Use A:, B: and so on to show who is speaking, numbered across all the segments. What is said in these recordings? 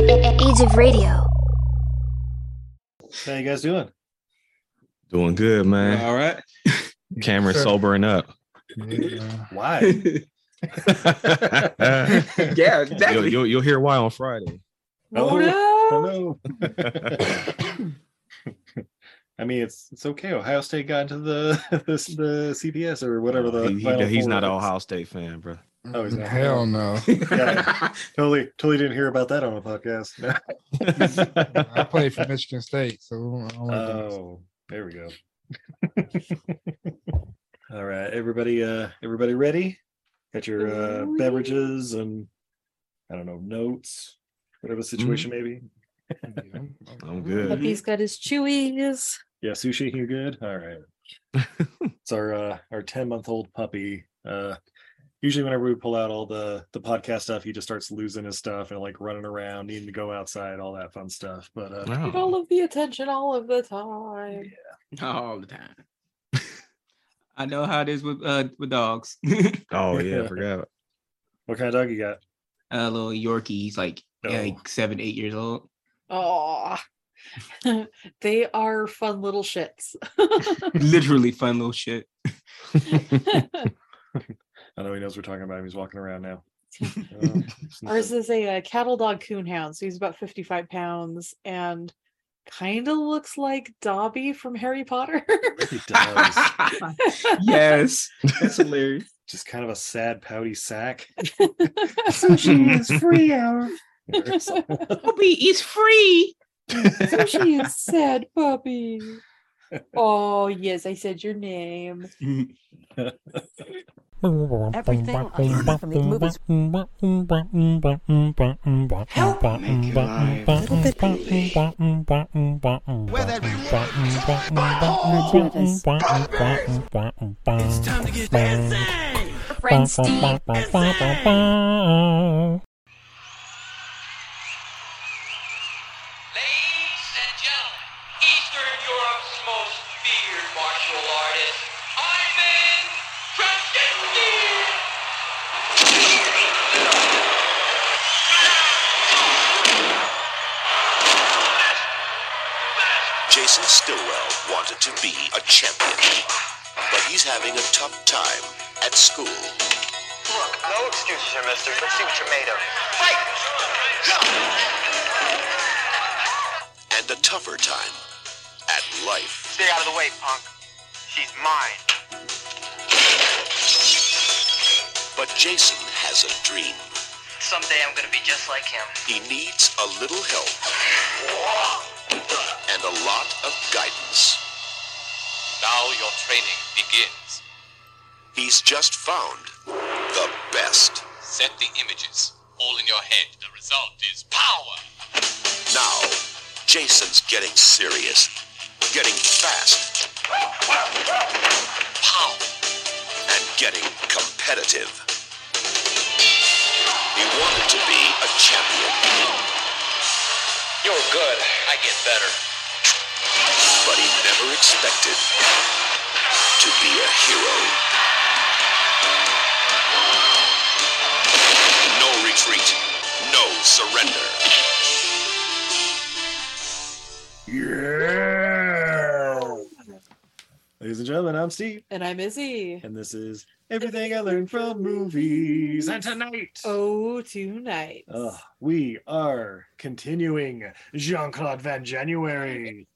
A: Age of Radio.
B: How you guys doing?
C: Doing good, man.
D: All right.
C: Cameron
B: Sure.
C: sobering up.
B: Why?
E: yeah,
C: you'll,
E: exactly.
C: you'll, you'll hear why on Friday.
B: Hello. I mean, it's it's okay. Ohio State got into the the, the CBS or whatever the.
C: He- he-
B: Final
C: he's
B: Four
C: not an
B: is.
C: Ohio State fan, bro.
B: Oh, he's not.
F: Hell no.
B: Yeah. Totally, totally didn't hear about that on the podcast.
F: I played for Michigan State, so I don't like
C: Uh,
F: that.
B: oh, there we go. All right, everybody, uh, everybody ready? Got your uh, beverages and I don't know notes, whatever the situation may be.
F: Yeah, I'm-
C: Mm-hmm. I'm
B: Mm-hmm.
C: good.
G: Puppy's got his chewies.
B: Yeah, sushi, you good? All right. it's our uh, our ten month old puppy. Uh, usually, whenever we pull out all the the podcast stuff, he just starts losing his stuff and like running around, needing to go outside, all that fun stuff. But uh,
G: Get
C: Wow.
G: all of the attention all of the time.
E: all the time. I know how it is with uh with dogs.
C: Oh yeah, I forgot.
B: what kind of dog you got? Oh.
E: A little Yorkie, he's like yeah, like seven, eight years old.
G: Oh, they are fun little shits.
E: Literally fun little shit.
B: I know he knows we're talking about him. He's walking around now. Um,
G: Ours is a, uh cattle dog coonhound, so he's about 55 pounds and kind of looks like Dobby from Harry Potter.
B: he does.
E: yes, that's hilarious.
B: Just kind of a sad, pouty sack.
G: Sushi is free hour.
E: Puppy is free.
G: Sushi is sad puppy. Oh, yes, I said your name.
H: Everything I from these movies. Help make life a little bit Whether It's time to get dancing!
I: Ladies and gentlemen, Eastern Europe's most feared martial artist, Ivan Krasinski!
J: Jason Stillwell wanted to be a champion, but he's having a tough time at school.
I: Look, no excuses here, mister. Let's see what you're made of. Fight!
J: And a tougher time at life.
I: Stay out of the way, punk. She's mine.
J: But Jason has a dream.
I: Someday I'm gonna be just like him.
J: He needs a little help and a lot of guidance.
I: Now your training begins.
J: He's just found the best.
I: Set the images. All in your head. The result is power!
J: Now, Jason's getting serious, getting fast,
I: Power!
J: and getting competitive. He wanted to be a champion,
I: You're good. I get better.
J: but he never expected to be a hero. No retreat, no surrender.
B: Ladies and gentlemen, I'm Steve,
G: And I'm Izzy.
B: and this is everything I learned from movies. And tonight,
G: Oh, tonight.
B: uh, we are continuing Jean Claude Van January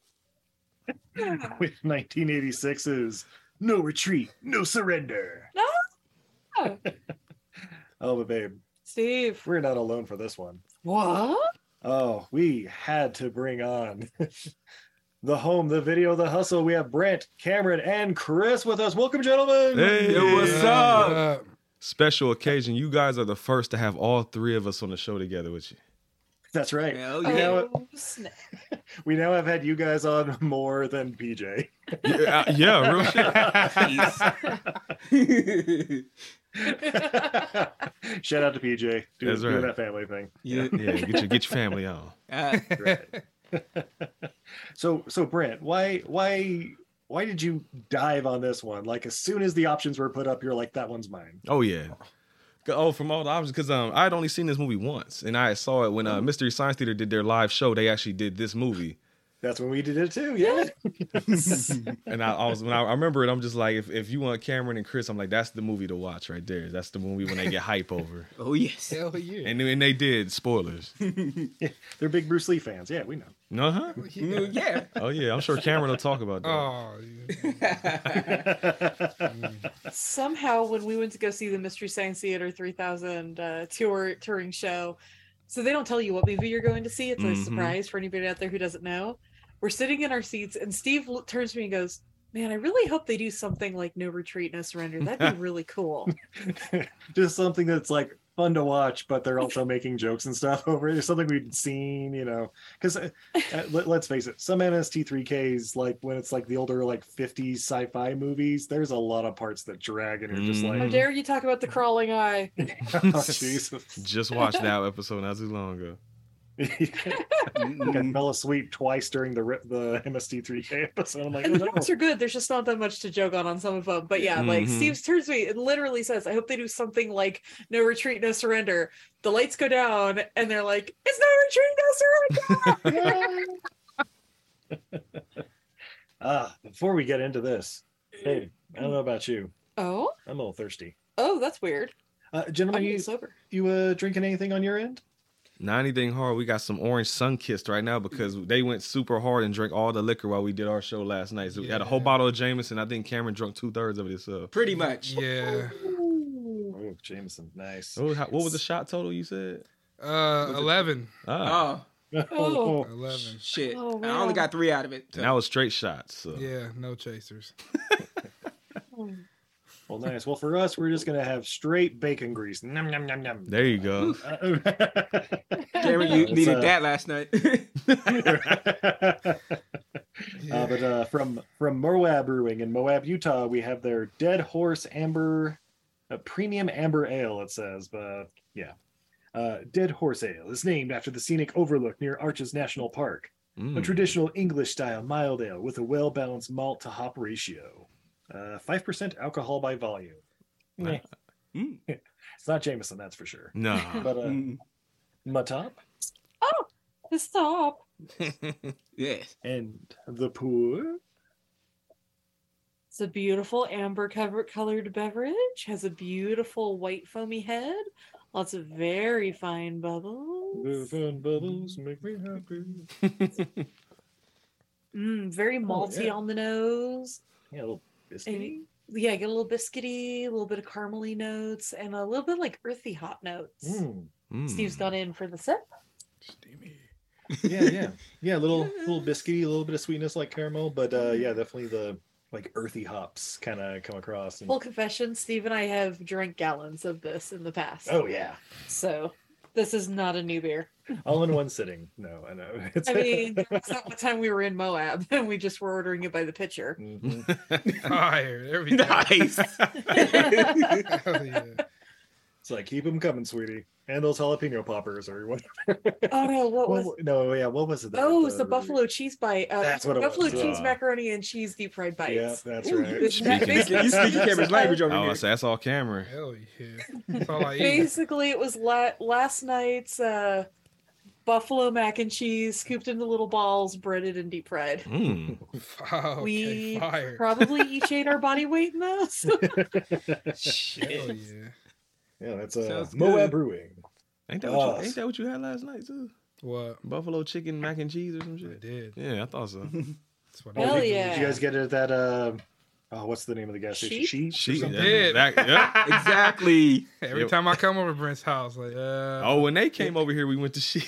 B: with 1986's No Retreat, No Surrender.
G: No.
B: oh, but babe,
G: Steve.
B: we're not alone for this one.
G: What?
B: Oh, we had to bring on the home, the video, the hustle. We have Brent, Cameron, and Chris with us. Welcome, gentlemen.
C: Hey,
E: Yo, what's
F: Yeah,
E: up?
F: what up?
C: special occasion. You guys are the first to have all three of us on the show together with you.
B: That's right.
E: Hell
B: You
E: yeah.
B: know,
G: Oh, snap.
B: we now have had you guys on more than PJ.
C: Yeah, uh, yeah
B: Oh,
C: real
B: Shout out to PJ. Doing,
C: That's
B: doing
C: right.
B: that family thing.
E: yeah.
C: shit. Yeah, get your get your family on.
E: Uh,
B: So so Brent, why why why did you dive on this one? Like as soon as the options were put up, you're like, that one's mine.
C: Oh yeah. Go- Oh, from all the options, because um, I had only seen this movie once, and I saw it when uh, Mystery Science Theater did their live show. They actually did this movie,
B: That's when we did it too. Yeah.
C: and I, I was when I, I remember it, I'm just like, if, if you want Cameron and Chris, I'm like, that's the movie to watch right there. That's the movie when they get hype over,
E: oh yes.
F: Hell yeah.
C: and and they did spoilers.
B: They're big Bruce Lee fans. Yeah, we know.
C: Uh huh.
E: Mm, yeah.
C: Oh yeah, I'm sure Cameron will talk about that.
F: Oh, yeah.
G: somehow when we went to go see the Mystery Science Theater 3000 uh, tour touring show, so they don't tell you what movie you're going to see. It's a
C: Mhm.
G: surprise for anybody out there who doesn't know. We're sitting in our seats, and Steve lo- turns to me and goes, "Man, I really hope they do something like No Retreat, No Surrender. That'd be really cool."
B: Just something that's like fun to watch, but they're also making jokes and stuff over it. It's something we'd seen, you know. Because uh, uh, let, let's face it, some MST3Ks, like when it's like the older like 50s sci-fi movies, there's a lot of parts that drag and you're just
G: How
C: Mm.
G: dare you talk about the crawling eye?
B: like, oh, Jesus.
C: Just watched that episode not too long ago.
B: like I fell asleep twice during the ri- the MST3K episode. I'm like,
G: And the
B: oh,
G: jokes are good. There's just not that much to joke on on some of them. But yeah, like
C: Mhm.
B: Mm-hmm.
G: Steve turns to me and literally says, I hope they do something like no retreat, no surrender. The lights go down and they're like, it's no retreat, no surrender.
B: ah, before we get into this, hey, I don't know about you.
G: oh,
B: I'm a little thirsty.
G: oh, that's weird.
B: Uh,
G: I'm
B: gentlemen,
G: getting
B: you,
G: sober.
B: you uh, drinking anything on your end?
C: Not anything hard. We got some orange sun kissed right now because they went super hard and drank all the liquor while we did our show last night. So we had a whole
F: Yeah.
C: bottle of Jameson. I think Cameron drunk two thirds of it himself.
E: Pretty much.
F: yeah.
B: Oh, Jameson, nice.
C: What was, Oh, how- what was the shot total you said?
F: Uh,
E: Was it-
F: 11.
C: Ah,
E: Oh
B: Oh,
F: 11.
E: shit!
G: Oh,
E: I only
G: wow.
E: got three out of it.
C: and that was straight shots. So.
F: Yeah, no chasers.
B: well, nice. Well, for us, we're just gonna have straight bacon grease. Nom nom nom nom.
C: There you go.
E: Cameron, you
B: It's,
E: needed
B: uh,
E: that last night.
B: Uh,
F: Yeah.
B: but uh, from from Moab Brewing in Moab, Utah, we have their Dead Horse Amber, uh, Premium Amber Ale. It says, but yeah, uh, Dead Horse Ale is named after the scenic overlook near Arches National Park, a
E: Hmm.
C: Mm.
B: traditional English style mild ale with a well balanced malt to hop ratio, Uh, five percent alcohol by volume.
C: Wow.
E: Mm.
B: it's not Jameson, that's for sure.
C: Nah.
B: But uh,
E: Mm,
B: my top
G: Oh, the stop.
E: yes.
B: and the poor.
G: It's a beautiful amber cover- colored beverage, has a beautiful white foamy head, lots of very fine bubbles.
B: and bubbles make me happy.
G: Mm, very malty
B: Oh, yeah.
G: on the nose.
B: Yeah, a little
G: And,
B: biscuity.
G: yeah, get a little biscuity, a little bit of caramely notes, and a little bit like earthy hot notes.
B: Mm.
C: Mm.
G: Steve's gone in for the sip.
B: Yeah, yeah, yeah. A little, little biscuity, a little bit of sweetness like caramel, but uh, yeah, definitely the like earthy hops kind of come across. And,
G: Full confession: Steve and I have drank gallons of this in the past,
B: oh yeah,
G: so this is not a new beer.
B: all in one sitting. No, I know. It's,
G: I mean, that's not the time we were in Moab, and we just were ordering it by the pitcher.
B: Mhm.
F: Fire. There we go.
E: Nice.
F: Hell yeah.
B: it's like keep them coming, sweetie, and those jalapeno poppers or what?
G: Oh no, what was?
B: what- no, yeah, what was it? that-
G: Oh, it's the buffalo cheese bite. Uh,
B: That's what it
G: buffalo
B: was.
G: cheese
C: Ah.
G: macaroni and cheese deep fried bites.
B: Yeah, that's
E: Ooh,
B: right.
E: you
C: Speaking-
E: speaking, you speaking Cameron's language over
C: Oh, I
E: here.
C: said, that's all Cameron.
F: Hell yeah. That's all I eat.
G: basically it was la- last night's uh buffalo mac and cheese scooped into little balls breaded and deep fried
C: Mm.
F: Oh, Okay,
G: we
F: fire.
G: probably each ate our body weight in those
F: Hell
E: Shit.
F: yeah.
B: Yeah, that's uh,
E: Sounds
B: Moab
E: good.
B: Brewing.
C: Ain't that, what
B: Oh.
C: you, ain't that what you had last night too?
F: What?
C: Buffalo chicken mac and cheese or some
F: I
C: shit.
F: did.
C: Yeah, I thought so.
F: That's what
G: Hell
B: did,
F: I did.
B: you-
G: yeah.
B: Did you guys get it at that? Uh, oh, what's the name of the gas station?
G: Sheep?
B: Sheep. or
C: She
B: something?
F: did.
C: Back, yeah.
E: exactly.
F: Every
C: Yep.
F: time I come over to Brent's house, like, uh,
C: Oh, when they came over here, we went to she.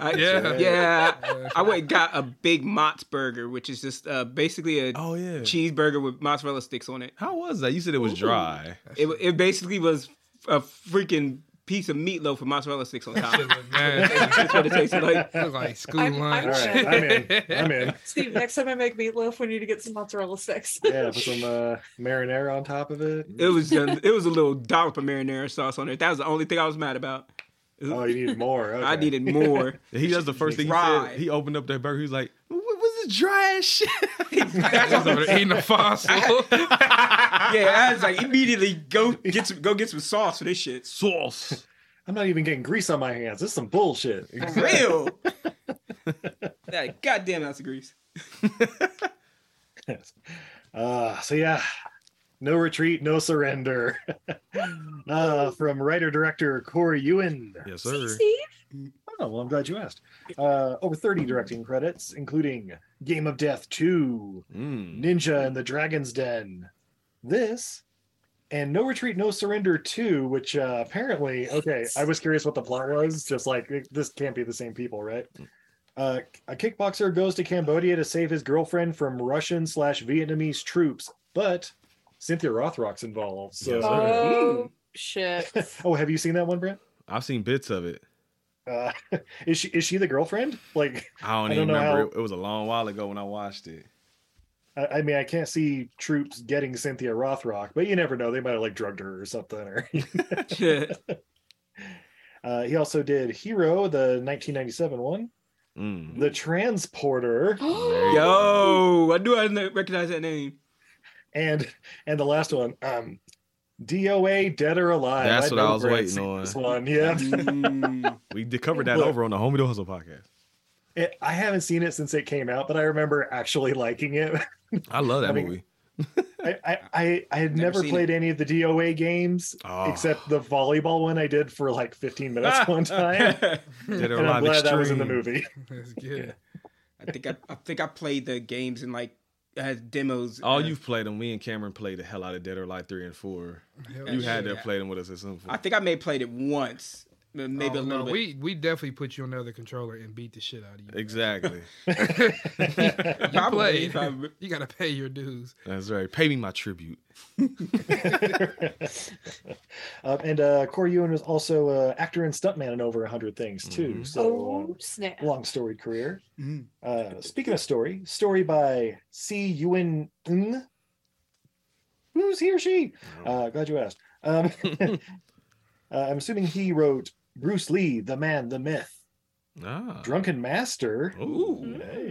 E: I,
F: Yeah.
E: yeah.
F: uh,
E: I went and got a big Mott's burger, which is just uh, basically a
C: Oh yeah.
E: cheeseburger with mozzarella sticks on it.
C: How was that? You said it was dry.
E: It, it basically was a freaking piece of meatloaf with mozzarella sticks on top. That's what it tastes like.
F: Look like school lunch.
B: right, I'm in. I'm in.
G: Steve, next time I make meatloaf, we need to get some mozzarella sticks.
B: Yeah, put some uh, marinara on top of it.
E: It was just, it was a little dollop of marinara sauce on it. That was the only thing I was mad about.
B: Oh, you need more.
E: I
B: okay.
E: needed more.
C: He does the first thing he
E: Right.
C: said. He opened up that burger. He was like, "What was this dry ass shit?"
F: He's over there eating a fossil.
E: yeah, I was like immediately go get some, go get some sauce for this shit.
C: Sauce.
B: I'm not even getting grease on my hands. This is some bullshit.
E: For real. that goddamn ounce of grease.
B: Yes. Uh, so yeah, no retreat, no surrender. uh, from writer director Corey Ewan.
C: Yes,
G: See,
C: sir.
G: Steve?
B: Oh well, I'm glad you asked. Uh, over 30 directing credits, including Game of Death 2,
C: Mm.
B: Ninja and the Dragon's Den, this, and No Retreat, No Surrender 2, which uh, apparently, okay, I was curious what the plot was. Just like, this can't be the same people, right?
C: Hmm.
B: Uh, a kickboxer goes to Cambodia to save his girlfriend from Russian slash Vietnamese troops, but Cynthia Rothrock's involved. So,
C: Yes, sir. Mm.
G: Oh, shit.
B: oh, have you seen that one, Brent?
C: I've seen bits of it.
B: Uh, is she is she the girlfriend? Like,
C: I don't,
B: I
C: even
B: don't know
C: remember.
B: how-
C: It, it was a long while ago when I watched it.
B: I, I mean, I can't see troops getting Cynthia Rothrock, but you never know. They might have like drugged her or something. Or
E: Shit.
B: uh, he also did Hero, the 1997 one,
C: Mm.
B: The Transporter,
E: Mm-hmm. Yo, I knew I didn't recognize that name.
B: and and the last one, um, DOA, Dead or Alive.
C: That's what I
B: know
C: was
B: Brent's
C: waiting
B: seen
C: on.
B: This one, yeah.
E: Mm.
C: We did cover that
B: Look.
C: over on the Homie the Hustle podcast.
B: It, I haven't seen it since it came out, but I remember actually liking it.
C: I love that
B: I mean,
C: movie.
B: I I, I, I had
E: Never
B: never,
E: seen
B: played any of the DOA games
C: Oh.
B: except the volleyball one I did for like 15 minutes one time.
C: Dead or
B: and I'm
C: Alive
B: glad that was in the
C: Extreme.
B: movie.
F: That's good.
E: I think I, I think I played the games and like I had demos.
C: All
E: uh,
C: you've played them. We and Cameron played the hell out of Dead or Alive three and four.
F: Hell
C: You
F: yeah.
C: had to
E: Yeah.
C: play them with us at some
E: I
C: point.
E: think I may have played it once, m- maybe
F: Oh,
E: a little
F: no,
E: bit.
F: We we definitely put you on the other controller and beat the shit out of you.
C: Exactly.
F: you
E: Probably,
F: play.
E: if I-
F: You gotta pay your dues.
C: That's right. Pay me my tribute.
B: um, and uh, Corey Ewan was also uh, actor and stuntman in over 100 things, too.
C: Mhm.
B: So,
G: Oh, snap.
B: uh, long storied career.
E: Mhm.
B: Uh, speaking of story, story by C. Ewan. Ng. Who's he or she? Uh, glad you asked. Um, uh, I'm assuming he wrote Bruce Lee, the man, the myth,
C: Ah.
B: Drunken Master,
C: Ooh.
B: hey,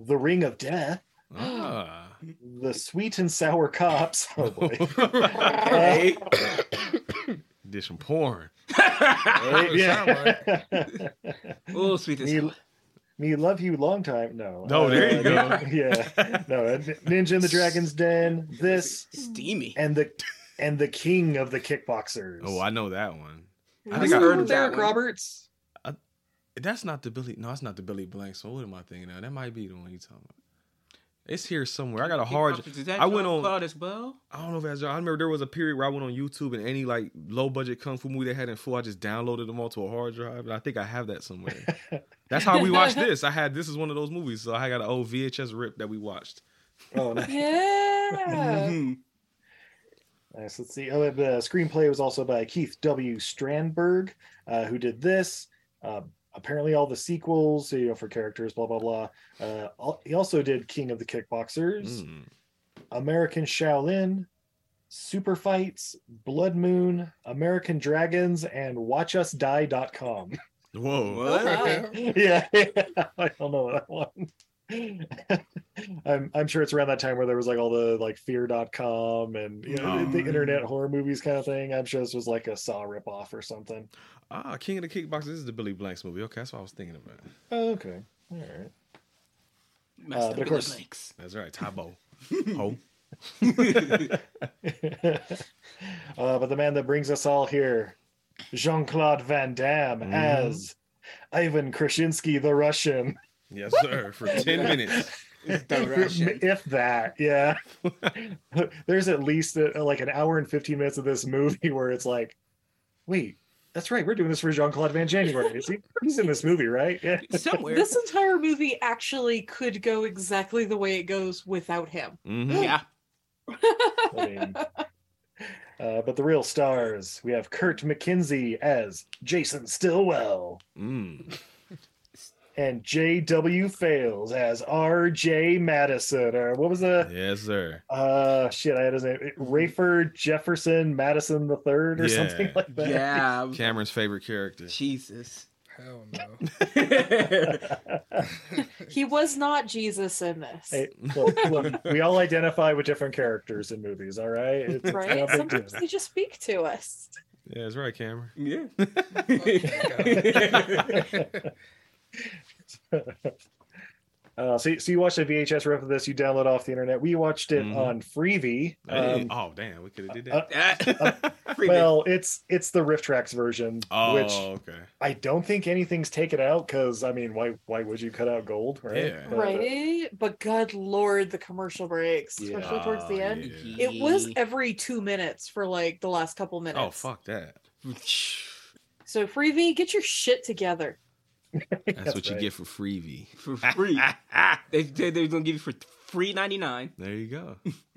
B: The Ring of Death,
C: Ah.
B: The Sweet and Sour Cops. Oh, boy.
E: Hey,
C: Did some porn.
F: Sound
B: yeah.
F: like-
E: oh sweet as
B: me, me love you long time. No.
C: No, there you go.
B: Yeah. No, uh, Ninja in the Dragon's Den, this,
E: steamy.
B: and the and the king of the kickboxers.
C: Oh, I know that one. I
B: I
C: think I heard
E: of that
B: Derek
E: one.
B: Roberts.
C: That's not the Billy. No, that's not the Billy Blank. So what am I thinking of? That might be the one you talking about. It's here somewhere. I got a hard.
E: Is that
C: I went
E: Jean
C: on-
E: Claude as well.
C: I don't know if that's. I remember there was a period where I went on YouTube and any like low budget kung fu movie they had in full, I just downloaded them all to a hard drive, and I think I have that somewhere. that's how we watched this. I had this is one of those movies, so I got an old VHS rip that we watched.
B: Oh, nice.
G: Yeah.
E: Mhm.
B: Nice. Let's see. Oh, the screenplay was also by Keith W. Strandberg, uh, who did this. Uh, apparently, all the sequels, you know, for characters, blah blah blah. Uh, al- he also did King of the Kickboxers.
C: Mm.
B: American Shaolin, Super Fights, Blood Moon, American Dragons, and WatchUsDie.com.
C: Whoa.
E: What?
G: Wow.
B: yeah, I don't know that one. I'm I'm sure it's around that time where there was like all the like fear.com and you know, the, the
C: Oh.
B: internet horror movies kind of thing. I'm sure this was like a saw ripoff or something.
C: Ah, King of the Kickboxers. This is the Billy Blanks movie. Okay, that's what I was thinking about.
B: Oh, Okay. All right.
E: Messed
B: Uh,
E: up
B: but of
E: in the
B: course-
E: legs.
C: That's right. Tybo. Ho.
B: uh, but the man that brings us all here, Jean Claude Van Damme,
C: Mhm.
B: as Ivan Krasinski, the Russian.
C: Yes, sir. For ten minutes.
E: The Russian.
B: If that, yeah. There's at least uh like an hour and 15 minutes of this movie where it's like, wait, that's right. We're doing this for Jean Claude Van January. Is he, he's in this movie, right? Yeah.
E: Somewhere.
G: Uh, This entire movie actually could go exactly the way it goes without him.
C: Mhm.
E: yeah.
B: I mean, Uh, but the real stars, we have Kurt McKenzie as Jason Stillwell
J: Mm.
C: Hmm.
B: and J.W. Fails as R.J. Madison. Or what was the
C: Yes, sir.
B: uh shit? I had his name Rayford Jefferson Madison the Third or something
C: Mm-hmm. Yeah.
B: like that.
C: Cameron's favorite character.
E: Jesus.
F: Hell no.
G: He was not Jesus in this.
B: Hey, look, look, we all identify with different characters in movies, all right? It's, it's no
G: right?
B: big
G: Sometimes
B: deal.
G: they just speak to us.
C: Yeah, that's right, Cameron.
E: Yeah.
B: Uh, so, so you watched the VHS rip of this, you download off the internet. We watched it
C: Mhm.
B: on Freevee.
C: Hey,
B: Um,
C: oh damn, we could have did that.
B: uh, well, it's it's the Rift Tracks version,
C: oh,
B: which
C: okay.
B: I don't think anything's taken out because I mean, why why would you cut out gold, right?
C: Yeah.
B: But, uh,
G: Right? But God Lord, the commercial breaks,
B: Yeah.
G: especially towards the
C: Oh,
G: end.
C: yeah.
G: It was every two minutes for like the last couple minutes.
C: Oh fuck that.
B: Oh.
G: So Freebie, get your shit together.
C: That's,
B: That's
C: what
B: right.
C: you get for freebie.
E: for free. they said they was gonna give you for free ninety nine.
C: There you go.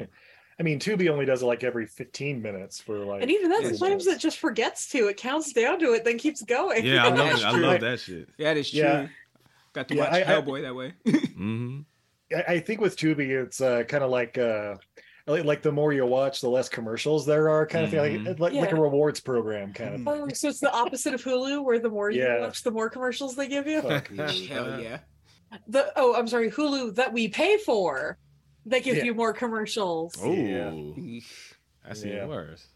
B: I mean, Tubi only does it like every 15 minutes for like.
G: And even then,
B: Rift
G: sometimes
B: Tracks.
G: it just forgets to. It counts down to it, then keeps going.
C: Yeah, I love
E: That's
C: it. I
E: true.
C: love that shit.
E: That is true.
B: Yeah.
E: Got to
B: Yeah,
E: watch
B: I- I-
E: Hellboy that way.
C: Mm-hmm.
B: I, I think with Tubi, it's uh, kind of like uh, li- like the more you watch, the less commercials there are, kind of thing. Like,
C: Mhm.
B: like, like a
G: Yeah.
B: rewards program kind of. thing.
G: Oh, so it's the opposite of Hulu, where the more you
B: Yeah.
G: watch, the more commercials they give you.
B: Fuck you.
E: Hell yeah.
G: The oh, I'm sorry, Hulu that we pay for, they give
B: Yeah.
G: you more commercials.
C: Oh, that's
B: Yeah.
C: even worse.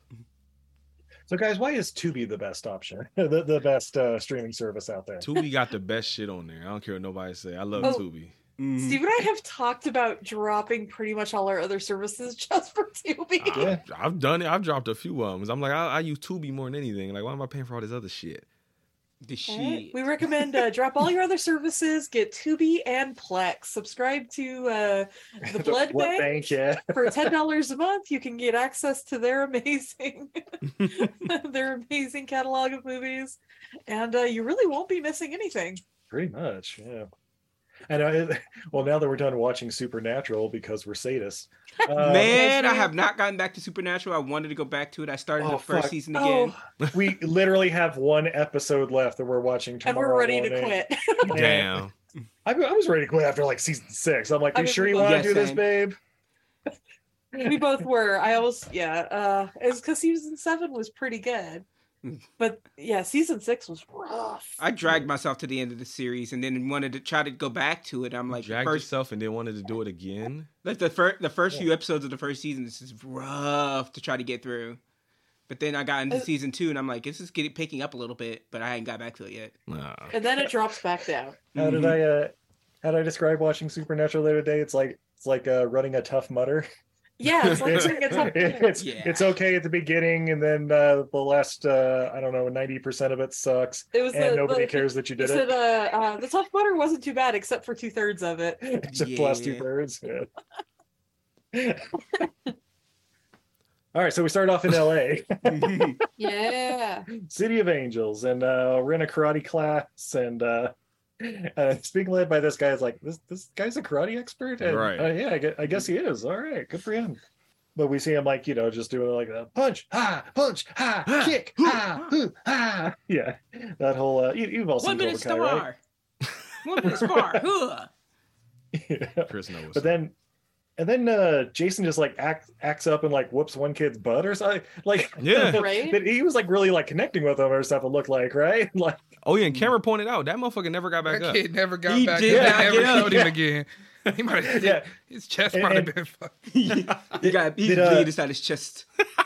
B: So, guys, why is Tubi the best option, the, the best uh, streaming service out there?
C: Tubi got the best shit on there. I don't care what nobody say. I love
G: Oh.
C: Tubi.
E: Mhm.
G: Steve and I have talked about dropping pretty much all our other services just for Tubi.
C: I, I've done it. I've dropped a few of them. I'm like, I, I use Tubi more than anything. Like, why am I paying for all this other shit?
E: The
G: Alright,
E: shit.
G: We recommend uh, drop all your other services, get Tubi and Plex. Subscribe to uh, the Blood
B: Blood
G: Bank
B: yeah.
G: for ten dollars a month. You can get access to their amazing, their amazing catalog of movies, and uh, you really won't be missing anything.
B: Pretty much, yeah. And I, well, now that we're done watching Supernatural because we're sadists, uh,
E: Man, I
G: That's
E: have not gotten back to Supernatural. I wanted to go back to it. I started
B: Oh,
E: the first
B: fuck.
E: season again.
B: we literally have one episode left that we're watching
G: and
B: tomorrow.
G: we're ready to
B: morning.
G: quit.
B: And
C: Damn.
B: I, I was ready to quit after like season six. I'm like,
G: I
B: you
G: mean,
B: sure you
G: we
B: want to
E: both-
B: do this,
E: Yeah,
B: babe?
G: we both were. I almost yeah. Uh, it's because season seven was pretty good, but yeah, season six was rough.
E: I dragged myself to the end of the series and then wanted to try to go back to it. I'm like,
C: Dragged
E: first,
C: yourself and then wanted to do it again.
E: like the first, the first few episodes of the first season, this is rough to try to get through. But then I got into
G: Uh,
E: season two, and I'm like, this is getting picking up a little bit, but I ain't got back to it yet.
C: Nah.
G: and then it drops back down.
B: How
E: Mm-hmm.
B: did I, uh, how did I describe watching Supernatural the other day? It's like it's like uh, running a tough mutter.
G: Yeah, it's like doing a tough thing.
B: it's
E: Yeah.
B: it's okay at the beginning, and then uh, the last uh, I don't know ninety percent of it sucks,
G: It was
B: and
G: the,
B: nobody
G: the,
B: cares that you
G: He
B: did
G: said
B: it.
G: uh, uh, the tough butter wasn't too bad except for two thirds of it.
B: Except for the last two
E: Yeah.
B: birds. Yeah. All right, so we start off in L.A.,
G: Yeah.
B: City of Angels, and uh, we're in a karate class, and uh, uh, it's being led by this guy. Is like this this guy's a karate expert, and,
C: Right.
B: uh, yeah, I guess, I guess he is. All right, good for him. But we see him like you know just doing like a punch, ha, punch, ha,
C: Ah,
B: kick,
C: hoo,
B: ha, hoo, ha. Yeah, that whole uh, you, you've all seen
E: One
B: Cobra
E: minute
B: Kai,
E: star.
B: right?
E: One minute star. Huh.
B: Yeah.
C: Chris knows.
B: But then, and then uh, Jason just like acts acts up and like whoops one kid's butt or something. Like
C: Yeah.
G: Right?
B: that he was like really like connecting with him or something. It looked like right, like
C: oh yeah, and Cameron pointed out that motherfucker never got back
F: Mm. that
C: up.
F: kid never got
E: He
F: back. up.
E: did not
F: They never
E: get up.
F: showed him again. He might have,
B: Yeah.
F: his chest
B: And-
F: might have
B: and-
F: been fucked.
E: He got he's
B: Did, uh,
E: bleeding out his chest.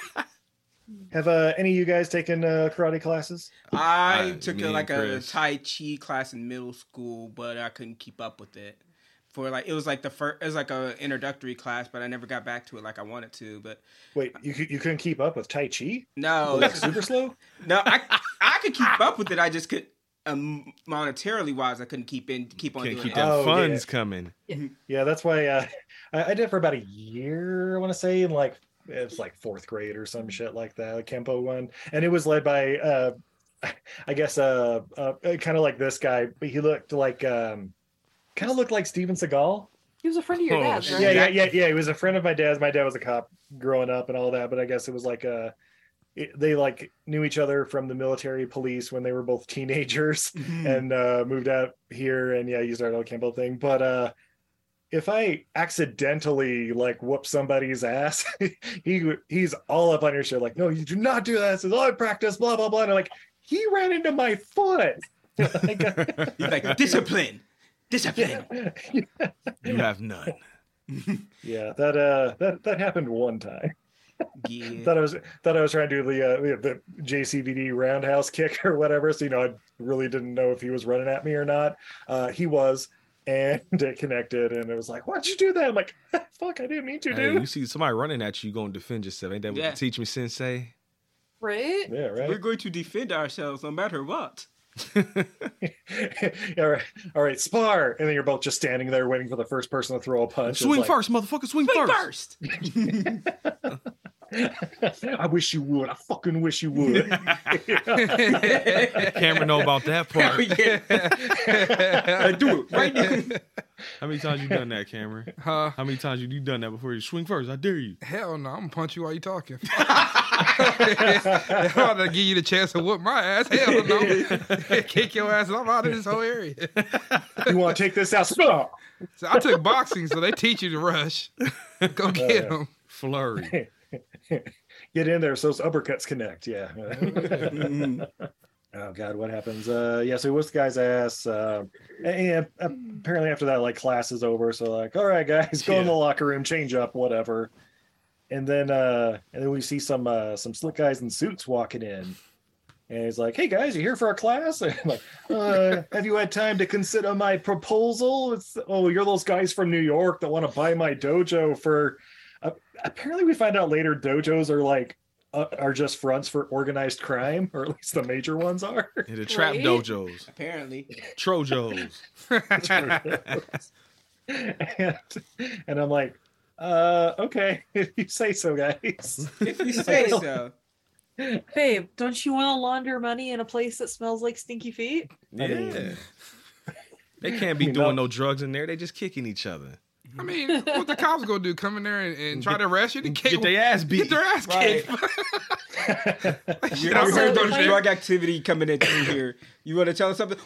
B: Have uh, any of you guys taken uh, karate classes?
E: I
C: Alright,
E: took
C: me
E: a,
C: and
E: like a
C: Chris.
E: Tai Chi class in middle school, but I couldn't keep up with it. For like it was like the first, it was like a introductory class, but I never got back to it like I wanted to. But
B: Wait, you cou- you couldn't keep up with Tai Chi?
E: no,
B: Oh, that's super slow.
E: no, I I could keep up with it. I just could, um, monetarily wise, I couldn't keep in keep on
C: Can't
E: doing
C: keep
E: it.
C: that
B: Oh, yeah.
C: funds coming.
B: Mm-hmm. Yeah, that's why uh, I, I did it for about a year. I want to say in like it was like fourth grade or some shit like that, a Kempo one, and it was led by uh, I guess uh, uh kind of like this guy, but he looked like um, kind of looked like Steven Seagal.
G: He was a friend of your
C: Oh,
G: dad's,
C: shit.
G: right?
B: Yeah, yeah, yeah, yeah. He was a friend of my dad's. My dad was a cop growing up and all that, but I guess it was like a it, they like knew each other from the military police when they were both teenagers
C: Mm-hmm.
E: Mhm.
B: and uh moved out here and yeah used our old Campbell thing but uh if I accidentally like whoop somebody's ass, he he's all up on your shit, like, no, you do not do that. This is all I practice, blah blah blah. And I'm like, he ran into my foot.
E: He's like discipline, discipline.
C: You have none.
B: Yeah, that uh that that happened one time.
E: Yeah.
B: thought I was thought I was trying to do the uh, the the JCVD roundhouse kick or whatever. So you know, I really didn't know if he was running at me or not. Uh, he was, and it connected, and it was like, "Why'd you do that?" I'm like, "Fuck, I didn't mean to,
C: Hey,
B: dude."
C: you see somebody running at you, you gonna defend yourself. Ain't that what
E: Yeah.
C: you teach me, Sensei?
G: Right?
B: Yeah,
E: We're
B: right.
E: going to defend ourselves no matter what.
B: all right, all right, spar, and then you're both just standing there waiting for the first person to throw a punch. It's
C: swing
B: like,
C: first, motherfucker. Swing,
E: Swing
C: first.
E: first.
B: I wish you would. I fucking wish you would.
C: Cameron know about that
F: Oh,
C: part.
E: I do it right now.
C: How many times you done that, Cameron?
F: Huh?
C: How many times you you done that before? You swing first. I dare you.
F: Hell no, I'm gonna punch you while you talking. I'm about to give you the chance to whoop my ass. Hell no. Kick your ass. and I'm out of this whole area.
B: you want to take this out? Spar!
F: So I took boxing, so they teach you to rush. Go get them.
C: Flurry.
B: Get in there so those uppercuts connect. Yeah. oh God, what happens? Uh, yeah, so he whoops the guy's ass. Uh, and and apparently after that, like class is over. So like, all right, guys, go in the
C: Yeah.
B: locker room, change up, whatever. And then uh, and then we see some uh, some slick guys in suits walking in. And he's like, "Hey guys, you here for a class?" And I'm like, uh, "Have you had time to consider my proposal?" It's oh, you're those guys from New York that want to buy my dojo for. Uh, apparently, we find out later dojos are like uh, are just fronts for organized crime, or at least the major ones are.
C: And the trap
G: Right?
C: dojos,
E: Apparently,
C: trojos.
B: and, and I'm like, uh, "Okay, if you say so, guys."
E: if you say so.
G: Babe, don't you want to launder money in a place that smells like stinky feet?
C: Yeah.
B: mean-
C: they can't be
B: I mean,
C: doing
B: no-
C: no drugs in there. They just kicking each other.
F: I mean, what the cops gonna do? Come in there and, and try to arrest you? They
C: Get
F: can't-
C: their ass beat.
F: Get their ass
E: Right.
F: kicked.
E: You're
G: I'm
E: also
G: sorry,
E: there's
G: like-
E: drug activity coming at you here. You want to tell us something?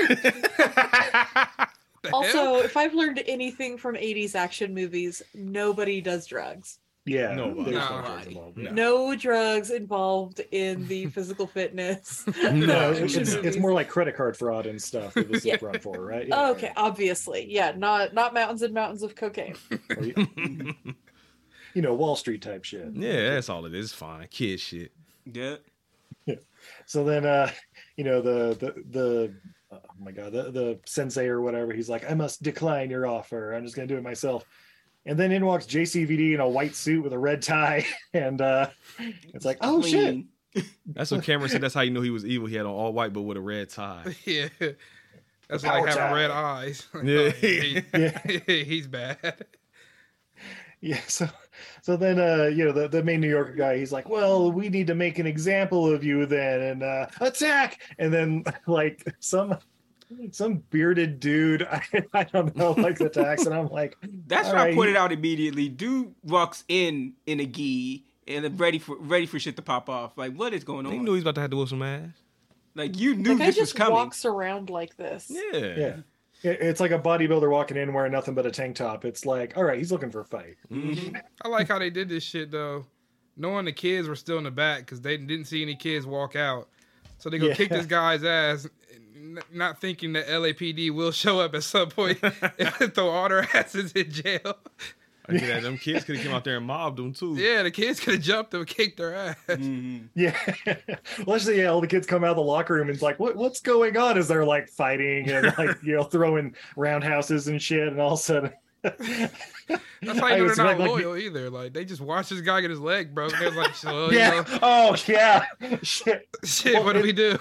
E: Wah!
G: Also, if I've learned anything from 80s action movies, nobody does drugs.
B: yeah,
C: No,
B: there's
F: no.
B: drugs involved.
C: No.
G: No drugs involved in the physical fitness.
B: No,
C: No,
B: it's,
G: action
B: it's, it's
G: movies.
B: more like credit card fraud and stuff. It was
G: Yeah.
B: run for, right?
G: Oh, okay, obviously. Yeah, not not mountains and mountains of cocaine.
B: Or you- you know, Wall Street type shit.
C: Yeah, that's all it is. It's Fine, kid shit.
E: yeah.
B: So then, uh, you know, the the the oh my god, the the sensei or whatever, he's like, I must decline your offer. I'm just gonna do it myself. And then in walks JCVD in a white suit with a red tie, and uh, it's like, oh shit,
E: Clean.
C: That's what Cameron said. That's how you knew he was evil. He had on all white, but with a red tie.
F: yeah. That's
B: Power
F: like having
B: time.
F: red eyes.
C: Yeah.
F: He-
B: yeah,
F: he's bad.
B: yeah. So, so then, uh, you know, the, the main New Yorker guy, he's like, well, we need to make an example of you then, and uh, attack. And then, like, some some bearded dude, I, I don't know, like attacks, and I'm like,
E: That's
B: all
E: what I
B: right,
E: pointed out immediately. Dude walks in in a gi and I'm ready for ready for shit to pop off. Like what is going
C: He
E: on?
C: knew he was about to have to whoop some ass.
E: like you knew
G: The guy
E: this was
G: just
E: coming.
G: walks around like this.
C: Yeah.
B: Yeah. It- It's like a bodybuilder walking in wearing nothing but a tank top. It's like, all right, he's looking for a fight.
E: Mm-hmm.
F: I like how they did this shit though, knowing the kids were still in the back because they didn't see any kids walk out, so they go
B: Yeah.
F: kick this guy's ass, n- not thinking that LAPD will show up at some point and throw all their asses in jail.
C: I get that. Them kids could have came out there and mobbed him too.
F: Yeah, the kids could have jumped them, and kicked their ass.
B: Yeah. Let's say, yeah, all the kids come out of the locker room and it's like, what, what's going on? Is they're like fighting and like, you know, throwing roundhouses and shit. And all of a sudden,
F: That's how
B: I
F: you know
B: was
F: they're
B: like-
F: not
B: like-
F: loyal either. Like they just watched this guy get his leg broke. and They're like, so, you
B: yeah.
F: know,
B: Oh, yeah. Shit.
F: shit,
B: Well,
F: what do
B: and-
F: we do?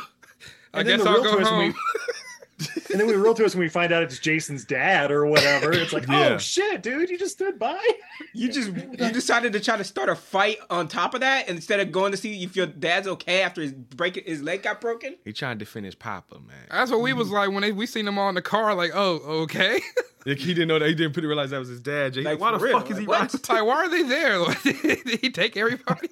F: I
B: and then
F: guess
B: the
F: I'll
B: real
F: go
B: twist when
F: home.
B: we- and then we roll to us when we find out it's Jason's dad or whatever. It's like, oh,
C: Yeah.
B: shit, dude, you just stood by.
E: You just you decided to try to start a fight on top of that instead of going to see if your dad's okay after his break his leg got broken.
C: He trying to defend his papa, man.
F: That's what we was like when they, we seen them all in the car. Like, oh, okay.
C: Like, he didn't know that. He didn't pretty realize that was his dad. Jay,
E: Like,
C: why the
E: for real.
C: fuck is he
E: Like, what?
C: riding-
F: Like, why are they there? Like, did he take everybody?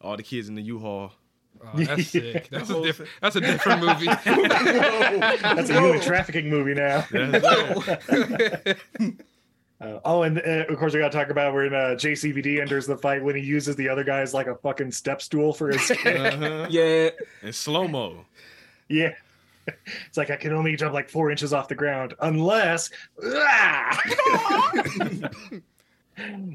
C: all the kids in the U-Haul.
F: Oh, that's sick. That's a different. That's a different movie.
B: That's a human trafficking movie now. Uh, oh, and uh, of course we got to talk about when uh, JCVD enters the fight when he uses the other guys like a fucking step stool for his.
C: Uh-huh.
E: Yeah.
C: And slow mo.
B: yeah, it's like I can only jump like four inches off the ground unless. Ah!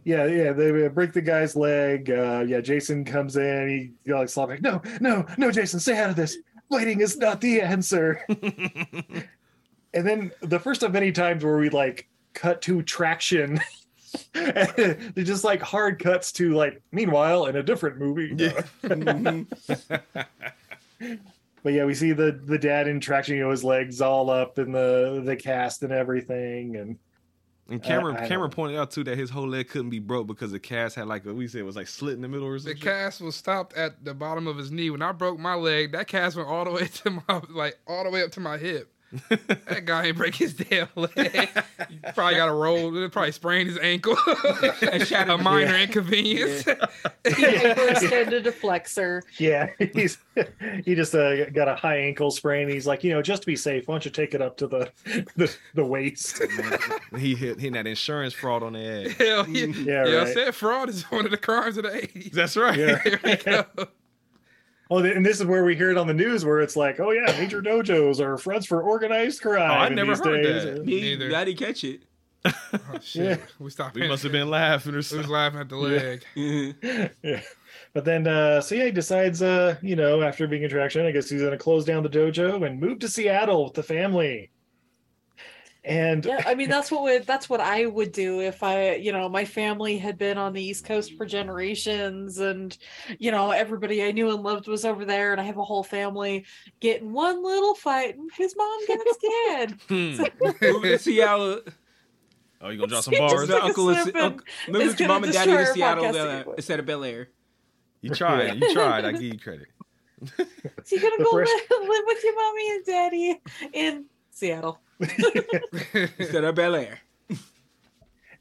B: yeah, yeah, they uh, break the guy's leg. Uh, yeah, Jason comes in. He you know, like slapping. No, no, no, Jason, stay out of this. Waiting is not the answer. and then the first of many times where we like cut to traction they just like hard cuts to like meanwhile in a different movie but yeah we see the the dad in traction you know his legs all up in the the cast and everything and
C: And Cameron
B: I don't
C: Cameron
B: know.
C: pointed out too that his whole leg couldn't be broke because the cast had like a, we said it was like slit in the middle or
F: the
C: something.
F: cast was stopped at the bottom of his knee. When I broke my leg, that cast went all the way to my like all the way up to my hip. that guy ain't break his damn leg. He probably got a roll. It probably sprained his ankle. a minor inconvenience.
G: Overextended a flexor.
B: yeah he's he just uh, got a high ankle sprain he's like you know just to be safe why don't you take it up to the the, the waist
C: he hit hitting that insurance fraud on the ass.
F: Hell yeah.
B: Yeah,
F: yeah, I
B: right.
F: said fraud is one of the crimes of the 80s.
C: That's right.
B: Yeah.
F: Here we go.
B: oh and this is where we hear it on the news where it's like oh yeah major dojos are fronts for organized crime
C: Oh, I
B: in
C: never
B: these
C: heard
B: days.
C: that.
E: Me,
F: Neither.
E: I didn't catch it.
F: Oh, shit.
B: Yeah.
F: We stopped.
C: We must have been laughing or
F: We was
C: something.
F: laughing at the leg.
B: Yeah. But then, uh, so yeah, he decides, uh, you know, after being in traction, I guess he's going to close down the dojo and move to Seattle with the family. And
G: yeah i mean that's what would that's what i would do if i you know my family had been on the east coast for generations and you know everybody i knew and loved was over there and i have a whole family getting one little fight and his mom gets scared
C: Hmm.
E: Moving to uh, Seattle.
C: Oh, you gonna drop some
G: He just
C: bars?
G: took
E: The
G: a
E: uncle is
G: sip and
E: uncle, moving
G: it's
E: with your
G: gonna
E: mom and daddy to
G: destroy our
E: Seattle
G: podcast
E: uh,
G: anyway.
E: instead of Bel Air.
C: You tried. You tried. I give you credit.
G: is he gonna
B: The
G: go
B: first-
G: live, live with your mommy and daddy in seattle
E: Instead of Bel Air.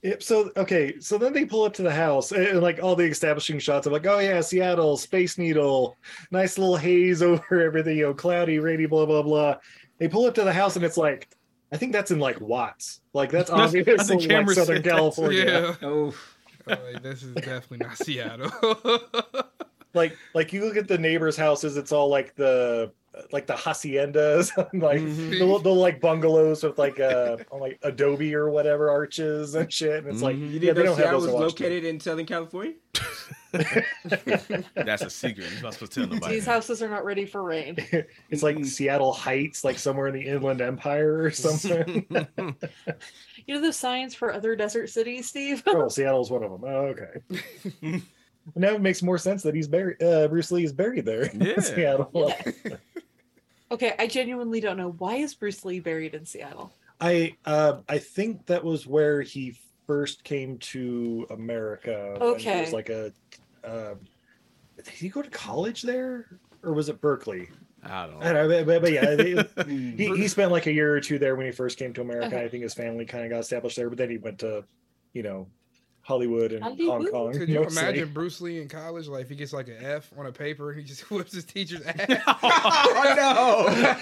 B: Yep, so okay, so then they pull up to the house and, and, like all the establishing shots of like, oh yeah, Seattle, Space Needle, nice little haze over everything, you know, cloudy, rainy, blah blah blah. They pull up to the house and it's like, I think that's in like Watts, like that's
C: I think
B: obviously like
C: Cameron
B: Southern
C: said that.
B: California.
F: Yeah.
E: Oh,
F: Like, this is definitely not Seattle.
B: like like you look at the neighbors' houses, it's all like the like the haciendas, like the, little- the like bungalows with like uh on, like adobe or whatever arches and shit. And it's like
C: Mhm.
E: Mm-hmm. you
B: yeah,
E: didn't
B: they
E: know
B: don't have
E: Seattle
B: those
E: was
B: in Washington.
E: located in Southern California?
C: That's a secret. You're not supposed to tell nobody.
G: these houses are not ready for rain
B: It's like Seattle Heights, like somewhere in the Inland Empire or something.
G: you know those signs for other desert cities steve
B: oh, Seattle's one of them. Oh, okay. now it makes more sense that he's buried. Uh, Bruce Lee is buried there. in
C: Yeah.
B: Seattle.
G: okay i genuinely don't know why is bruce lee buried in seattle
B: I uh, I think that was where he first came to America. and It
G: Okay.
B: was like a. Um, did he go to college there, or was it Berkeley?
C: I don't
B: I
C: know.
B: don't know, but, but yeah, they-
F: Hmm.
B: he, he spent like a year or two there when he first came to America.
G: Okay.
B: I think his family kind of got established there, but then he went to, you know, Hollywood and Hong
G: Hollywood.
B: Kong.
F: Could you
B: mostly.
F: imagine Bruce Lee in college? Like, if he gets like an F on a paper, he just whips his teacher's ass. no!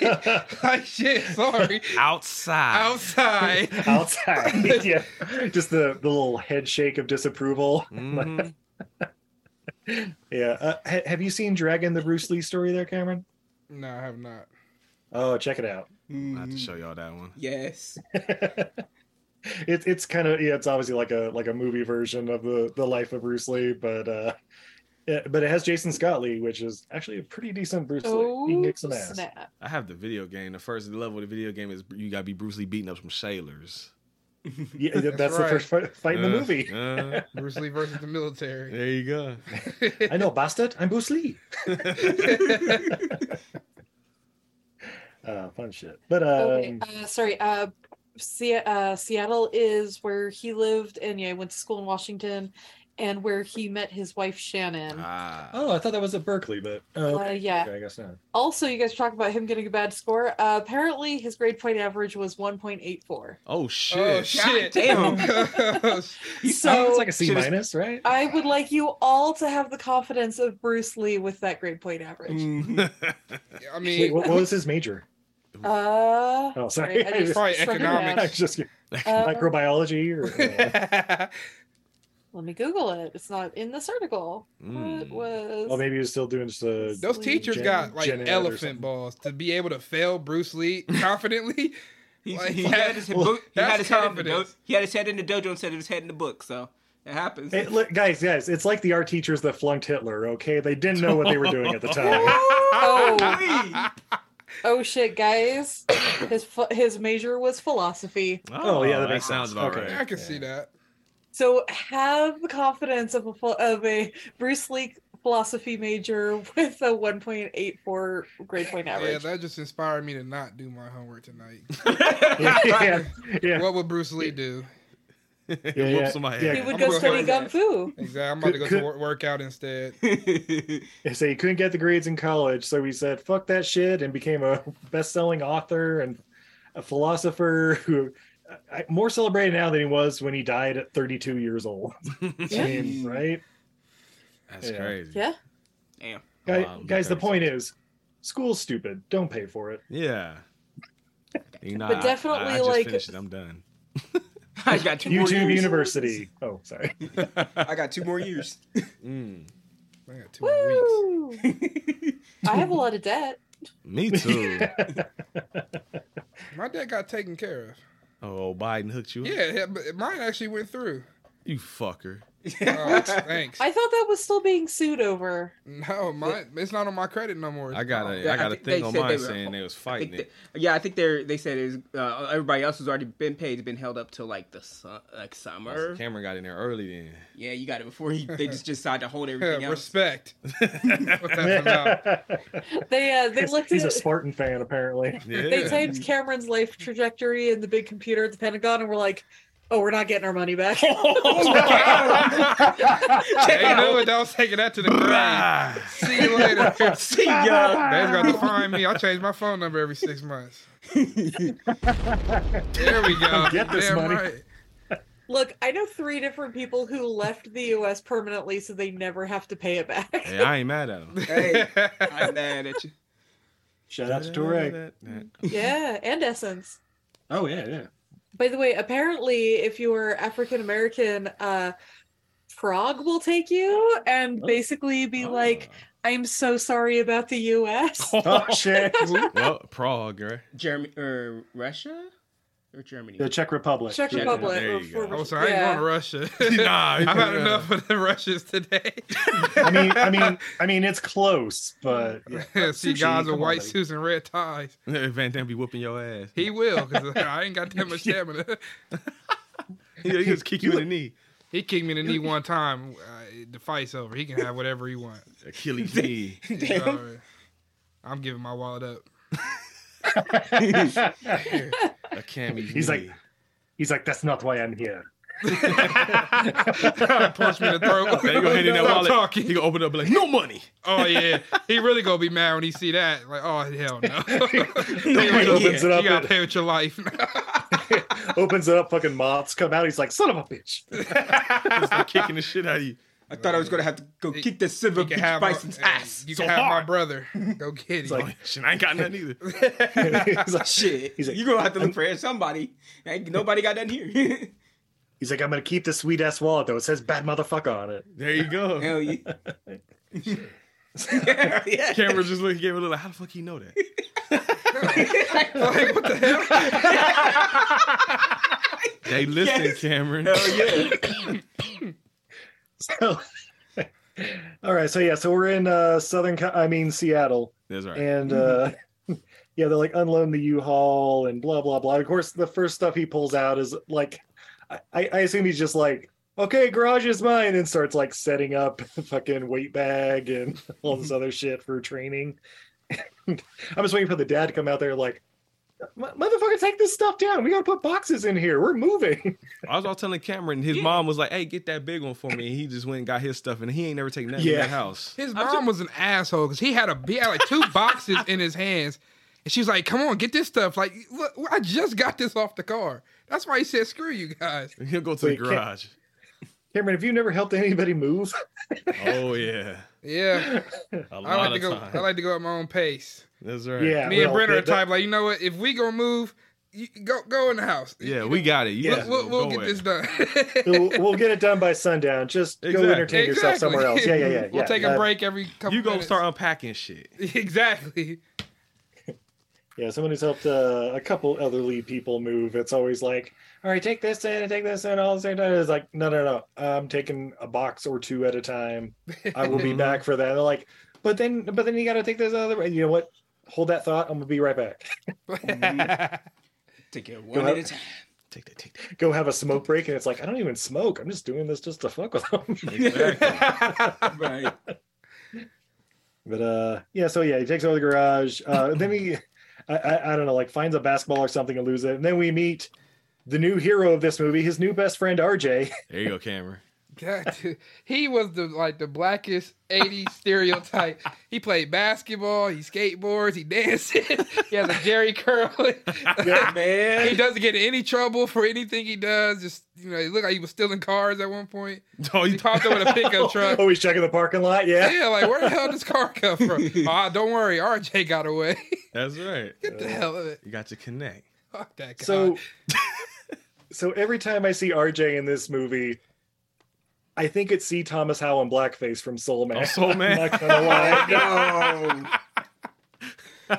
F: like, shit, sorry.
C: Outside.
F: Outside.
B: outside? yeah, just the the little head shake of disapproval.
C: Mhm.
B: Yeah, uh, ha- have you seen Dragon the Bruce Lee story there, Cameron?
F: No, I have not. Mm-hmm.
B: Oh, check it out.
C: I have to show y'all that one.
E: Yes.
B: It's it's kind of yeah, it's obviously like a like a movie version of the the life of Bruce Lee, but uh, yeah, but it has Jason Scott Lee, which is actually a pretty decent Bruce Lee. He
G: Oh,
B: kicks some ass.
G: snap.
C: I have the video game. The first level of the video game is you gotta be Bruce Lee beating up some sailors.
B: Yeah, that's,
F: That's
B: the
F: right.
B: first fight, fight in the
C: Uh,
B: movie.
C: uh,
F: Bruce Lee versus the military.
C: there you go.
B: I know, bastard. I'm Bruce Lee. uh, fun shit. But um,
G: Okay, uh, sorry. Uh, Se- uh, Seattle is where he lived, and yeah, he went to school in Washington, and where he met his wife Shannon.
C: Ah.
B: Oh, I thought that was at Berkeley, but oh,
G: Uh,
B: okay.
G: yeah.
B: Okay, I guess not.
G: Also, you guys talk about him getting a bad score. Uh, apparently, his grade point average was 1.84.
C: Oh shit.
F: Oh shit!
E: damn.
B: Oh,
G: So
B: it's like a C
C: Shit is-
B: minus, right?
G: I would like you all to have the confidence of Bruce Lee with that grade point average.
F: I
B: Mm-hmm. Wait,
F: mean,
B: what, what was his major?
G: Uh,
B: Oh,
G: sorry,
B: sorry.
G: I just
F: Probably
G: struck it
F: economics.
B: I
G: out.
B: just
G: Uh,
B: microbiology or
G: Let me Google it. It's not in this article.
F: Hmm.
G: What
C: Mm.
G: was?
B: well, maybe he was still doing just the
F: those teachers
B: Gen-
F: got like
B: Gen Ed or
F: elephant
B: something.
F: balls to be able to fail Bruce Lee confidently.
E: He,
F: Like,
E: he had his,
F: well,
E: book, he
F: that's
E: had his head in the do-
F: confidence.
E: he had his head in the dojo instead of his head in the book, so it happens.
B: Hey, look, guys, guys, it's like the art teachers that flunked Hitler. Okay, they didn't know what they were doing at the time.
G: Oh,
E: Hey,
G: oh shit, guys! His ph- his major was philosophy.
B: Oh, yeah, that makes
C: sounds
B: sense.
C: about
B: Okay.
F: I
C: right.
F: can see that.
G: So have the confidence of a ph- of a Bruce Lee philosophy major with a 1.84 grade point
F: Yeah,
G: average.
F: that just inspired me to not do my homework tonight.
B: yeah, yeah, yeah.
F: What would Bruce Lee do?
B: yeah,
C: Whoop
B: yeah.
C: somebody
B: Yeah.
G: he
C: ass.
G: would
F: I'm
G: go
F: gonna
G: study
E: go
G: kung
E: with
G: fu.
F: Exactly. I'm about to go
B: Could-
F: to wor- work out instead.
B: They say he couldn't get the grades in college, so he said, "Fuck that shit," and became a best-selling author and a philosopher who I, more celebrated now than he was when he died at 32 years old. I mean, right,
C: That's
B: Yeah.
C: crazy.
G: Yeah.
E: Damn.
B: Guy,
C: Wow, I'm
B: guys. The
C: very
B: point is, school's stupid. Don't pay for it.
C: Yeah. You know,
G: But
C: I-
G: definitely,
C: I, I just
G: like-
C: finished it. I'm done.
E: I got two more
B: YouTube
E: years.
B: University. Oh, sorry.
E: I got two more years.
C: Mm.
F: I got two more weeks.
G: Woo! I have a lot of debt.
C: Me too.
F: My dad got taken care of.
C: oh, Biden hooked you. up?
F: Yeah, yeah, but mine actually went through.
C: You fucker.
F: Oh, thanks.
G: I thought that was still being sued over. Oh.
F: No, my it's not on my credit no more.
C: I got a,
E: Yeah,
C: I got
E: I
C: a
E: think
C: thing
E: they
C: on
E: said
C: mine
E: they were-
C: saying they was
E: I
C: fighting
E: think
C: it.
E: they- yeah, I think they're. They said is uh, everybody else has already been paid. Has been held up till like the su- like summer.
C: Cameron got in there early then.
E: Yeah, you got it before he. They just decided to hold everything
F: Yeah,
E: else.
F: respect. What that's about.
G: They uh, they looked
B: He's a
G: at
B: Spartan fan, apparently.
C: Yeah.
G: they typed Cameron's life trajectory in the big computer at the Pentagon, and we're like, "Oh, we're not getting our money back."
B: Oh,
F: They knew it. That was taking that to the grave.
C: Ah.
F: See you later. They just
E: See ya.
F: got to find me. I change my phone number every six months. there we go.
B: Get this
F: Damn
B: money.
F: right.
G: Look, I know three different people who left the U.S. permanently, so they never have to pay it back.
C: Hey, I ain't mad at him.
E: Hey, I'm mad at you.
B: Shout out to Torek.
G: yeah, and Essence.
B: Oh yeah, yeah.
G: By the way, apparently, if you are African American, uh, Prague will take you
B: Oh.
G: and basically be like, "I'm so sorry about the U.S."
B: Oh shit.
C: well, Prague, right?
E: Germany or er, Russia or Germany?
B: The Czech Republic.
G: Czech
B: Yeah.
G: Republic.
C: there
G: or
C: you
G: for-
C: go.
F: Oh, sorry. I ain't
G: yeah.
F: going to Russia.
C: Nah,
F: I've had enough of the Russians today.
B: I mean, I mean, I mean, it's close, but yeah.
F: See
B: Sushi,
F: guys with
B: come on,
F: white
B: buddy.
F: suits and red ties.
C: Van Damme be whooping your ass.
F: He will, because I ain't got that much stamina.
C: He, he just kick you in the knee.
F: He kicked me in the knee one time. Uh, the fight's over. He can have whatever he wants.
C: Achilles knee.
F: It's alright. I'm giving my wallet up.
C: A Cammy's
B: He's like-
C: knee.
B: he's like, that's not why I'm here.
F: Punch me in the throat.
C: They go hand in that
F: Stop
C: wallet.
F: talking.
C: He gonna open up and like, no money.
F: Oh yeah, he really gonna be mad when he see that. Like, oh hell no.
B: He opens it
F: you
B: up.
F: gotta
B: and-
F: pay with your life.
B: opens it up. Fucking moths come out. He's like, son of a bitch.
C: He's like kicking the shit out of you.
E: I thought I was gonna have to go kick the silver
F: you can have my,
E: bison's
F: hey,
E: ass.
F: You
C: So
F: can have my
C: hard.
F: brother. Go get him.
B: like-
C: Shit, I ain't got nothing either.
B: he's, like,
E: Shit,
B: He's like-
E: you gonna have to look for somebody. Ain't nobody got nothing here.
B: he's like, I'm gonna keep this sweet ass wallet though. It says bad motherfucker on it.
C: There you go.
E: Hell yeah. yeah.
C: Cameron just looked, gave a little. How the fuck he know that?
F: Like, what the hell?
C: They listen, Cameron.
B: So, all right. So yeah. So we're in uh, Southern. Ca- I mean Seattle.
C: That's right.
B: and uh yeah they're like unload the u-haul and blah blah blah of course the first stuff he pulls out is like i i assume he's just like okay garage is mine and starts like setting up a fucking weight bag and all this other shit for training i'm just waiting for the dad to come out there like "M- motherfucker, take this stuff down. We gotta put boxes in here. We're moving.
C: I was all telling Cameron, his mom was like, "Hey, get that big one for me." And he just went and got his stuff, and he ain't never taken that in
B: Yeah.
C: that house.
F: His mom was an asshole because he had a he had like two boxes in his hands, and she was like, "Come on, get this stuff!" Like, look, I just got this off the car. That's why he said, "Screw you guys."
C: He'll go to
B: Wait,
C: the
B: Cam-
C: garage.
B: Cameron, have you never helped anybody move?
C: Oh yeah,
F: Yeah,
C: a
F: I like
C: lot
F: to
C: of
F: go.
C: time.
F: I like to go at my own pace.
C: That's right.
B: Yeah.
F: Me and
B: well,
F: Brent are the
B: that- that-
F: type like, you know what? If we gonna move, you, go go in the house.
C: yeah, we got it. You
B: Yeah.
C: just
F: We'll, we'll
C: go
F: get
C: at
F: this
C: it.
F: done.
B: we'll, we'll get it done by sundown. Just
C: Exactly.
B: go entertain yourself somewhere else. Yeah, yeah, yeah.
F: We'll
B: yeah,
F: take
B: that-
F: a break every couple.
C: You go
F: minutes.
C: start unpacking shit.
F: exactly.
B: Yeah, someone who's helped uh, a couple elderly people move, it's always like, all right, take this in and take this in all at the same time. It's like, no, no, Uh, no. I'm taking a box or two at a time. I will be back for that. they're like, but then, but then you got to take this other way. You know what? Hold that thought. I'm gonna be right back.
E: Take it one
B: ahead.
E: at a time.
C: Take that, take that.
B: Go have a smoke break, and it's like, I don't even smoke. I'm just doing this just to fuck with them.
E: Right.
B: but uh, yeah. So yeah, he takes over the garage. Uh, then he, I, I, I don't know, like finds a basketball or something and loses it. And then we meet the new hero of this movie, his new best friend RJ.
C: There you go, Cameron.
F: God, dude. he was the like the blackest 80s stereotype. He played basketball, he skateboards, he dances, he has a Jerry curl.
E: man.
F: he doesn't get in any trouble for anything he does. Just you know, he looked like he was stealing cars at one point.
C: Oh,
F: He popped up in a pickup truck.
B: Oh, he's checking the parking lot. Yeah.
F: Yeah, like where the hell did this car come from? Ah, don't worry, RJ got away.
C: That's right.
F: Get the hell of it.
C: You got to connect.
F: Fuck that guy.
B: So, so every time I see RJ in this movie, I think it's C. Thomas Howell in blackface from Soul Man.
C: Oh, Soul Man.
B: I'm not gonna lie.
F: I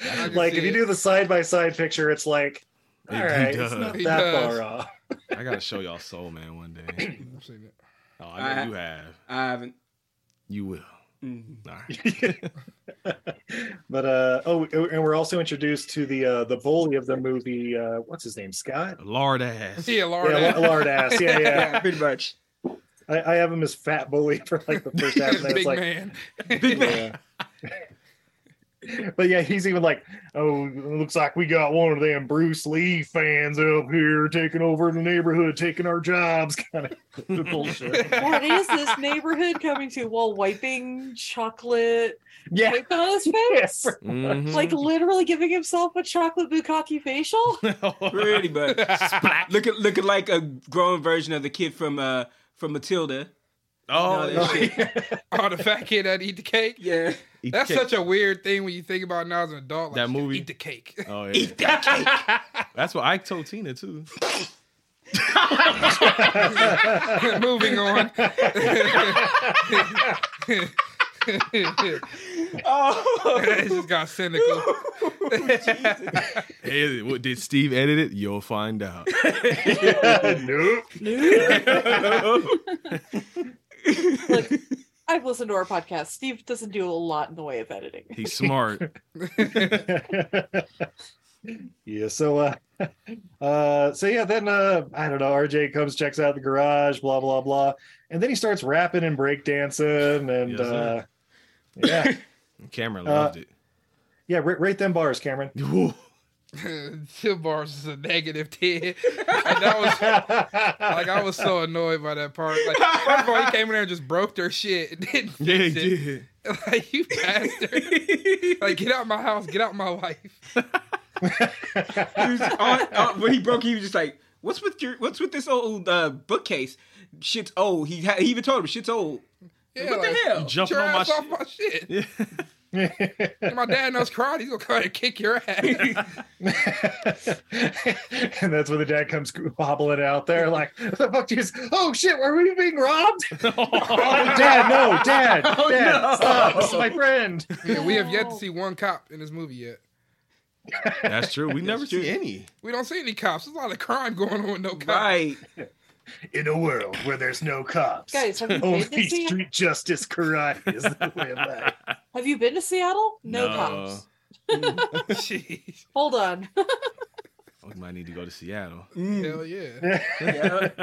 F: can
B: like
F: see
B: if you
F: it.
B: do the side by side picture, it's like,
C: It-
B: all
C: he
B: right,
C: does.
B: it's not
F: He
B: that
F: does.
B: far off.
C: I gotta show y'all Soul Man one day.
F: I've seen it.
C: Oh, I know
E: I-
C: you have.
E: I haven't.
C: You will.
E: Mm.
C: All right.
B: But uh, oh, and we're also introduced to the uh, the bully of the movie. Uh, what's his name? Scott.
C: Lard ass.
F: Yeah, Laura.
B: Yeah,
F: Yeah,
B: lard ass. Yeah, yeah.
E: Yeah, pretty much.
B: I, I have him as fat bully for like the first half. and then
F: big
B: it's like,
F: man.
B: Yeah. but yeah, he's even like, oh, looks like we got one of them Bruce Lee fans up here taking over the neighborhood, taking our jobs, kind of bullshit.
G: What is this neighborhood coming to while wiping chocolate
B: Yeah.
G: tape on his face?
C: Mhm.
G: Like literally giving himself a chocolate bukkake facial?
E: Pretty much. looking looking like a grown version of the kid from uh from Matilda.
C: oh,
E: All that
C: yeah.
E: shit.
F: Oh, the fat kid that eat the cake.
E: Yeah.
C: Eat
F: That's
C: cake.
F: such a weird thing when you think about it now as an adult. Like,
C: That
F: that movie,
C: movie-
F: eat the cake.
C: Oh, yeah. That's what I told Tina too.
F: Moving on.
E: Oh.
F: it just got cynical.
C: Hey, what, did Steve edit it? You'll find out.
B: nope.
G: Look, I've listened to our podcast. Steve doesn't do a lot in the way of editing.
C: He's smart.
B: yeah. So, uh, uh, so yeah, then uh, I don't know. RJ comes, checks out the garage, blah blah blah, and then he starts rapping and breakdancing, and
C: Yes,
B: uh,
C: sir.
B: yeah,
C: Cameron
B: Uh,
C: loved it.
B: yeah. Rate, rate them bars, Cameron.
C: Woo.
F: Two bars is a negative ten. And that was like I was so annoyed by that part. Like first of all, he came in there and just broke their shit. And didn't
C: Yeah, he
F: fix it.
C: did.
F: Like you bastard. like get out my house. Get out my life.
E: He was on- on- when he broke, he was just like, "What's with your? What's with this old uh, bookcase? Shit's old." He, ha- he even told him, "Shit's old."
F: Yeah,
E: what
F: like,
E: the hell?
F: Get
C: Jumping
F: your
C: on my
F: ass off
C: shit.
F: my shit.
C: Yeah.
F: My dad knows karate. He's gonna come and kick your ass.
B: and that's when the dad comes hobbling out there, like, what the fuck, is? Oh shit, were we being robbed? oh, dad, no, dad,
C: Oh,
B: dad, stop, this is my friend.
F: Yeah, we have yet to
G: No.
F: see one cop in this movie yet.
C: That's true. We never see any.
F: We don't see any cops. There's a lot of crime going on with no cops.
E: Right.
B: In a world where there's no cops,
G: Guys, have you been to
B: only
G: Seattle?
B: street justice karate is the way of life.
G: Have you been to Seattle? No, cops.
F: Jeez.
G: Hold on.
E: Mm.
C: We might need to go to Seattle.
F: Hell yeah.
E: Yeah.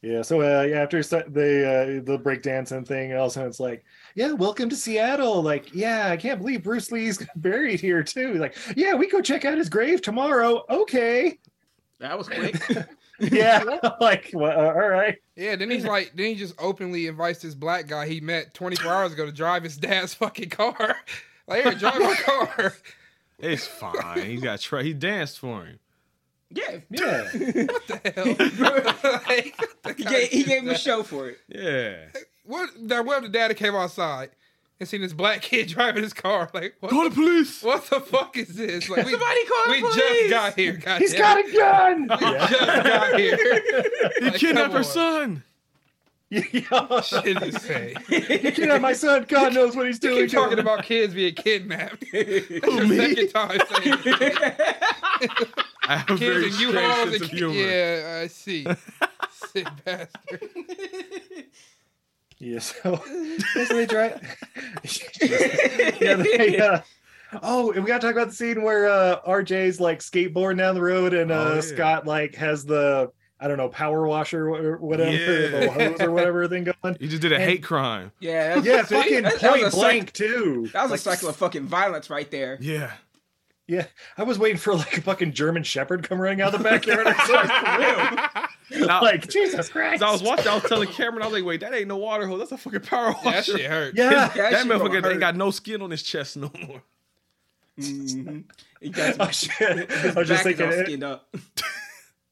B: Yeah. So uh, yeah, after se- the uh, the breakdancing thing, all of a sudden it's like, yeah, welcome to Seattle. Like, yeah, I can't believe Bruce Lee's buried here too. Like, yeah, we go check out his grave tomorrow. Okay.
E: That was quick.
B: Yeah. like, well, uh, all right.
F: Yeah, then he's like, then he just openly invites this black guy he met 24 hours ago to drive his dad's fucking car. Like, here, drive my car.
C: It's fine. He got tra- he danced for him.
E: yeah.
B: Yeah.
F: Like,
E: He gave, he gave him a show for it.
C: Yeah.
F: what? That what if the daddy came outside and seen this black kid driving his car? Like, what?
C: Call
F: the,
C: the police.
F: what the fuck is this? Like, we,
E: Somebody call the
F: we
E: police.
F: just got here. God
B: He's got a gun.
F: Just got here.
C: He
F: Like,
C: kidnapped
F: come
C: her
F: on.
C: son.
B: Yeah.
F: Shit is insane.
B: You can't have my son. God knows what he's doing.
F: Keep
B: to him.
F: talking about kids being kidnapped. That's
C: Oh,
F: your second time saying it.
C: I have a very
F: kids and
C: strange
F: U-Hauls
C: sense
F: and
C: of
F: ki-
C: humor.
F: Yeah, I see. Sick bastard.
B: Yeah, so that's what they try. yeah, they, uh, oh, and we gotta talk about the scene where uh, RJ's like skateboarding down the road, and uh,
C: Oh, yeah.
B: Scott like has the I don't know power washer or whatever,
C: Yeah.
B: the hose or whatever thing going.
C: He just did a hate crime.
E: Yeah. That,
B: Yeah,
E: see?
B: fucking
E: That- that was
B: point
E: a cycle-
B: blank too.
E: That was
B: Like,
E: a cycle of fucking violence right there.
C: Yeah.
B: Yeah, I was waiting for like a fucking German Shepherd come running out the backyard. I'm sorry, for real.
C: Now-
B: like Jesus Christ!
C: As I was watching, I was telling Cameron, I was like, wait, that ain't no water hose. That's a fucking power washer.
F: That shit hurt.
B: yeah,
E: That
C: that
E: shit gonna
C: motherfucker ain't
E: hurt.
C: got no skin on his chest no more.
E: Mhm. He got
B: oh, shit. I
E: his
B: was just
E: back is
B: thinking.
E: all
B: it-
E: skinned up.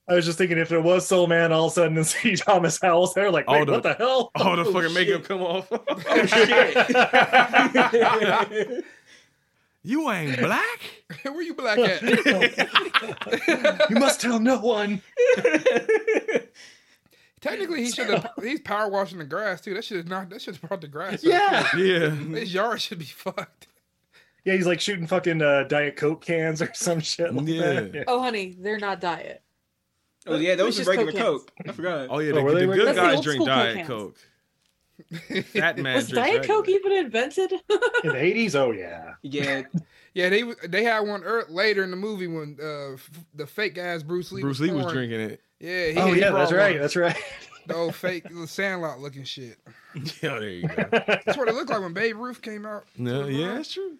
B: I was just thinking if it was Soul Man, all of a sudden and see Thomas Howells there, like,
C: All
B: wait,
C: the-
B: what the hell?
C: Oh, the fucking makeup come off. you ain't black?
F: Where you black at?
B: you must tell no one.
F: Technically, he should have. He's power washing the grass too. That should have not. That should have brought the grass. up.
B: Yeah.
C: Yeah.
F: his yard should be fucked.
B: Yeah, he's like shooting fucking uh, Diet Coke cans or some shit. Like
C: Yeah.
B: That. yeah.
G: Oh, honey, they're not diet.
E: Oh yeah,
G: It was
E: those are
G: just
E: regular
G: cocaine.
E: Coke. I forgot.
C: Oh, yeah.
B: Oh, were
C: the,
B: they
C: the
B: right
C: good
B: there? That's the
C: guys
G: old
C: drink
G: school
C: Diet
G: Coke
C: Coke. Fat man
G: Was
C: drinks
G: Diet Coke
C: regular.
G: even invented?
B: In the 80s? Oh, yeah.
E: Yeah,
F: Yeah, they they had one er, later in the movie when uh, f- the fake ass Bruce Lee.
C: Bruce Lee was
F: born.
C: drinking it.
F: Yeah. He,
B: oh,
F: he
B: yeah,
F: brought
B: that's right.
F: one.
B: That's right.
F: The old fake little Sandlot looking shit.
C: Yeah, there you go.
F: That's what it looked like when Babe Ruth came out.
C: No, yeah, that's true.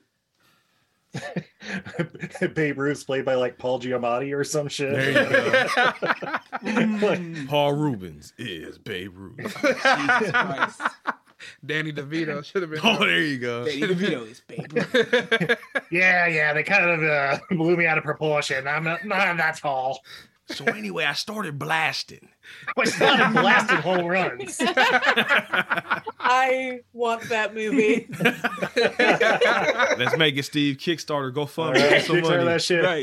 B: Babe Ruth's played by like Paul Giamatti or some shit.
C: There you
B: Like,
C: go. Paul Rubens is Babe Ruth.
E: Jesus Christ.
F: Danny DeVito should have been.
C: Oh, there you go.
E: Danny DeVito is Babe Ruth.
B: yeah, yeah, they kind of uh, blew me out of proportion. I'm not, not that tall.
C: So anyway, I started blasting.
B: I started blasting home runs.
G: I want that movie.
C: Let's make it, Steve. Kickstarter, go
B: All
C: fund
B: right,
C: me some
B: Kickstarter
C: money.
B: that shit. E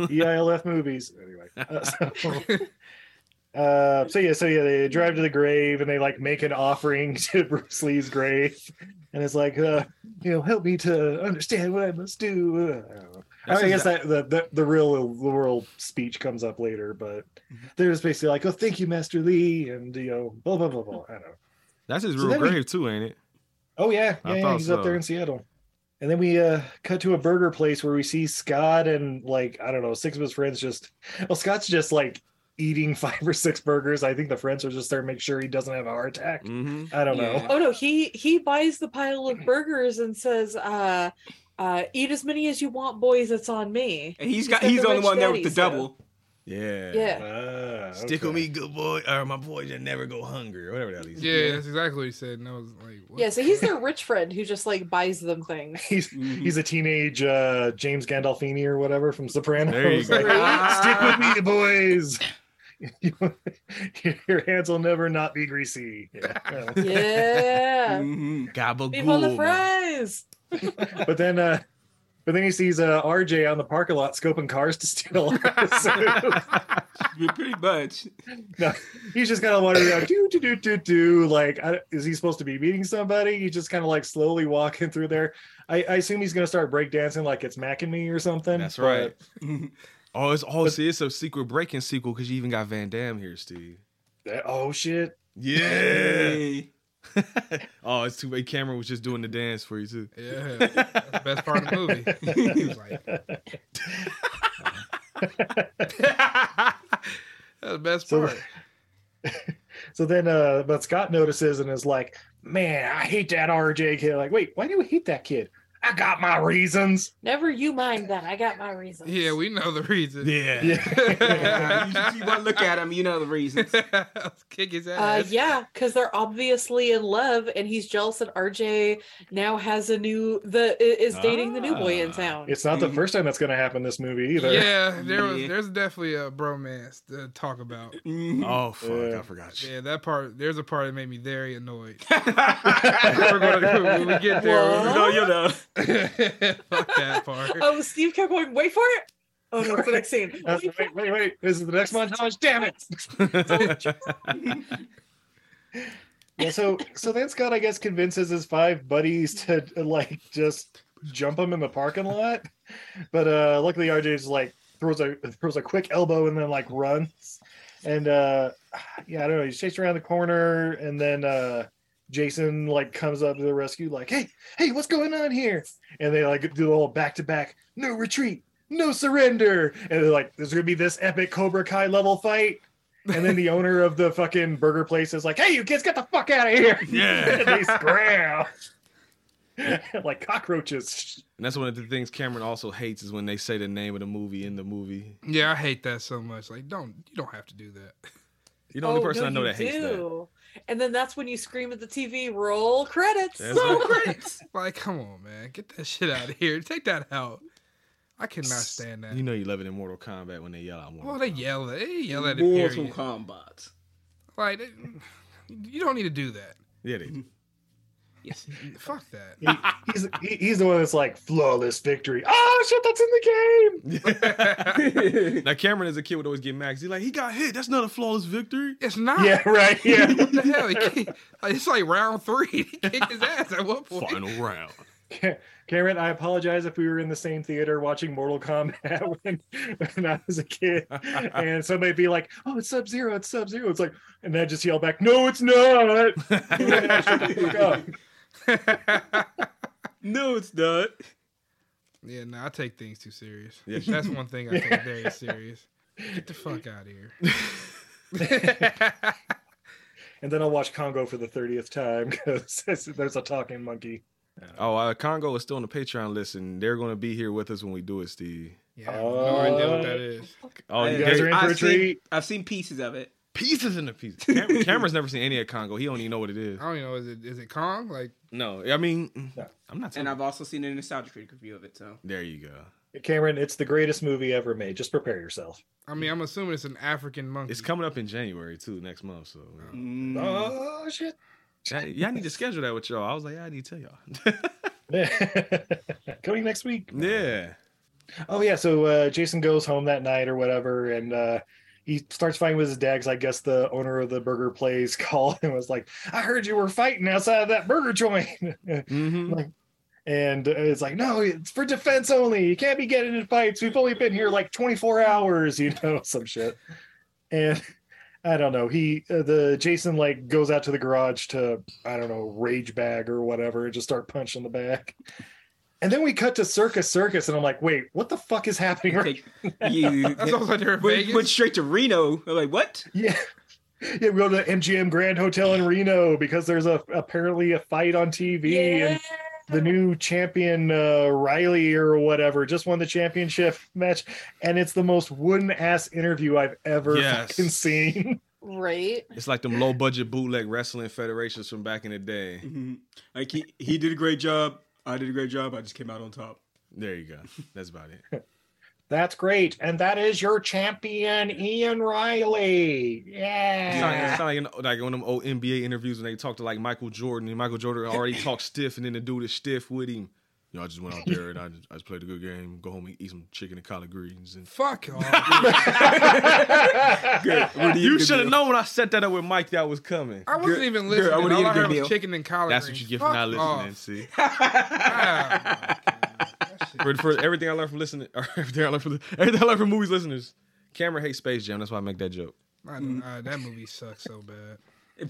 E: Right.
B: EILF movies. Anyway, uh, so, uh, so yeah, so yeah, they drive to the grave and they like make an offering to Bruce Lee's grave, and it's like, uh, you know, help me to understand what I must do. Uh, I don't know. I,
C: That's
B: mean, I guess that the, the the real world speech comes up later, but they're just basically like, oh, thank you, Master Lee, and you know, blah blah blah blah. I don't know.
C: That's his
B: So
C: real
B: then we-
C: grave too, ain't it?
B: Oh yeah,
C: I
B: yeah, yeah
C: thought
B: he's up there
C: so.
B: in Seattle. And then we uh cut to a burger place where we see Scott and like I don't know six of his friends just well Scott's just like eating five or six burgers. I think the friends are just there to make sure he doesn't have a heart attack.
C: Mm-hmm.
B: I don't
E: Yeah.
B: know.
G: oh no, he he buys the pile of burgers and says, uh, uh, "Eat as many as you want, boys. It's on me."
E: And he's
G: He's
E: got
G: got
E: he's
G: the
E: the only
G: rich
E: one there with
G: daddy
E: the double.
C: Yeah.
G: Yeah.
B: Ah,
C: Stick with
B: okay.
C: me, good boy, or my boy should never go hungry, or whatever the hell he said.
F: Yeah, that's exactly what he said. And I was like, what?
G: Yeah, so he's their rich friend who just like buys them things.
B: He's
C: Mm-hmm.
B: he's a teenage uh James Gandolfini or whatever from Sopranos.
C: There you go.
B: Stick with me, boys. Your hands will never not be greasy. Yeah.
G: Yeah.
E: Mhm.
G: Beef on the
C: Mm-hmm. Gabagool. man.
G: fries.
B: but then uh but then he sees uh RJ on the parking lot scoping cars to steal. So,
E: Oh, Pretty much.
B: no, he's just kind of wandering around, do do do do do. Like, I, is he supposed to be meeting somebody? He's just kind of like slowly walking through there. I, I assume he's gonna start breakdancing like it's Mac and Me or something.
C: That's
B: but-
C: right. Oh, it's oh, see, it's a secret breaking sequel because you even got Van Damme here, Steve.
B: that- oh shit!
C: Yeah.
E: Hey.
C: oh, it's too bad. Cameron was just doing the dance for you too.
F: Yeah, that's the best part of the movie. he was like, that's the best
B: So-
F: part.
B: So then, uh, but Scott notices and is like, "Man, I hate that RJ kid." Like, wait, why do you hate that kid? I got my reasons.
G: Never you mind that. I got my reasons.
F: Yeah, we know the reason.
C: Yeah.
E: Yeah, you, you want to look at him, you know the reasons.
F: Let's kick his
G: Uh,
F: ass.
G: yeah, because they're obviously in love, and he's jealous that RJ now has a new the i- is dating the new boy in
C: Ah.
G: town.
B: It's not the
E: Mhm.
B: first time that's going to happen in this movie either.
F: Yeah, there was
E: Yeah.
F: there's definitely a bromance to talk about.
E: Mhm.
C: Oh fuck!
B: Yeah.
C: I forgot. you.
F: Yeah, that part there's a part that made me very annoyed. We're gonna- when we get
G: What?
F: there.
E: No, you know.
F: Fuck that part.
G: Oh, Steve kept going. Wait for it. Oh no, it's the next scene.
B: That's-
G: Wait for
B: wait, wait, wait! This is the next montage. Damn it! Yeah, so so then Scott, I guess, convinces his five buddies to like just jump him in the parking lot. But uh luckily RJ just like throws a throws a quick elbow and then like runs. And uh yeah, I don't know, he's chased around the corner and then uh Jason like comes up to the rescue, like, hey, hey, what's going on here? And they like do the whole back to back, no retreat, no surrender. And they're like, there's gonna be this epic Cobra Kai level fight. And then the owner of the fucking burger place is like, "Hey, you kids, get the fuck out of here!"
C: Yeah.
B: And they scram like cockroaches.
C: And that's one of the things Cameron also hates is when they say the name of the movie in the movie.
F: Yeah, I hate that so much. Like, don't you don't have to do that.
C: You're the only
G: Oh,
C: person
G: no,
C: I know
G: you
C: that hates that.
G: do. And then that's when you scream at the TV. Roll credits.
C: That's Roll right.
F: Like, come on, man, get that shit out of here. Take that out. I cannot stand that.
C: You know you love it in Mortal Kombat when they yell out. Mortal
F: well, they yell. They yell at it.
E: Mortal
F: Period.
E: Kombat.
F: Like, they- you don't need to do that.
C: Yeah, they do.
E: Yes.
F: Fuck that.
B: He, he's he, he's the one that's like flawless victory. Oh shit, that's in the game.
C: now Cameron is a kid would always get mad. 'cause He's like, he got hit. That's not a flawless victory.
F: It's not.
B: Yeah, right. Yeah.
F: What the hell? He kicked- like, it's like round three. He kicked his ass at one point.
C: Final round.
B: Ca- Cameron, I apologize if we were in the same theater watching Mortal Kombat when, when I was a kid, and somebody'd be like, "Oh, it's Sub Zero, it's Sub Zero. It's like, and I just yell back, "No, it's Oh. not."
E: No, it's not.
F: Yeah, no, I take things too serious.
C: Yeah.
F: That's one thing I take very serious. Get the fuck out of here.
B: and then I'll watch Congo for the thirtieth time because there's a talking monkey.
C: Oh, uh, Congo is still on the Patreon list, and they're going to be here with us when we do it, Steve.
F: Yeah, I have
E: Uh,
F: no idea
B: Uh,
F: what that is.
C: Oh,
B: You guys are in for a
E: I've seen-
B: treat.
E: I've seen pieces of it.
C: pieces in the pieces. Cam- Uh, Cameron's never seen any of Congo. He don't even know what it is.
F: I don't even know. Is it is it Kong? Like,
C: No, I mean,
B: No.
C: I'm not.
E: And
C: telling-
E: I've also seen a nostalgia critic review of it, so
C: there you go.
B: Cameron, it's the greatest movie ever made. Just prepare yourself.
F: I mean, I'm assuming it's an African monkey.
C: It's coming up in January too, next month. So Uh, you know.
E: Mm.
B: Oh shit!
C: y'all, y'all need to schedule that with y'all. I was like, I need to tell y'all.
B: Coming next week.
C: yeah,
B: Oh yeah, so uh, Jason goes home that night or whatever, and uh, he starts fighting with his dad. 'cause I guess the owner of the burger place called and was like, "I heard you were fighting outside of that burger joint,"
C: hmm
B: and uh, it's like, "No, it's for defense only. You can't be getting in fights. We've only been here like 24 hours, you know, some shit." And I don't know. He uh, the Jason like goes out to the garage to I don't know rage bag or whatever, and just start punching the back. And then we cut to Circus Circus, and I'm like, "Wait, what the fuck is happening?" right
E: Take- you-
F: That's also there in
E: went,
F: Vegas.
E: went straight to Reno. I'm like, what?
B: Yeah. Yeah, we go to the MGM Grand Hotel in Reno because there's a apparently a fight on TV
G: Yeah.
B: and the new champion uh, Riley or whatever just won the championship match, and it's the most wooden ass interview I've ever
C: Yes.
B: fucking seen.
G: Right.
C: it's like them low budget bootleg wrestling federations from back in the day.
B: Mm-hmm.
E: Mhm. Like he, he did a great job. I did a great job. I just came out on top.
C: There you go. That's about it.
B: That's great, and that is your champion Ian Riley.
C: It's not,
B: Yeah,
C: it's not like, an, like one of them old NBA interviews when they talk to like Michael Jordan and Michael Jordan already talked stiff and then the dude is stiff with him. You know, I just went out there and I just, I just played a good game, go home and eat some chicken and collard greens. And
F: Fuck off.
E: Good. What do
C: you
E: good
C: should have
E: deal?
C: known when I set that up with Mike that was coming.
F: I wasn't even
E: girl, I
F: listening. All
E: would've eaten
F: I
E: a good
F: heard was
E: meal.
F: chicken and collard
C: That's what you get
F: greens.
C: for
F: Fuck
C: not
F: off.
C: listening. See,
F: Ah,
C: for, for everything I learned from listening, or everything I learned from everything I learned from movies listeners, Cameron hates Space Jam. That's why I make that joke.
F: I don't- ah, that movie sucks so bad.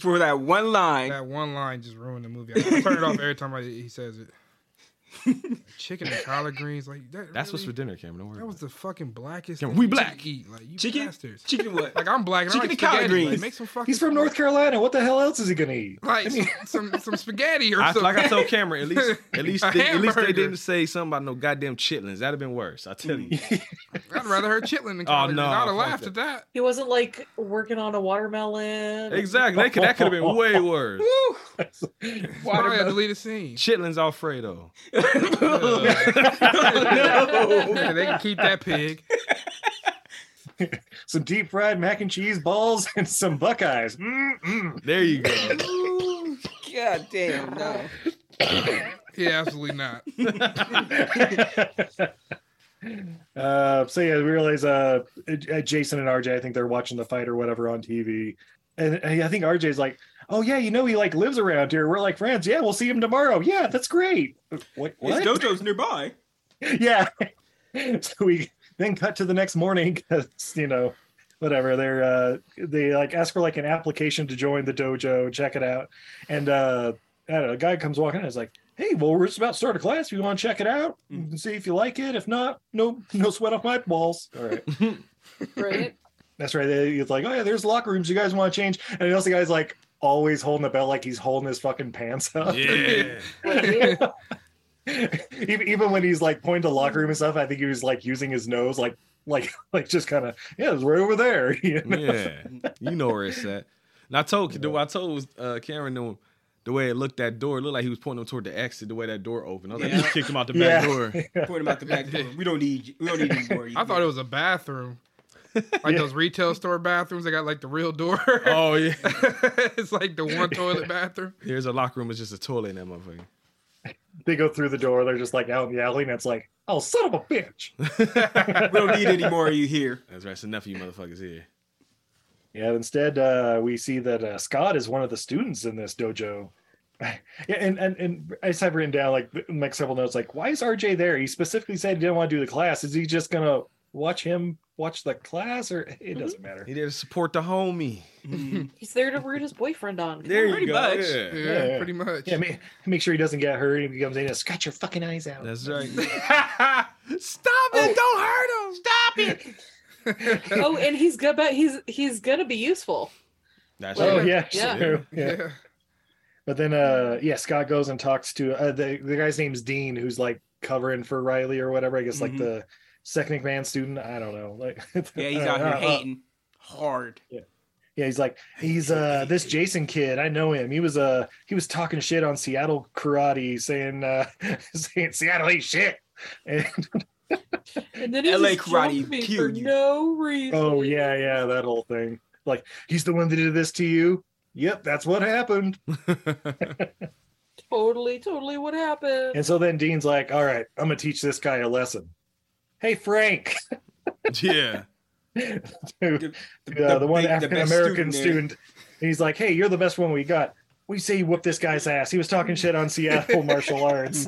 E: for that one line.
F: That one line just ruined the movie. I turn it off every time I, he says it. Chicken and collard greens, like that.
C: That's what's for
F: really-
C: dinner, Cameron. Don't worry.
F: That was the fucking blackest.
C: Yeah,
F: thing
C: we
F: you
C: black.
F: could Eat. Like you
E: Chicken?
F: bastards.
E: Chicken what?
F: Like I'm black. And
C: Chicken
F: I like
C: and collard
F: spaghetti, like,
C: greens.
F: make some fucking.
B: He's from North Carolina. What the hell else is he gonna eat?
F: Like
B: I mean,
F: some some spaghetti or
C: I,
F: something.
C: like I told Cameron, at least at least
F: A
C: they, at least they
F: hamburger.
C: didn't say something about no goddamn chitlins. That'd have been worse. I tell you.
F: I'd rather her chitlin than collard.
C: Oh, no,
F: greens. I'd have
C: fuck
F: laughed
C: that.
F: at that.
G: He wasn't like working on a watermelon.
C: exactly. That could, that could have been way worse.
F: Probably a deleted scene.
C: chitlins Alfredo.
F: Yeah, they can keep that pig.
B: some deep fried mac and cheese balls and some Buckeyes. Mm-mm.
C: There you go.
E: God damn, no.
F: Yeah, absolutely not.
B: uh, so yeah, we realize uh, uh, Jason and RJ. I think they're watching the fight or whatever on TV, and, and I think RJ's like, "Oh yeah, you know he like lives around here. We're like friends. Yeah, we'll see him tomorrow. Yeah, that's great. What?
E: His
B: what?
E: dojo's nearby.
B: yeah. so we then cut to the next morning because you know, whatever they're uh, they like ask for like an application to join the dojo, check it out, and uh, I don't know, a guy comes walking in, is like, "Hey, well, we're just about to start a class. If you want to check it out, you can see if you like it. If not, no, no sweat off my balls. All right."
G: Right?
B: That's right. They- It's like, oh yeah, there's locker rooms. You guys want to change? And the other guy's like always holding the belt like he's holding his fucking pants up.
C: Yeah.
B: even, even when he's like pointing to locker room and stuff, I think he was like using his nose, like like like just kind of yeah, it's right over there. You know?
C: Yeah. You know where it's at. And I told I told uh, Cameron the, the way it looked that door, it looked like he was pointing him toward the exit, the way that door opened. I was like,
E: Yeah.
C: you kicked him out the back
B: Yeah.
C: door.
E: Point him out the back door. We don't need you. We don't need you anymore.
F: I thought it was a bathroom. Like those retail store bathrooms, they got like the real door.
C: Oh yeah.
F: it's like the one toilet bathroom.
C: Here's a locker room, it's just a toilet in that motherfucker.
B: They go through the door. They're just like out in the alley, and it's like, oh son of a bitch.
E: we don't need any more of you here.
C: That's right, it's enough of you motherfuckers here.
B: Yeah, instead uh, we see that uh, Scott is one of the students in this dojo. Yeah, and, and and I just have written down like the next couple notes like why is RJ there? He specifically said he didn't want to do the class. Is he just gonna watch him watch the class or it doesn't matter?
C: Mm-hmm. He there to support the homie.
G: He's there to root his boyfriend on.
C: There you
E: Pretty
C: go.
E: much.
C: Yeah.
F: Yeah,
B: Yeah.
F: pretty much.
B: Yeah, make, make sure he doesn't get hurt. He becomes in scratch your fucking eyes out.
C: That's right. Stop it! Don't hurt him. Stop it.
G: oh, and he's good. But he's he's gonna be useful.
C: That's
B: Oh
C: right.
B: yeah,
G: Yeah.
B: sure. Yeah.
F: Yeah.
B: But then, uh, yeah, Scott goes and talks to uh, the the guy's name's Dean, who's like covering for Riley or whatever. I guess
E: Mhm.
B: like the second in command student. I don't know. Like,
E: Yeah, he's out here hating hard.
B: Uh, Yeah, he's like he's uh this Jason kid. I know him. He was uh he was talking shit on Seattle karate, saying uh saying Seattle ain't shit. And,
G: And then he
E: LA
G: just jumped
E: karate
G: me for
E: killed you.
G: no reason.
B: oh yeah, yeah, that whole thing. Like he's the one that did this to you. Yep, that's what happened.
G: Totally, totally what happened.
B: And so then Dean's like, "All right, I'm gonna teach this guy a lesson." Hey Frank,
C: yeah.
B: to, uh, the one
E: big- the best
B: African American
E: there.
B: student. And he's like, "Hey, you're the best one we got. We say you whoop this guy's ass. He was talking shit on Seattle martial arts."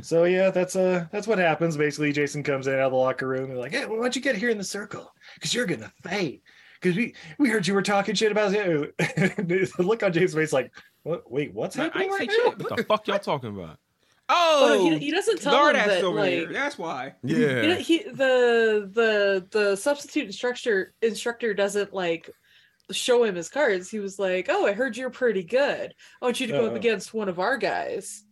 B: so yeah, that's uh that's what happens. Basically, Jason comes in out of the locker room and like, "Hey, why don't you get here in the circle? Because you're gonna fight. Because we we heard you were talking shit about you." The Look on James' face, like, "What? Wait, what's
E: I
B: happening
E: ain't
B: right
E: say
B: now?"
E: shit.
C: What the fuck y'all talking about?
G: Well,
E: Oh,
G: he, he doesn't tell
E: guard
G: him
E: ass
G: that
E: over
G: like
E: here. That's why.
C: Yeah.
G: You know, he the the the substitute instructor instructor doesn't like show him his cards. He was like, "Oh, I heard you're pretty good. I want you to go up
B: Uh-oh.
G: against one of our guys."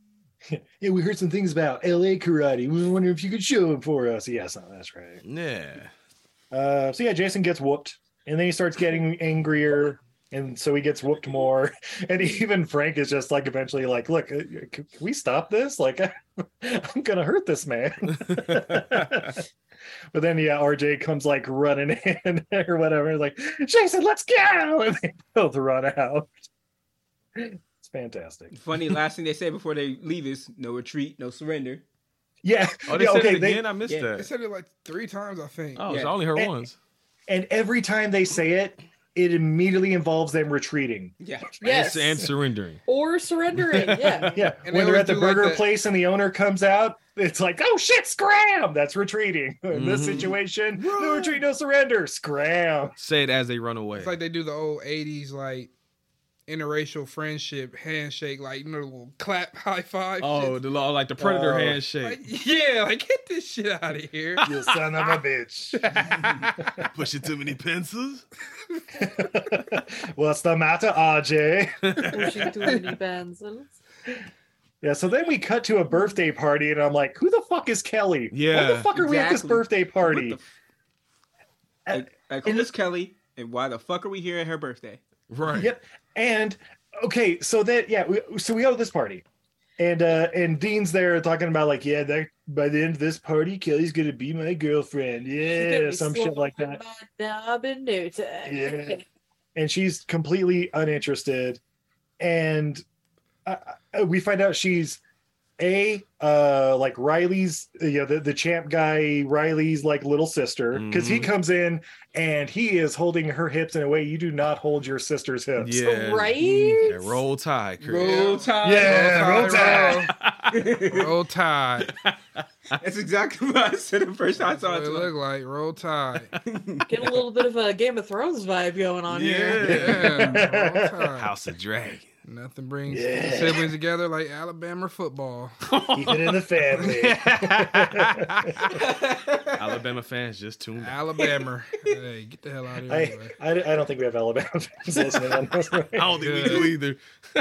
B: Yeah, we heard some things about LA karate. We were wondering if you could show them for us. Yes, no, that's right.
C: yeah.
B: Uh, so yeah, Jason gets whooped, and then he starts getting angrier, and so he gets whooped more. And even Frank is just like, eventually, like, look, uh, can, can we stop this? Like, I'm gonna hurt this man. but then yeah, RJ comes like running in or whatever, like, Jason, let's go, and they both run out. It's fantastic.
E: Funny, last thing they say before they leave is no retreat, no surrender.
B: Yeah.
C: Oh, they
B: yeah,
C: said
B: okay,
C: it
B: they-
C: again. I missed
E: yeah,
F: They
C: that.
F: said it like three times, I think.
C: Oh, so
E: Yeah.
C: I only heard
B: And-
C: once.
B: and every time they say it, it immediately involves them retreating.
E: Yeah.
G: Yes,
C: And surrendering.
G: or surrendering. Yeah,
B: Yeah,
F: And
B: when
F: they
B: they're
F: always
B: at the
F: do like
B: burger
F: that-
B: place and the owner comes out, it's like, oh shit, scram! That's retreating. In this
C: Mhm.
E: Mm-hmm.
B: situation, no retreat, no surrender, scram.
C: Say it as they run away.
F: It's like they do the old '80s like interracial friendship handshake, like you know, the little clap, high five.
C: Oh,
F: shit.
C: the law like the predator
B: Oh.
C: handshake.
F: Like, yeah, like get this shit out of here.
B: You son of a bitch.
C: Pushing too many pencils.
B: What's the matter, RJ?
G: Pushing too many pencils.
B: Yeah, so then we cut to a birthday party, and I'm like, who the fuck is Kelly? Why the
C: Yeah.
B: fuck are we at this
E: Exactly.
B: birthday
E: What
B: party?
E: the f- like,
B: Uh,
E: like who is Kelly and why the fuck are we here at her birthday?
C: Right.
B: Yep. And okay, so that yeah, we, so we go to this party, and uh and Dean's there talking about like yeah, that by the end of this party, Kelly's gonna be my girlfriend, yeah, some shit like that. Yeah.
G: Yeah.
B: And she's completely uninterested, and uh, uh, we find out she's a uh like Riley's uh, you know the, the champ guy Riley's like little sister because he
C: Mhm.
B: comes in and he is holding her hips in a way you do not hold your sister's hips.
C: Yeah.
G: Right?
C: Yeah, roll tide, Chris.
F: Roll
E: Tide.
B: Yeah, roll tide.
F: Roll Tide.
E: That's exactly what I said the first time I
F: That's
E: saw
F: what it look
E: it.
F: like. Roll Tide.
G: Get a little bit of a Game of Thrones vibe going on here.
F: Yeah, roll Tide.
C: House of Dragon.
F: Nothing brings
B: Yeah.
F: siblings together like Alabama football.
B: Keep it in the family.
C: Alabama fans just tuned out.
F: Alabama. hey, get the hell out of here.
B: I,
F: Anyway.
B: I, I don't think we have Alabama fans listening on this.
C: I don't think we do either.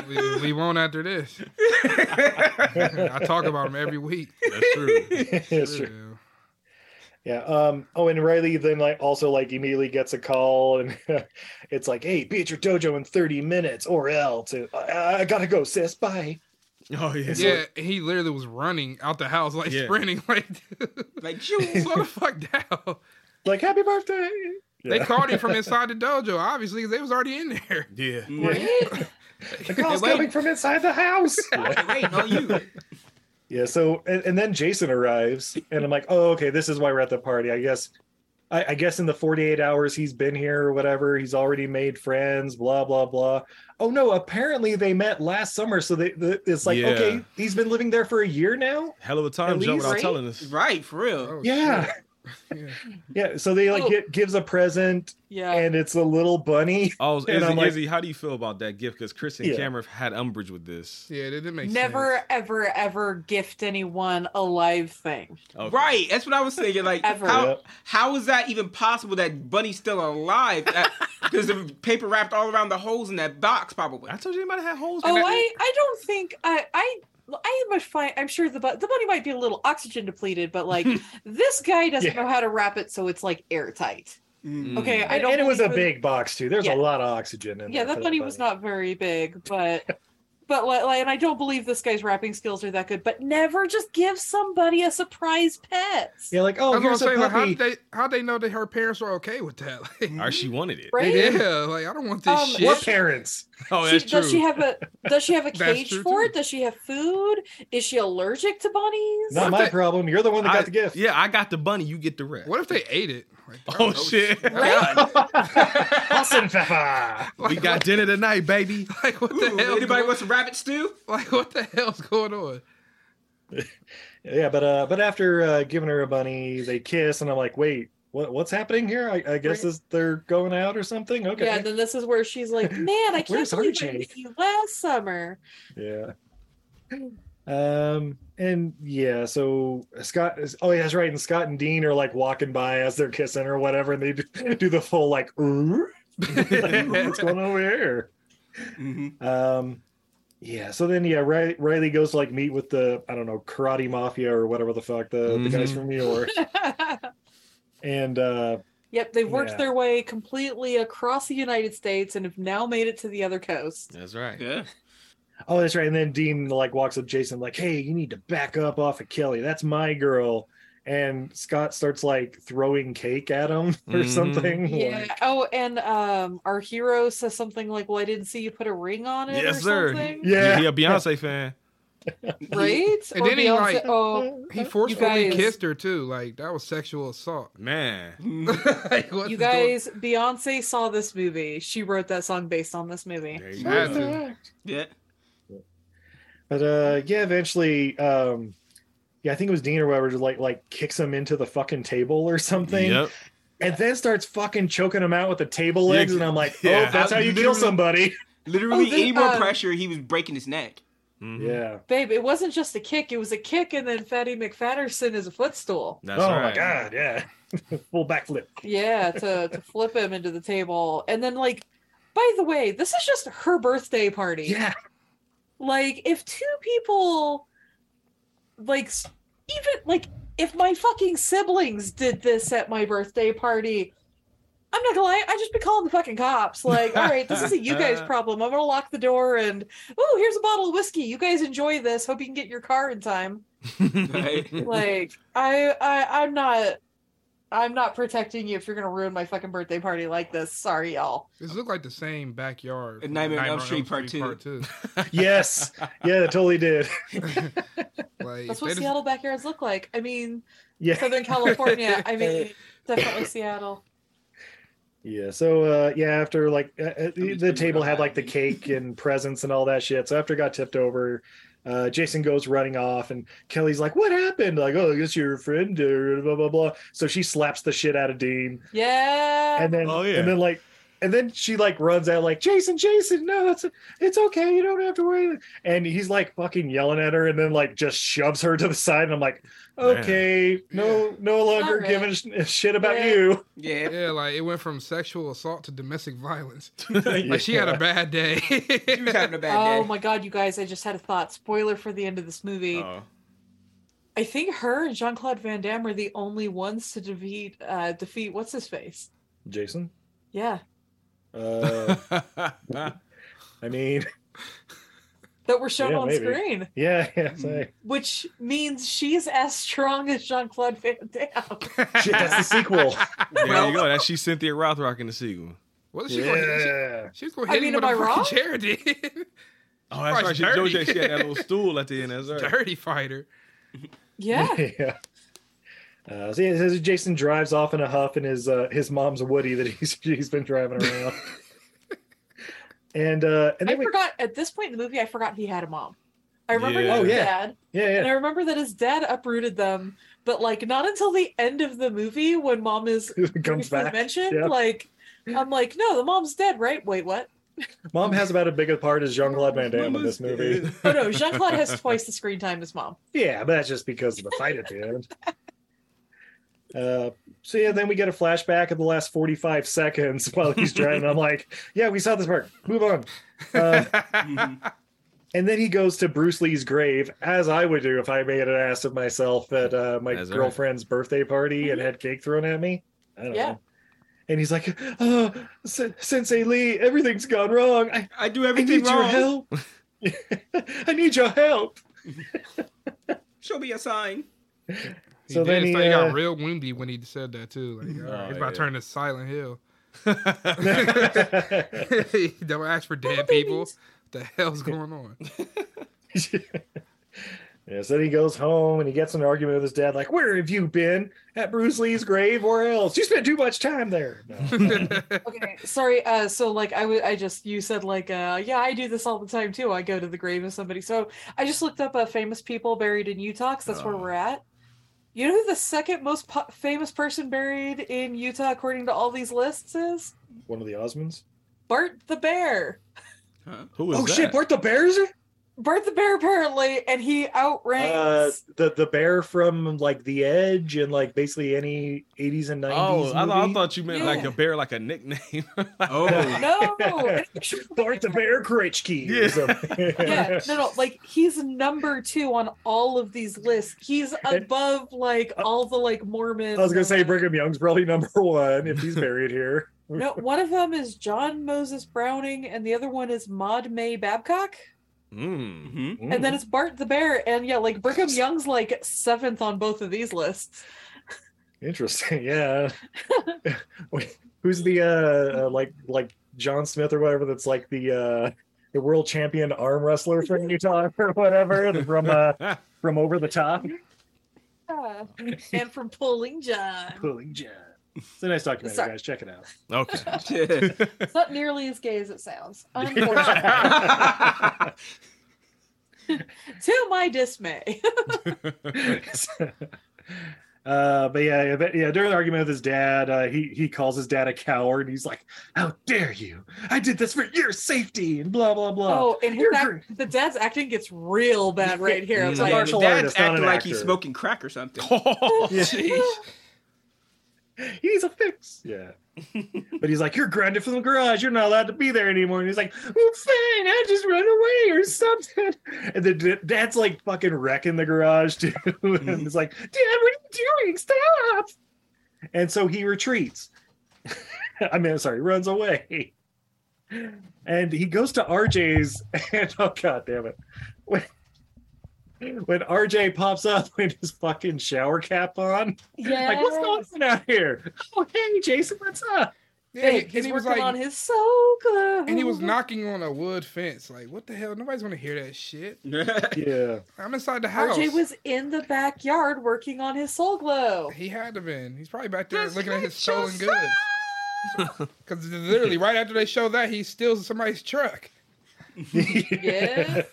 F: We, we won't after this. I talk about them every week.
C: That's true.
B: It's true. Yeah. Um. Oh, and Riley then like also like immediately gets a call, and it's like, "Hey, be at your dojo in thirty minutes, or else." I, I- I gotta go, sis. Bye.
C: Oh yeah.
F: Yeah, he literally was running out the house like
C: Yeah.
F: sprinting, like
E: Like you.
F: slow the fuck down.
B: Like, happy birthday.
F: They
B: Yeah.
F: called him from inside the dojo, obviously, 'cause they was already in there.
C: Yeah.
G: Right?
B: The call's
E: Hey, wait.
B: coming from inside the house. yeah.
E: Wait, no you.
B: Yeah, So, and, and then Jason arrives, and I'm like, "Oh, okay. This is why we're at the party. I guess." I, I guess in the 48 hours he's been here or whatever, he's already made friends, blah blah blah. Oh no, apparently they met last summer, so they, the, it's like
C: Yeah.
B: okay, he's been living there for a year now.
C: Hell of a time
B: At
C: jump
B: least-
C: without telling us.
E: Right, for real.
F: Oh,
B: Yeah.
F: shit. Yeah.
B: Yeah, so they like
G: Oh.
B: get, gives a present,
G: Yeah.
B: and it's a little bunny.
C: Oh, Izzy,
B: I'm like-
C: Izzy, how do you feel about that gift? Because Chris and
B: Yeah.
C: Cameron had umbrage with this.
F: Yeah, that didn't make
G: Never,
F: sense.
G: ever, ever gift anyone a live thing.
C: Okay.
E: Right, that's what I was thinking. Like,
G: Ever.
E: how
B: Yep.
E: how is that even possible that Bunny's still alive? Because the paper wrapped all around the holes in that box, probably.
C: I told you it might have had holes.
G: Oh,
C: in it.
G: I, I don't think I, I, I am a fine. I'm sure the bu- the money might be a little oxygen depleted, but like this guy doesn't
B: Yeah.
G: know how to wrap it, so it's like airtight.
E: Mm.
G: Okay, I
B: And,
G: don't.
B: it was a
G: believe in-
B: big box too. There's
G: Yeah.
B: a lot of oxygen in
G: Yeah,
B: there.
G: that bunny was not very big, but. But like, like, and I don't believe this guy's wrapping skills are that good. But never just give somebody a surprise pet.
B: Yeah, like oh,
F: That's what I'm
B: here's a
F: saying. Like, how
B: puppy.
F: did they how they know that her parents were okay with that? Like,
C: Or she wanted it.
G: Right?
F: yeah, like I don't want this
G: Um,
F: shit.
B: what parents?
C: Oh,
G: She-
C: that's true.
G: does she have a Does she have a
F: That's
G: cage
F: true,
G: for
F: too.
G: it? Does she have food? Is she allergic to bunnies?
B: Not
F: What
B: my
F: the-
B: problem. You're the one that
C: I-
B: got the gift.
C: Yeah, I got the bunny. You get the rest.
F: What if they ate it? Like,
C: Oh, shit.
B: Austin Pfeffer.
C: we got dinner tonight, baby.
F: Like what the
E: Ooh,
F: hell?
E: anybody wants some rabbit stew?
F: like what the hell's going on?
B: Yeah, but uh, but after uh, giving her a bunny, they kiss, and I'm like, wait, what what's happening here? I, I
G: Right.
B: guess this, they're going out or something. Okay.
G: Yeah, and then this is where she's like, "Man, I can't
B: Where's
G: believe I
B: RJ?
G: met you last summer."
B: Yeah. Um and yeah, so Scott is oh yeah, that's right. And Scott and Dean are like walking by as they're kissing or whatever, and they do, do the full like, "Ooh." Like, what's going on over here? Um yeah, so then yeah, Ri- Riley goes to like meet with the I don't know, karate mafia or whatever the fuck, the, the guys
C: Mhm.
B: from New York. and uh
G: yep, they've worked
B: Yeah.
G: their way completely across the United States and have now made it to the other coast.
C: That's right.
E: Yeah.
B: Oh, that's right. And then Dean like walks up to Jason, like, "Hey, you need to back up off of Kelly. That's my girl." And Scott starts like throwing cake at him or
C: Mhm.
B: something.
G: Yeah.
B: Like,
G: Oh, and um, our hero says something like, "Well, I didn't see you put a ring on it."
C: Yes,
G: or
C: sir.
G: Something.
B: yeah.
C: He a Beyonce fan.
G: Right.
F: And
G: Or
F: then he,
G: Beyonce-
F: like-
G: oh,
F: He forcefully
G: guys-
F: kissed her too. Like that was sexual assault.
C: Man.
F: like what
G: you
F: is going-
G: guys, Beyonce saw this movie. She wrote that song based on this movie.
C: There you
F: Had
C: go.
F: to.
E: Yeah.
B: But uh, yeah, eventually, um, yeah, I think it was Dean or whatever, just, like like kicks him into the fucking table or something,
C: Yep.
B: and then starts fucking choking him out with the table
C: Yeah,
B: legs. and I'm like, oh,
C: yeah.
B: that's how you kill somebody.
E: Literally,
G: Oh, this-
E: any more
G: um,
E: pressure, he was breaking his neck.
C: Mhm.
B: Yeah.
G: Babe, it wasn't just a kick. It was a kick, and then Fatty McFadderson is a footstool.
C: That's
B: oh
C: right.
B: my god, yeah. Full backflip.
G: Yeah, to, to flip him into the table. And then, like, by the way, this is just her birthday party.
B: Yeah.
G: Like, if two people, like, s- even, like, if my fucking siblings did this at my birthday party, I'm not gonna lie, I'd just be calling the fucking cops. Like, all right, this isn't you guys' problem. I'm gonna lock the door and, oh, here's a bottle of whiskey. You guys enjoy this. Hope you can get your car in time.
E: Right?
G: Like, I, I, I'm not. I'm not protecting you if you're gonna ruin my fucking birthday party like this. Sorry, y'all.
F: This looked like the same backyard.
E: A
F: from
E: Nightmare on Elm Street Part Two.
F: Two.
B: Yes. Yeah, it totally did.
F: Like,
G: That's
F: they
G: what
F: just-
G: Seattle backyards look like. I mean,
B: Yeah.
G: Southern California. I mean, definitely Seattle.
B: Yeah. So uh yeah, after like uh, uh,
E: least we
B: the
E: were
B: table had like the
E: happy.
B: cake and presents and all that shit. So after it got tipped over, uh Jason goes running off and Kelly's like, "What happened?" Like, "Oh, I guess your friend uh, blah blah blah." So she slaps the shit out of Dean
G: Yeah.
B: and then
C: Oh, yeah.
B: and then like and then she like runs out like Jason, Jason, no, it's it's okay, you don't have to worry. And he's like fucking yelling at her, and then like just shoves her to the side. And I'm like,
C: Man.
B: okay, no, no longer
G: Alright.
B: giving a sh- a shit about
G: Yeah.
B: you.
E: Yeah.
F: Yeah, like it went from sexual assault to domestic violence.
B: like
F: Like she had a bad day.
E: He was having a bad
G: Oh
E: day.
G: my god, you guys! I just had a thought. Spoiler for the end of this movie.
C: Uh,
G: I think her and Jean Claude Van Damme are the only ones to defeat uh, defeat what's his face.
B: Jason.
G: Yeah,
B: Uh, I mean,
G: that were shown
B: Yeah,
G: on
B: maybe.
G: screen,
B: yeah, yeah. Say.
G: which means she's as strong as Jean Claude Van Damme.
B: Shit, that's the sequel.
C: there you go. That's she's Cynthia Rothrock in the sequel.
F: what is she going to
B: yeah.
F: She was going
G: I
F: to hit
G: mean,
F: him with
G: am
F: a
G: I wrong?
F: fucking chair, dude.
C: Oh, that's
F: Christ,
C: right. She,
F: dirty.
C: Joe, she had that little stool at the end. That's right.
F: Dirty fighter.
G: yeah,
B: yeah. Uh, so yeah, it says Jason drives off in a huff in his uh, his mom's Woody that he's he's been driving around. and uh, and
G: I
B: then we,
G: forgot at this point in the movie. I forgot he had a mom. I remember
C: Yeah.
G: that
C: Oh,
G: his
B: yeah.
G: dad,
B: yeah,
G: and I
B: yeah.
G: remember that his dad uprooted them, but like not until the end of the movie when mom is
B: comes
G: briefly
B: back.
G: mentioned.
B: Yeah.
G: Like, I'm like, no, the mom's dead, right? Wait, what?
B: Mom has about as big a part as Jean Claude Van Damme in this movie.
G: Oh no, Jean Claude has twice the screen time as mom.
B: Yeah, but that's just because of the fight at the end. Uh, so yeah, then we get a flashback of the last 45 seconds while he's driving. I'm like, yeah, we saw this part. Move on. Uh, and then he goes to Bruce Lee's grave, as I would do if I made an ass of myself at uh, my
C: That's right.
B: girlfriend's birthday party and had cake thrown at me. I don't
G: Yeah.
B: know. And he's like, oh, Sen- Sensei Lee, everything's gone wrong. I,
E: I do
B: I need
E: everything
B: your
E: wrong.
B: help. I need your help.
E: Show me a sign.
F: He
B: So
F: so
B: then
F: then
B: he,
F: he
B: uh,
F: got real windy when he said that too. Like, all right,
C: Oh,
F: it's about
C: yeah.
F: to turn to Silent Hill.
B: yeah,
F: Don't ask for dead people. What the hell's going on?
B: so then he goes home and he gets in an argument with his dad, like, Where have you been? At Bruce Lee's grave or else? You spent too much time there. No.
G: Okay, sorry. Uh, so like I would, I just you said like, uh, yeah, I do this all the time too. I go to the grave of somebody. So I just looked up uh, famous people buried in Utah. 'cause that's where
C: Oh.
G: we're at. You know who the second most po- famous person buried in Utah, according to all these lists, is
B: One of the Osmonds.
G: Bart the Bear.
C: Who is
B: Oh
C: that?
B: shit, Bart the Bears?
G: Bart the Bear apparently, and he outranks.
B: Uh, the the bear from like The Edge and like basically any 80s and 90s.
C: Oh, I, thought- I
B: movie.
C: thought you meant like
G: Yeah.
C: a bear, like a nickname.
E: Oh,
G: no, an actual
B: Bart the Bear Kritchkey.
C: Yeah.
B: Or something.
G: yeah, no, no, like he's number two on all of these lists. He's above like all the like Mormon.
B: Uh, I was gonna say Brigham Young's probably number one if he's buried here.
G: No, one of them is John Moses Browning, and the other one is Maud May Babcock,
C: mm.
E: hmm
G: and then it's Bart the Bear, and yeah, like Brigham Young's like seventh on both of these lists.
B: Interesting. Yeah. Wait, Who's the uh, uh like like John Smith or whatever that's like the uh the world champion arm wrestler from Utah or whatever from uh from over the top?
G: Yeah. and from Pulling John,
B: Pulling John. It's a nice documentary,
G: Sorry.
B: guys. Check it out.
C: Okay.
G: it's not nearly as gay as it sounds. Unfortunately,
C: Yeah.
G: to my dismay.
B: Uh, but yeah, yeah, but- yeah. During the argument with his dad, uh, he he calls his dad a coward. He's like, "How dare you? I did this for your safety," and blah blah blah.
G: Oh, and
B: You're
G: his act, the dad's acting gets real bad right here. It's
C: Yeah,
G: like,
E: Yeah, the
B: martial
E: dad's
B: artist, not
E: acting
B: an
E: like he's
B: actor.
E: smoking crack or something.
B: Yeah.
E: Jeez.
B: he's a fix. Yeah. but he's like, you're grounded from the garage. You're not allowed to be there anymore. And he's like, "Oh, fine. I'll just run away or something. And then d- dad's like fucking wrecking the garage too. and it's like, dad, what are you doing? Stop. And so he retreats. I mean, sorry, runs away. And he goes to RJ's and oh god damn it. When, when RJ pops up with his fucking shower cap on.
G: yeah,
B: Like, what's going on out here? Oh, hey, Jason, what's up?
F: Yeah,
G: Hey,
F: he-
G: he's
F: and he was
G: working on
F: like,
G: his so good.
F: and he was knocking on a wood fence. Like, what the hell? Nobody's gonna hear that shit.
B: Yeah.
F: I'm inside the house.
G: RJ was in the backyard working on his soul glow.
F: He had to been. He's probably back there
G: Just
F: looking at his
G: let your
F: stolen goods. Because literally, right after they show that, he steals somebody's truck.
G: Yeah.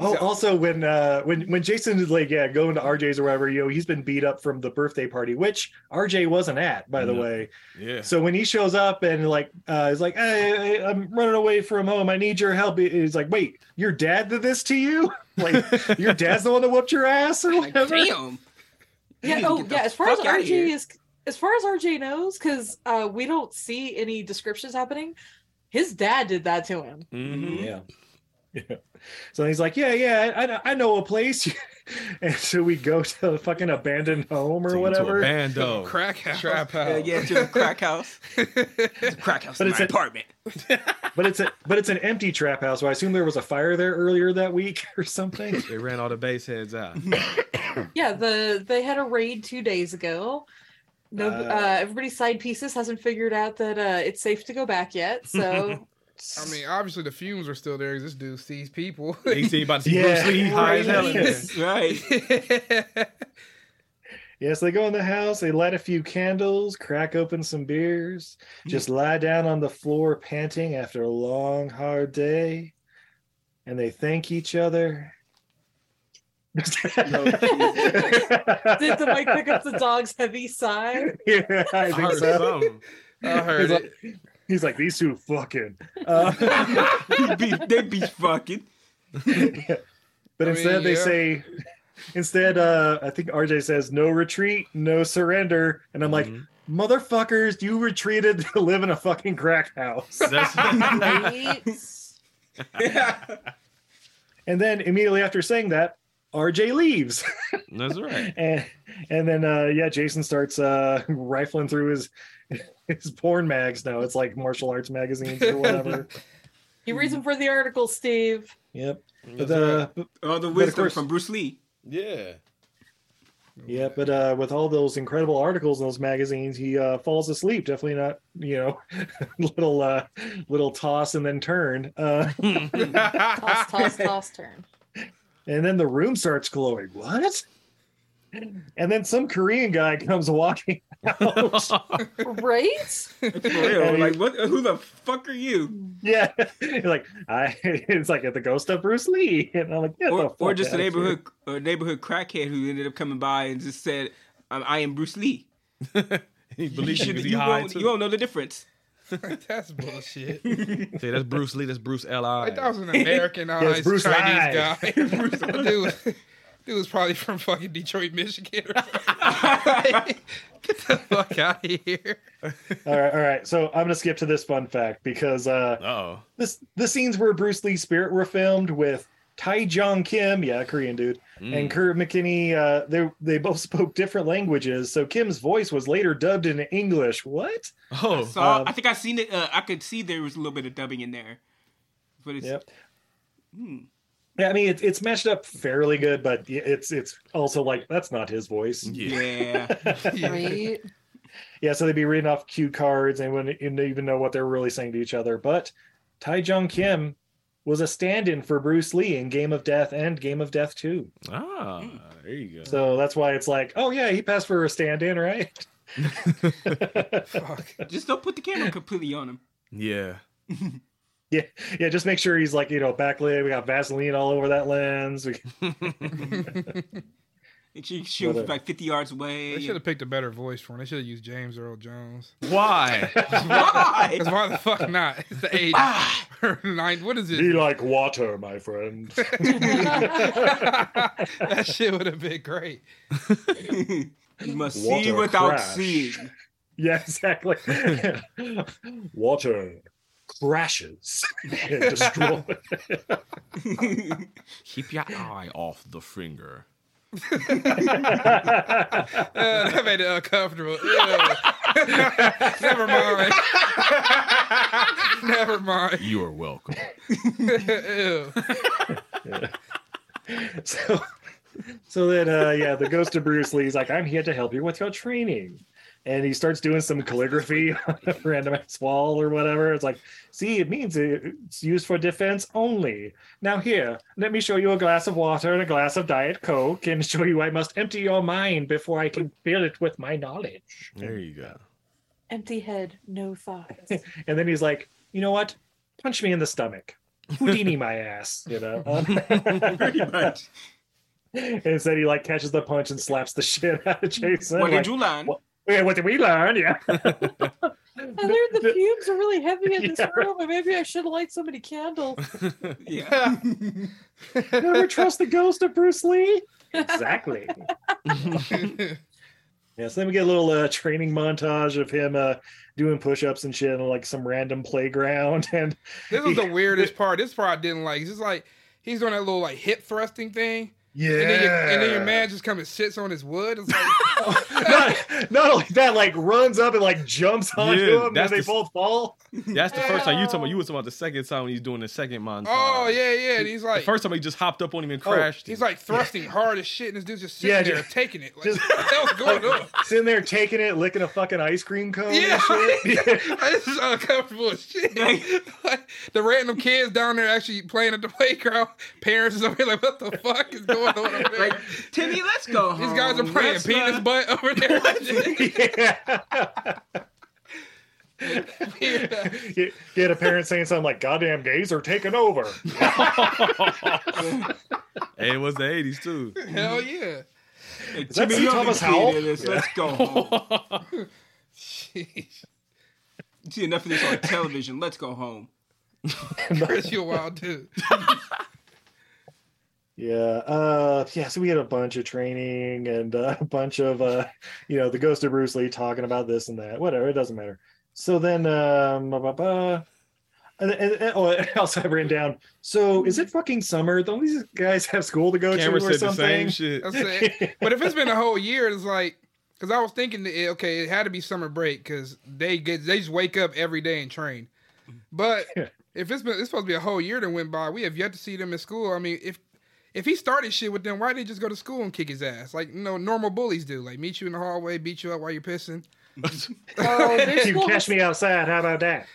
B: Oh, also when uh when when Jason is like, yeah, going to RJ's or whatever, you know, he's been beat up from the birthday party, which RJ wasn't at, by the
C: No.
B: way.
C: Yeah.
B: So when he shows up and like uh he's like, hey, I- I'm running away from home. I need your help. He's like, wait, your dad did this to you? Like your dad's the one that whooped your ass or
E: Like,
B: whatever?
E: damn.
G: Yeah.
E: You
G: Oh,
E: get the
G: yeah. As far as
E: fuck outta here.
G: RJ is, as far as RJ knows, because uh, we don't see any descriptions happening. His dad did that to him.
B: Yeah.
C: Mhm.
B: Mm-hmm. Yeah. So he's like, yeah, yeah, I- I, I know a place. and so we go to a fucking abandoned home or
C: Take him to a
B: whatever.
C: Bando.
F: Crack house.
C: Trap house.
E: Yeah, yeah, to the crack house. It's a crack house
B: But
E: in
B: it's
E: my
B: a-
E: apartment.
B: But it's a but it's an empty trap house. So I assume there was a fire there earlier that week or something.
C: They ran all the base heads out.
G: Yeah. The they had a raid two days ago. No, uh,
B: Uh.
G: everybody's side pieces hasn't figured out that uh, it's safe to go back yet. So
F: I mean, obviously the fumes are still there 'cause this dude sees people.
C: They see about to see
B: Yeah.
C: Bruce Lee high as hell in there.
B: Yes.
E: Right.
B: Yes, they go in the house, they light a few candles, crack open some beers,
F: Hmm.
B: just lie down on the floor panting after a long, hard day, and they thank each other.
G: did the mic pick up the dog's heavy sigh?
B: Yeah, I
C: I
B: think
C: heard
B: so.
C: something.
F: I heard
B: he's,
F: it.
B: like, he's like, these two fucking. Uh,
E: He be- they be fucking.
B: but
F: I
B: instead,
F: mean,
B: they
F: yeah.
B: say, instead, uh, I think RJ says, no retreat, no surrender. And I'm like,
C: Mhm.
B: motherfuckers, you retreated to live in a fucking crack house.
C: That's-
G: Right?
B: And then immediately after saying that, RJ leaves.
C: That's right.
B: and and then uh yeah jason starts uh rifling through his his porn mags now it's like martial arts magazines or whatever
G: You reason for the article, Steve.
B: yep but
C: That's
B: uh b-
E: All Oh, the
B: of
E: wisdom
B: course-
E: from Bruce Lee.
C: Yeah.
B: yeah but uh with all those incredible articles in those magazines he uh falls asleep definitely not you know little uh little toss and then turn uh
G: Toss, toss, toss, turn.
B: and then the room starts glowing what and then some korean guy comes walking out
G: Right?
E: For real. Like, what, who the fuck are you?
B: Yeah, It's like I, it's like at the ghost of Bruce Lee, and I'm like, yeah,
E: Or, or just a
B: the
E: neighborhood a neighborhood crackhead who ended up coming by and just said, um, I am Bruce Lee.
C: He
E: You,
C: believes you
E: should,
C: because he
E: you,
C: high
E: won't,
C: too.
E: you won't know the difference.
F: That's bullshit.
C: Say, that's Bruce Lee. That's Bruce L I.
F: Like, that was an Americanized
B: Yes, Bruce Lai.
F: Chinese guy. dude, dude was probably from fucking Detroit, Michigan. or something. Get the fuck out of here.
B: All right, all right. So I'm gonna skip to this fun fact because uh,
C: Oh,
B: this the scenes where Bruce Lee's spirit were filmed with Tai Jong Kim, yeah, Korean dude, and Kurt McKinney. Uh, they they both spoke different languages, so Kim's voice was later dubbed in English. What?
C: oh,
E: So
B: Um,
E: I think I seen it. Uh, I could see there was a little bit of dubbing in there, but it's
B: Yep. Yeah, I mean it's it's matched up fairly good, but it's it's also like that's not his voice.
E: yeah.
G: Right?
B: Yeah, so they'd be reading off cue cards and wouldn't even- even know what they were really saying to each other. But Tai Jong Kim was a stand in for Bruce Lee in Game of Death and Game of Death 2.
C: ah, there you go.
B: So that's why it's like, oh, yeah, he passed for a stand in, right?
F: Fuck.
E: Just don't put the camera completely on him.
C: Yeah,
B: Yeah, yeah, just make sure he's like, you know, backlit. We got Vaseline all over that lens. We-
E: And she shoots
B: But, uh,
E: like 50 yards away.
F: They should have picked a better voice for him. They should have used James Earl Jones.
C: Why?
E: Why?
F: Because why the fuck not? It's the age. Nine, what is
B: Be
F: it?
B: like water, my friend.
F: that shit would have been great.
E: you must
B: Water
E: see without
B: crash.
E: seeing.
B: yeah, exactly. water crashes and destroys.
C: Keep your eye off the finger.
F: Uh, that made it uncomfortable. Ew. Never mind. Never mind.
C: You are welcome.
F: Ew.
B: so so then uh yeah the ghost of bruce lee's like i'm here to help you with your training and he starts doing some calligraphy on a random ass wall or whatever it's like see it means it- it's used for defense only now here let me show you a glass of water and a glass of diet coke and show you i must empty your mind before i can fill it with my knowledge
C: There you go.
G: Empty head, no thoughts.
B: and then he's like you know what punch me in the stomach houdini my ass you know
E: Pretty much.
B: and instead he like catches the punch and slaps the shit out of jason
E: What
B: like,
E: did you learn?
B: what- Yeah, what did we learn? Yeah.
G: I learned the fumes are really heavy in this
B: Yeah, right.
G: room, and maybe I should light so many candles.
E: Yeah.
B: Never trust the ghost of Bruce Lee. Exactly. yeah, so then we get a little uh, training montage of him uh, doing push ups and shit on like some random playground. And
F: This was the weirdest part. This part I didn't like. It's just like he's doing that little like hip thrusting thing.
B: yeah.
F: And, then your, and then your man just comes and sits on his wood. It's like,
B: not, not only that, like runs up and like jumps onto
C: Yeah,
B: him and
C: that's
B: Oh, they
C: the-
B: both fall.
C: That's the first time you talking about. You was talking about the second time when he's doing the second montage.
F: oh yeah, yeah. And he's
C: The
F: like,
C: first time he just hopped up on him and
B: Oh,
C: crashed. him.
F: he's like thrusting hard as shit, and this dude's just sitting
B: Yeah,
F: there
B: just-
F: taking it. Like,
B: just-
F: what the hell's going on?
B: Sitting there taking it, licking a fucking ice cream cone
F: Yeah,
B: and shit.
F: this is uncomfortable as shit. Like, the random kids down there actually playing at the playground. Parents is over here like, what the fuck is going on? Over there?
E: Like, Timmy, let's go.
F: These guys are
E: home.
F: playing
E: Let's
F: penis
E: not-
F: butt over there.
B: yeah. You get a parent saying something like, goddamn gays are taking over.
C: Hey, it was the '80s too.
F: Hell yeah.
E: Hey,
B: that
E: Timmy,
B: Sir
E: you're
B: Thomas
E: Thomas
B: Howell?
E: Howell. This. Let's go. Home.
F: Jeez.
E: See enough of this on television. Let's go home.
F: Chris, you a wild dude.
B: Yeah. Uh yeah, so we had a bunch of training and uh, a bunch of uh you know, the ghost of Bruce Lee talking about this and that. Whatever, it doesn't matter. So then um blah, blah, blah. And, and, and- oh, and also I ran down. So is it fucking summer? Don't these guys have school to go
C: Camera
B: to or
C: said the
B: something?
C: same shit.
F: That's it. But if it's been a whole year, it's like because I was thinking, that, eh, okay, it had to be summer break because they get they just wake up every day and train. But
B: Yeah.
F: if it's been it's supposed to be a whole year that went by, we have yet to see them in school. I mean, if if he started shit with them, why did he just go to school and kick his ass like you know normal bullies do? Like meet you in the hallway, beat you up while you're pissing.
G: Oh, their
B: You
G: school,
B: catch
G: has,
B: me outside, how about that?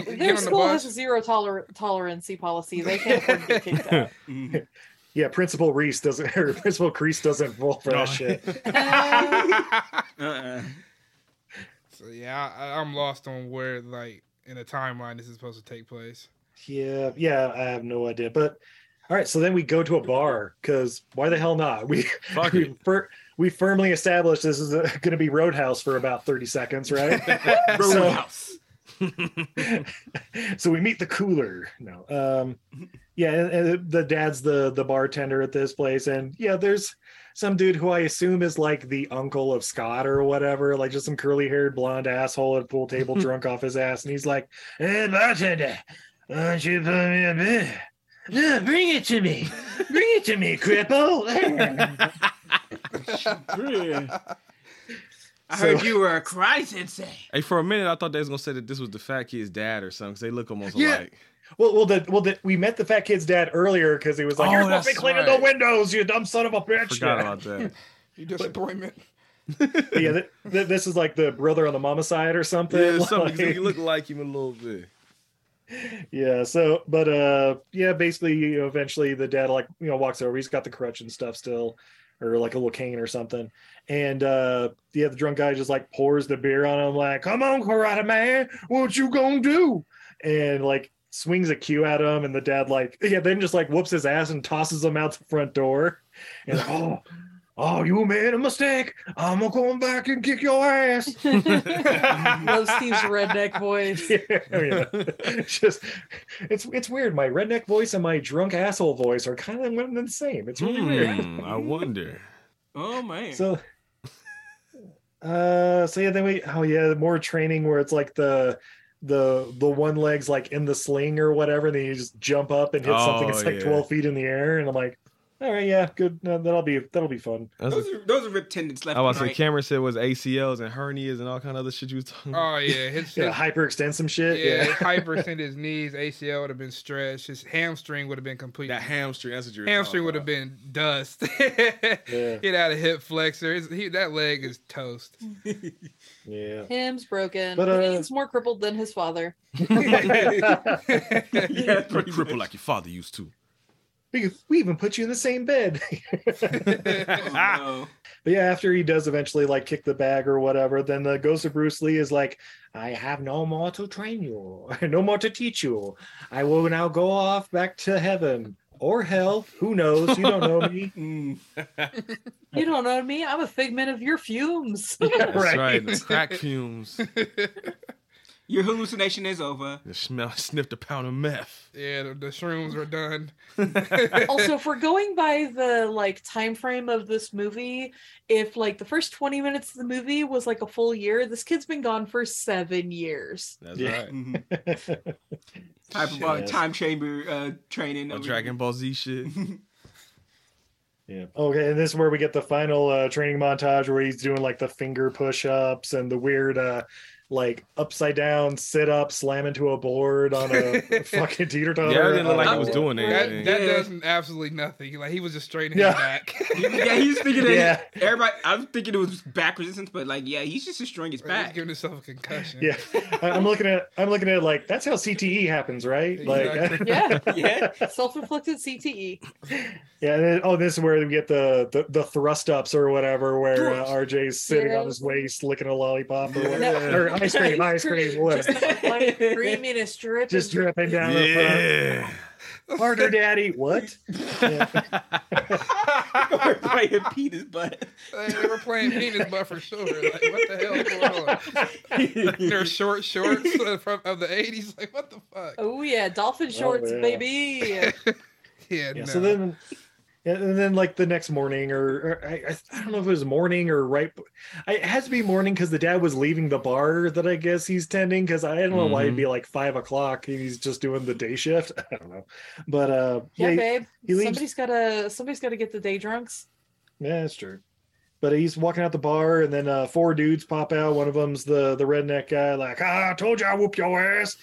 G: their-
F: get
G: their
F: on the
G: school has
F: bus.
G: a zero toler- tolerance policy. They can't afford to be kicked out.
C: Mm-hmm.
B: Yeah, Principal Reese doesn't or Principal Crease doesn't fall for
C: No.
B: that shit.
E: Uh-uh.
F: So yeah, I, I'm lost on where like in the timeline this is supposed to take place.
B: Yeah, yeah, I have no idea. But all right, so then we go to a bar because why the hell not? We
C: Fuck
B: we,
C: it.
B: fir- we firmly established this is going to be Roadhouse for about thirty seconds, right? so,
E: Roadhouse.
B: so we meet the cooler. No, um, yeah, and, and the dad's the the bartender at this place, and yeah, there's some dude who I assume is like the uncle of Scott or whatever, like just some curly haired blonde asshole at a pool table drunk off his ass, and he's like, "Hey, bartender, why don't you put me a beer? No, bring it to me, bring it to me, cripple."
E: I
B: So-
E: heard you were a cry sensei.
C: Hey, for a minute, I thought they was gonna say that this was the fat kid's dad or something. Cause they look almost
B: Yeah.
C: alike.
B: well, well, the, well, the, we met the fat kid's dad earlier because he was like,
C: Oh,
B: "You're supposed
C: that's
B: to be cleaning
C: right.
B: the windows, you dumb son of a bitch."
C: Forgot about that.
F: You disappointment.
B: But yeah, th- th- this is like the brother on the mama side or something.
C: yeah, something. 'cause
B: like-
C: You look like him a little bit.
B: yeah so but uh yeah basically you know eventually the dad like you know walks over he's got the crutch and stuff still or like a little cane or something and uh yeah the drunk guy just like pours the beer on him like come on karate man what you gonna do and like swings a cue at him and the dad like yeah then just like whoops his ass and tosses him out the front door and oh Oh, you made a mistake. I'm gonna come back and kick your ass.
G: Love Steve's redneck voice.
B: yeah, Oh, yeah. It's just it's it's weird. My redneck voice and my drunk asshole voice are kind of one and the same. It's really weird.
C: Hmm, I wonder.
E: Oh man.
B: So uh so yeah, then we oh yeah, more training where it's like the the the one leg's like in the sling or whatever, and then you just jump up and hit something
C: Oh,
B: it's like
C: yeah.
B: 12 feet in the air, and I'm like, all right, yeah, good. No, that'll be that'll be fun.
C: That's
E: those
C: a,
E: are those are ripped tendons left
C: I was
E: and
C: saying,
E: right.
C: Cameron said was ACLs and hernias and all kind of other shit you was talking about.
F: Oh yeah, his,
B: Yeah,
F: his
B: hyperextend some
F: yeah,
B: shit. Yeah.
F: his hyperextended his knees, ACL would have been stretched, his hamstring would have been complete.
C: That hamstring. That's what you're.
F: hamstring would have been dust. It Get out of hip flexor. His, he, that leg is toast.
B: yeah.
G: Him's broken.
B: But, uh,
G: He's more crippled than his father.
E: yeah, pretty much.
C: cripple like your father used to.
B: we, we even put you in the same bed.
C: yeah,
E: Oh,
B: But yeah, after he does eventually like kick the bag or whatever, then the ghost of Bruce Lee is like, I have no more to train you, no more to teach you. I will now go off back to heaven or hell. Who knows? You don't know me.
E: no. Mm.
G: You don't know me. I'm a figment of your fumes.
C: that's right.
B: Right.
C: The crack fumes.
E: Your hallucination is over.
C: The smell. Sniffed a pound of meth.
F: Yeah, the, the shrooms were done.
G: also, if we're going by the like time frame of this movie, if like the first 20 minutes of the movie was like a full year, this kid's been gone for seven years.
C: That's
B: Yeah.
C: right.
E: Mhm. Type of uh,
B: Yes.
E: time chamber uh, training.
C: Or
E: over
C: Oh, Dragon Ball Z shit.
B: Yeah. Okay, and this is where we get the final uh, training montage where he's doing like the finger push-ups and the weird uh like upside down sit up, slam into a board on a fucking teeter
C: Yeah,
B: totter.
C: it didn't look like he
E: uh,
C: was doing
F: That,
C: anything.
F: that
E: Yeah.
F: does absolutely nothing. Like he was just straight in
B: Yeah.
F: his back.
E: here. yeah, he's thinking that
B: Yeah.
E: everybody. I'm thinking it was back resistance, but like, yeah, he's just destroying his
F: He's
E: back.
F: giving himself a concussion.
B: Yeah, I- I'm looking at I'm looking at it like that's how CTE happens, right? Like,
F: Exactly.
G: Yeah.
E: Yeah,
G: Self-inflicted E. CTE.
B: yeah. And then, oh, this is where we get the the, the thrust ups or whatever, where uh, RJ's sitting
G: Yeah.
B: on his waist licking a lollipop or,
C: Yeah.
B: whatever. or ice cream, ice cream,
G: Just
B: whatever.
G: the like, creaminess drip.
B: Just
G: and-
B: dripping down the
C: Yeah.
B: front. Harder, daddy. What? Yeah.
E: Or playing Pete his butt.
F: Like, they were playing penis butt for sure. Like what the hell is going on? Their short shorts from of the eighties. Like what the fuck?
G: Oh yeah, dolphin shorts,
B: yeah.
G: baby.
F: Yeah.
B: Yeah,
F: no.
B: So then, yeah, and then like the next morning, or, or I, I- I don't know if it was morning or right. I, it has to be morning because the dad was leaving the bar that I guess he's tending. Because I don't know why it'd be
F: Mm-hmm.
B: like five o'clock. He's just doing the day shift. I don't know, but uh,
G: Yeah,
B: yeah, he-
G: babe.
B: he leaves-
G: somebody's gotta somebody's gotta get the day drunks.
B: yeah, that's true. But he's walking out the bar, and then uh, four dudes pop out. One of them's the the redneck guy, like, ah, I told you I whoop your ass.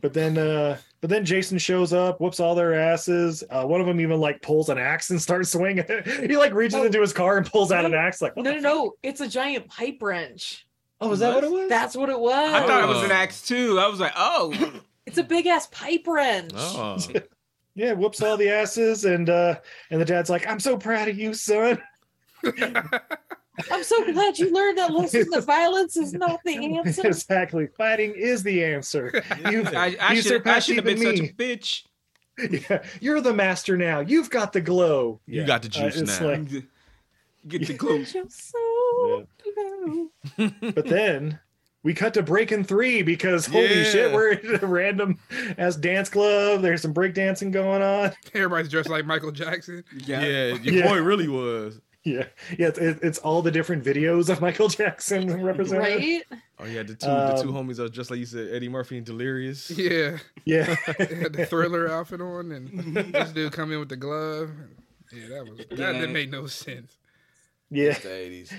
B: but then, uh, but then Jason shows up, whoops all their asses. Uh, one of them even like pulls an axe and starts swinging. he like reaches
G: Oh.
B: into his car and pulls out an
G: No.
B: axe. Like,
G: No,
B: what
G: no,
B: the-
G: no. It's a giant pipe wrench.
B: oh, is that what it was?
G: That's what it was.
E: I thought it was
C: Oh.
E: an axe too. I was like, oh,
G: It's a big ass pipe wrench.
C: Oh.
B: yeah, whoops all the asses, and uh, and the dad's like, I'm so proud of you, son.
G: I'm so glad you learned that lesson. that violence is not the answer.
B: exactly, fighting is the answer. You,
E: I, I
B: you
E: should I
B: surpassed
E: should have been
B: even
E: such
B: me.
E: a bitch.
B: Yeah, you're the master now. You've got the glow. Uh,
C: You got the juice
B: it's
C: now.
B: like-
E: Get the glue.
G: You're so blue.
B: but then we cut to breaking three because holy
C: Yeah.
B: shit, we're in a random ass dance club. There's some break dancing going on.
F: everybody's dressed like Michael Jackson.
E: Yeah.
C: Yeah, your
B: Yeah.
C: boy really was.
B: Yeah, yeah, it's, it- it's all the different videos of Michael Jackson represented.
G: right?
C: Oh yeah, the two the two homies are just like you said, Eddie Murphy and Delirious.
F: Yeah.
B: Yeah,
F: They had the thriller outfit on and this dude come in with the glove. Yeah, that was that
E: Yeah.
F: didn't make no sense.
B: yeah,
C: The 80s.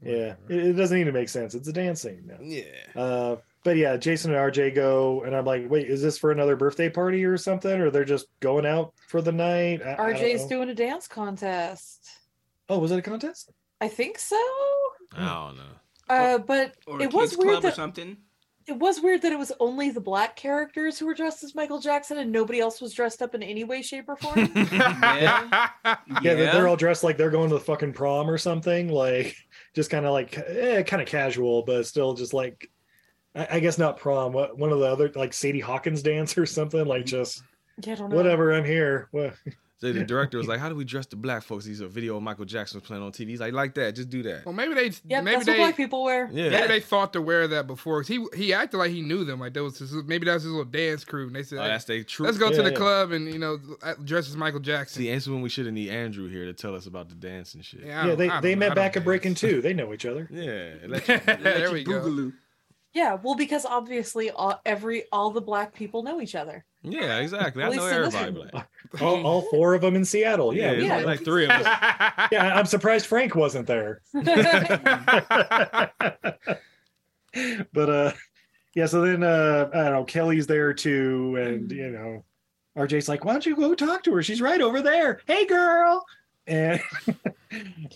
B: yeah. It, it doesn't even make sense. It's a dance scene. now.
C: Yeah.
B: Uh, but yeah, Jason and RJ go, and I'm like, wait, is this for another birthday party or something, or they're just going out for the night? I- I don't
G: RJ's
B: know.
G: doing a dance contest.
B: Oh, was it a contest?
G: I think so.
C: I don't know.
G: Uh, but
E: Oh, Or a
G: it was
E: kids
G: weird
E: club or
G: that
E: something.
G: it was weird that it was only the black characters who were dressed as Michael Jackson and nobody else was dressed up in any way, shape, or form.
E: Yeah.
B: yeah, they're- they're all dressed like they're going to the fucking prom or something like just kind of like eh, kind of casual but still just like i, I guess not prom what,
F: Mm-hmm.
B: one of the other like sadie hawkins dance or something like just
G: yeah, I don't know.
B: whatever i'm here Wha-
C: So the director was like, "How do we dress the black folks?" He's a video of Michael Jackson playing on TV. He's like, "Like that, just do that."
F: Well, maybe they
G: Yep,
F: maybe
G: that's what
F: they
G: black people wear.
C: Yeah,
F: maybe they thought to wear that before. 'cause he he acted like he knew them. Like that was his, maybe that was his little dance crew. And they said,
C: Oh,
F: "Hey,
C: that's they true.
F: let's go to
B: Yeah,
F: the
B: yeah.
F: club and you know dress as Michael Jackson.
C: See, that's when we should have need Andrew here to tell us about the dance and shit.
F: I
B: yeah,
F: don't-
B: they,
F: I don't
B: they
F: know. I
B: met
F: don't
B: back at
F: dance.
B: Breaking Two. They know each other.
C: Yeah,
F: Yeah,
C: electric-
F: there we go.
E: Boogaloo.
G: Yeah, well, because obviously all, every all the black people know each other.
C: yeah, exactly. I
G: At least
C: know
G: in this
C: everybody
G: one.
C: black.
B: All, all four of them in Seattle. Yeah,
C: Yeah, it's
B: yeah.
G: yeah.
C: Like, like three of us.
B: I- I'm surprised Frank wasn't there. but uh yeah so then uh i don't know kelly's there too and you know rj's like why don't you go talk to her she's right over there hey girl and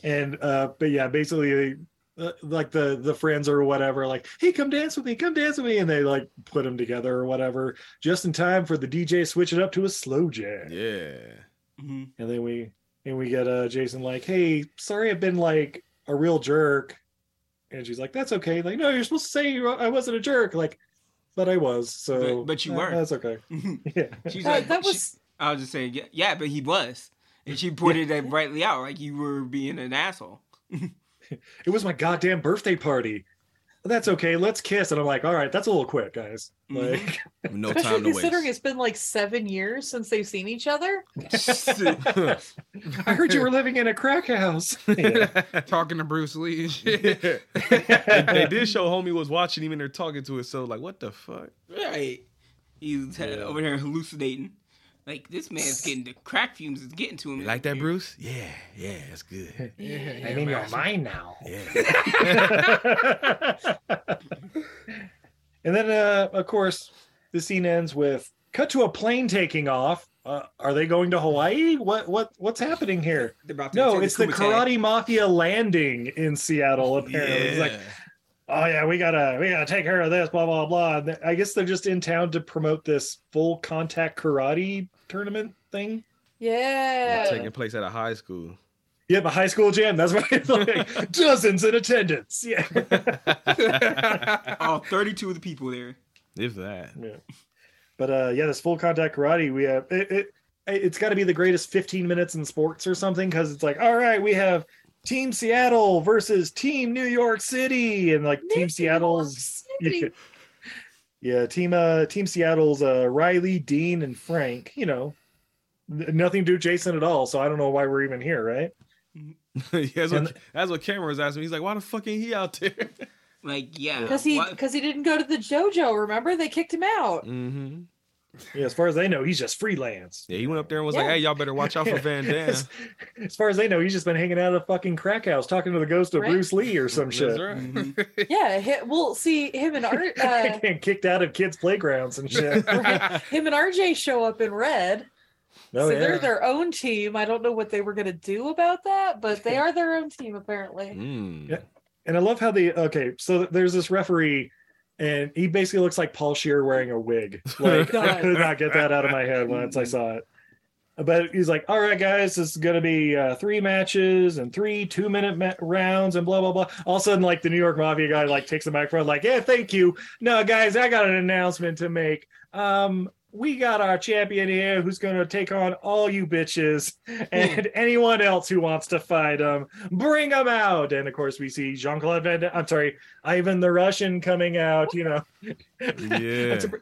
B: and uh but yeah basically uh, like the the friends or whatever like hey come dance with me come dance with me and they like put them together or whatever just in time for the dj switch it up to a slow jam
C: Yeah.
E: Mhm.
B: and then we and we get uh Jason like, hey, sorry I've been like a real jerk. And she's like, that's okay. Like, no, you're supposed to say you- I wasn't a jerk. Like, but I was. So
E: But- but you
B: uh,
E: weren't.
B: That's okay. Yeah.
E: She's
G: Uh,
E: like,
G: that
E: she-
G: was
E: I was just saying, yeah, yeah, but he was, and she pointed it rightly out, like you were being an asshole.
B: It was my goddamn birthday party. That's okay. Let's kiss. And I'm like, all right, that's a little quick, guys.
E: Mhm.
B: Like
C: Mm-hmm. No
G: especially
C: time to
G: considering
C: waste.
G: it's been like seven years since they've seen each other.
B: I heard you were living in a crack house. Yeah.
F: talking to Bruce Lee and shit.
C: they, they did show homie was watching him and they're talking to us. So like, what the fuck?
E: right. He's had-
B: Yeah.
E: over there hallucinating. Like this man's getting the crack fumes is getting to him.
C: You like that, Bruce? Yeah, yeah, that's good.
F: Yeah, yeah,
B: I'm in your
F: man.
B: mind now.
C: Yeah.
B: and then, uh, of course, the scene ends with cut to a plane taking off. Uh, are they going to Hawaii? What what what's happening here?
E: They're about to
B: No,
E: attend
B: it's the
E: Kumite.
B: Karate Mafia landing in Seattle. Apparently, it's like, oh yeah, we gotta we gotta take care of this. Blah blah blah. And I guess they're just in town to promote this full contact karate tournament thing.
G: Yeah.
C: taking place at a high school.
B: Yep, a high school gym. That's right. like, dozens in attendance. Yeah.
C: if
E: all 32 of the people there.
C: that.
B: Yeah. But uh yeah, this full contact karate we have it, it it's got to be the greatest 15 minutes in sports or something cuz it's like all right, we have Team Seattle versus Team New York City and like Team
G: New
B: Seattle's
G: York City.
B: yeah, team uh team Seattle's uh Riley, Dean and Frank, you know. n- Nothing to do with Jason at all, so I don't know why we're even here, right?
C: Yeah, that's,
B: And-
C: what, that's what Cameron was asking. me. He's like, why the fuck ain't he out there?
E: Like, yeah.
C: uh,
G: Because he
E: why-
G: because he didn't go to the JoJo. Remember they kicked him out.
C: Mm-hmm.
B: Yeah, as far as they know, he's just freelance.
C: Yeah, he went up there and was like,
G: Yeah.
C: hey, y'all better watch out for Van Damme.
B: as, as far as they know, he's just been hanging out at a fucking crack house talking to the ghost of
G: Right.
B: Bruce Lee or some
C: That's
B: shit.
C: right.
G: Yeah. Hi, well, see him and Ar- uh,
B: getting kicked out of kids' playgrounds and shit.
G: him and RJ show up in red.
B: No,
G: so
B: Oh, yeah.
G: they're their own team. I don't know what they were gonna do about that, but they are their own team apparently.
C: Mm.
B: Yeah. And I love how the okay. So th- there's this referee, and he basically looks like Paul Shear wearing a wig. Like I
G: God.
B: could not get that out of my head once I saw it. But he's like, "All right, guys, this is gonna be uh, three matches and three two-minute ma- rounds and blah blah blah." All of a sudden, like the New York Mafia guy like takes the microphone, like, "Yeah, thank you. No, guys, I got an announcement to make. Um, we got our champion here who's going to take on all you bitches and anyone else who wants to fight them. Bring them out. And of course, we see Jean Claude Van Damme, I'm sorry, Ivan the Russian coming out, you know.
C: Yeah.
B: I'm, surpri-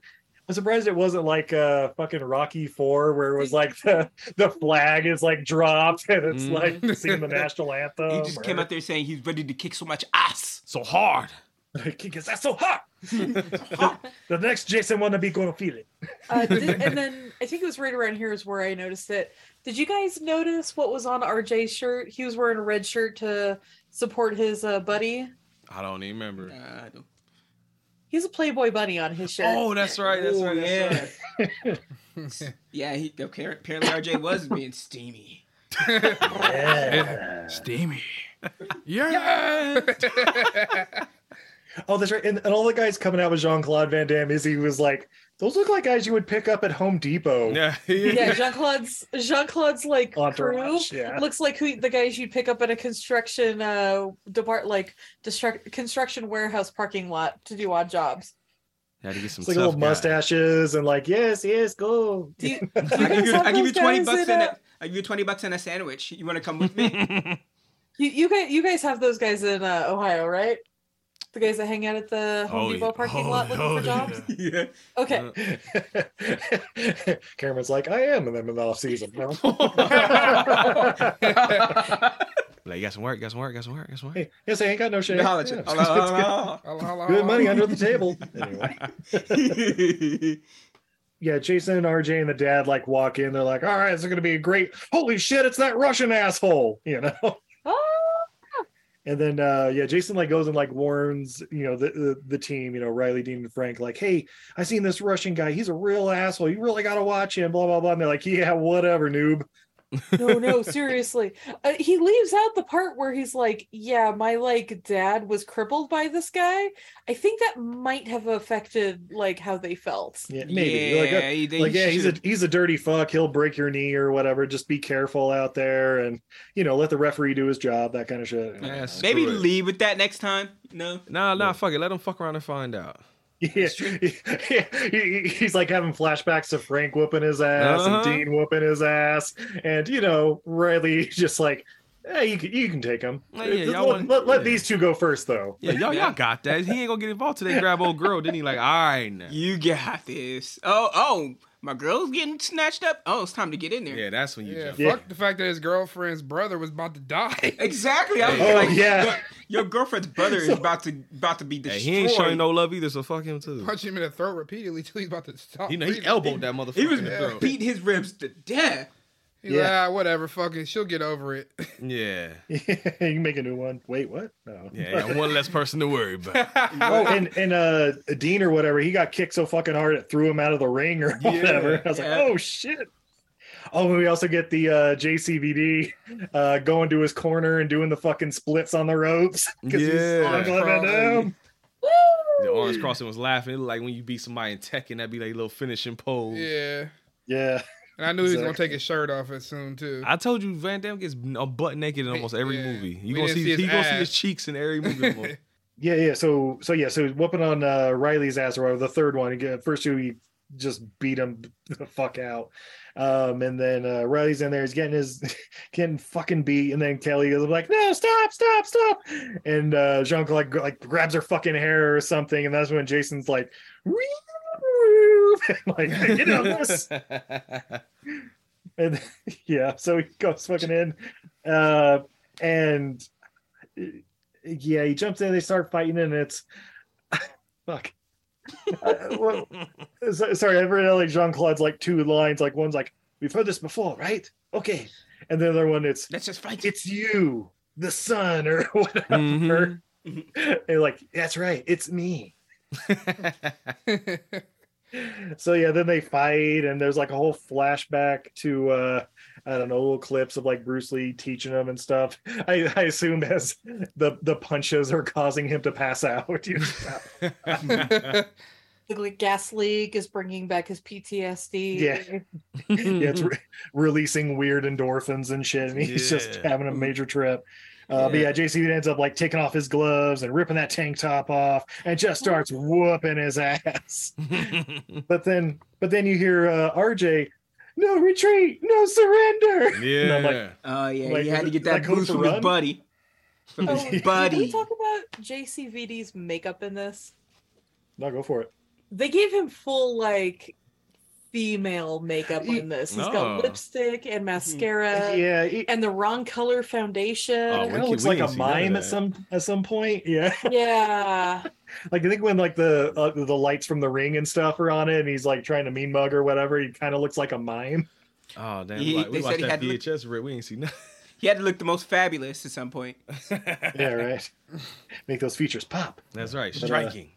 B: I'm surprised it wasn't like uh, fucking Rocky Four, where it was like the, the flag is like dropped and it's
C: Mhm.
B: like singing the national anthem.
E: he just came
B: or-
E: out there saying he's ready to kick so much ass.
C: So hard.
B: Kick his ass so hot. the next Jason wannabe gonna feel it.
G: Uh, did- and then I think it was right around here is where I noticed it. Did you guys notice what was on RJ's shirt? He was wearing a red shirt to support his uh, buddy.
C: I don't even remember.
E: Uh, I don't-
G: He's a Playboy bunny on his shirt.
C: Oh, that's right. That's right. That's
E: yeah.
C: right.
E: yeah, he, apparently RJ was being steamy.
B: Yeah.
F: Steamy. Yeah.
B: Oh, that's right. And, and all the guys coming out with Jean Claude Van Damme is he was like, those look like guys you would pick up at Home Depot.
C: Yeah.
G: yeah, Jean Claude's Jean Claude's like
B: Entourage,
G: crew
B: yeah.
G: looks like who the guys you'd pick up at a construction uh depart like destruct, construction warehouse parking lot to do odd jobs.
C: Had to get some
B: It's like
C: tough
B: little
C: guy.
B: mustaches and like, yes, yes, go.
G: Do you, do
E: I give
G: guys
E: you,
G: have
E: I give you
G: those
E: twenty
G: guys
E: bucks
G: in,
E: and
G: uh,
E: a, I give you twenty bucks and a sandwich. You want to come with me?
G: You, you guys, you guys have those guys in uh, Ohio, right? The guys that hang out at the Home
C: Oh,
G: Depot
C: yeah.
G: parking
C: Oh,
G: lot looking
C: oh,
G: for jobs.
C: yeah.
E: yeah.
G: Okay,
C: Uh,
B: Cameron's like, I am, and then in the off season.
C: Like, you got some work, got some work, got some work, got some work.
B: Hey, yes, I ain't got no shit.
E: Holla at
B: Yeah.
E: you. Holla, holla,
F: Holla, holla,
B: Good
F: holla.
B: money under the table. Anyway.
E: holla.
B: Yeah, Jason and RJ and the dad like walk in. They're like, all right, this is gonna be a great holy shit, it's that Russian asshole, you know.
G: oh,
B: And then uh yeah, Jason like goes and like warns, you know, the the, the team, you know, Riley Dean and Frank, like, hey, I seen this Russian guy, he's a real asshole. You really gotta watch him, blah blah blah. And they're like, Yeah, whatever, noob.
G: no, no, seriously. Uh, he leaves out the part where he's like, "Yeah, my like dad was crippled by this guy." I think that might have affected like how they felt.
B: Yeah, maybe. You're like, uh,
E: Yeah, you- they
B: like yeah he's a
E: should-
B: he's a dirty fuck he'll break your knee or whatever just be careful out there and you know let the referee do his job that kind of shit
C: Yeah, screw
E: Maybe
C: it.
E: leave with that next time. No.
C: Nah, nah, fuck it. Let them fuck around and find out.
B: yeah. yeah. He- he- he's like having flashbacks of frank whooping his ass
C: Uh-huh.
B: and dean whooping his ass and you know riley just like hey you can, you can take him
C: Yeah, yeah,
B: let,
C: y'all want-
B: let- let
C: yeah.
B: these two go first though
C: Yeah, y'all,
E: Yeah.
C: y'all got that. He ain't gonna get involved till they grab old girl. Then he like, all right now.
E: You got this. Oh, oh, my girl's getting snatched up. Oh, it's time to get in there.
C: Yeah, that's when you
F: Yeah,
C: jump.
B: Yeah.
F: fuck the fact that his girlfriend's brother was about to die.
E: Exactly. I was
B: Oh,
E: like,
B: yeah.
E: your, your girlfriend's brother is about to about to be
C: Hey,
E: destroyed.
C: he ain't showing no love either, so fuck him too.
F: Punch him in the throat repeatedly till he's about to stop.
C: You know, he
F: breathing.
C: elbowed that motherfucker.
E: He was
C: in the throat.
E: beating his ribs to death.
F: He's like, "Ah, whatever, fucking, she'll get over it.
C: Yeah.
B: you can make a new one wait what no
C: Yeah, I got one less person to worry about.
B: oh, and and uh, Dean or whatever, he got kicked so fucking hard it threw him out of the ring or
C: Yeah.
B: whatever. I was like,
E: Yeah.
B: oh shit. Oh, and we also get the uh, JCVD uh, going to his corner and doing the fucking splits on the ropes because
C: Yeah.
B: he's on Van Dam.
C: The orange crossing was laughing. It looked like when you beat somebody in Tekken, that'd be like a little finishing pose.
F: Yeah.
B: Yeah,
F: And I knew he was gonna
B: Exactly.
F: take his shirt off as soon too.
C: I told you, Van Damme gets a butt naked in almost every
F: Yeah.
C: movie.
F: We
C: You gonna
F: didn't
C: see,
F: see his
C: he gonna see
F: ass.
C: his cheeks in every movie. almost.
B: yeah, yeah. So, so yeah, so he's whooping on uh, Riley's ass or whatever. The third one, Again, first two, he just beat him the fuck out. Um, and then uh, Riley's in there, he's getting his getting fucking beat, and then Kelly is like, "No, stop, stop, stop!" And uh, Jean like gr- like grabs her fucking hair or something, and that's when Jason's like, "Woo!" like get out of this, and yeah, so he goes fucking in, uh, and uh, yeah, he jumps in, they start fighting, and it's fuck. Uh, well, so- sorry, I've read like Jean Claude's like two lines. Like one's like, "We've heard this before, right? Okay," and the other one, it's
E: Let's just fight.
B: it's you, the sun, or whatever.
C: Mhm.
E: Mm-hmm.
B: And like, that's right, it's me. So yeah, then they fight, and there's like a whole flashback to uh I don't know little clips of like Bruce Lee teaching them and stuff. I, I assume as the the punches are causing him to pass out. you know?
G: The gl- gas leak is bringing back his PTSD.
B: Yeah. yeah, it's re- releasing weird endorphins and shit, and he's just
C: Yeah.
B: having a major trip. Uh, But yeah, JC ends up like taking off his gloves and ripping that tank top off, and just starts whooping his ass. But then, but then you hear uh, RJ, no retreat, no surrender.
C: yeah.
B: I'm like,
E: Oh yeah,
B: Like,
E: he had to get that
B: like who's
E: boost
B: the
E: from his
B: run?
E: buddy. From
G: Oh,
E: his
G: Can we
E: buddy.
G: talk about JCVD's makeup in this?
B: No, go for it.
G: They gave him full like female makeup in this. He's
C: Oh.
G: got lipstick and mascara
B: Mm-hmm. yeah, he,
G: and the wrong color foundation.
C: Oh,
B: kind
C: we
B: of looks
C: can- we
B: like a
C: can see none of
B: mime at
C: that.
B: some at some point. Yeah,
G: yeah.
B: like I think when like the uh, the lights from the ring and stuff are on it, and he's like trying to mean mug or whatever. He kind of looks like a mime.
C: oh damn,
E: He-
C: we, like,
E: they
C: we
E: said
C: watched
E: he
C: that
E: had to look-
C: VHS rip. We ain't seen nothing.
E: He had to look the most fabulous at some point.
B: Yeah, right. Make those features pop.
C: That's right,
B: uh,
C: striking.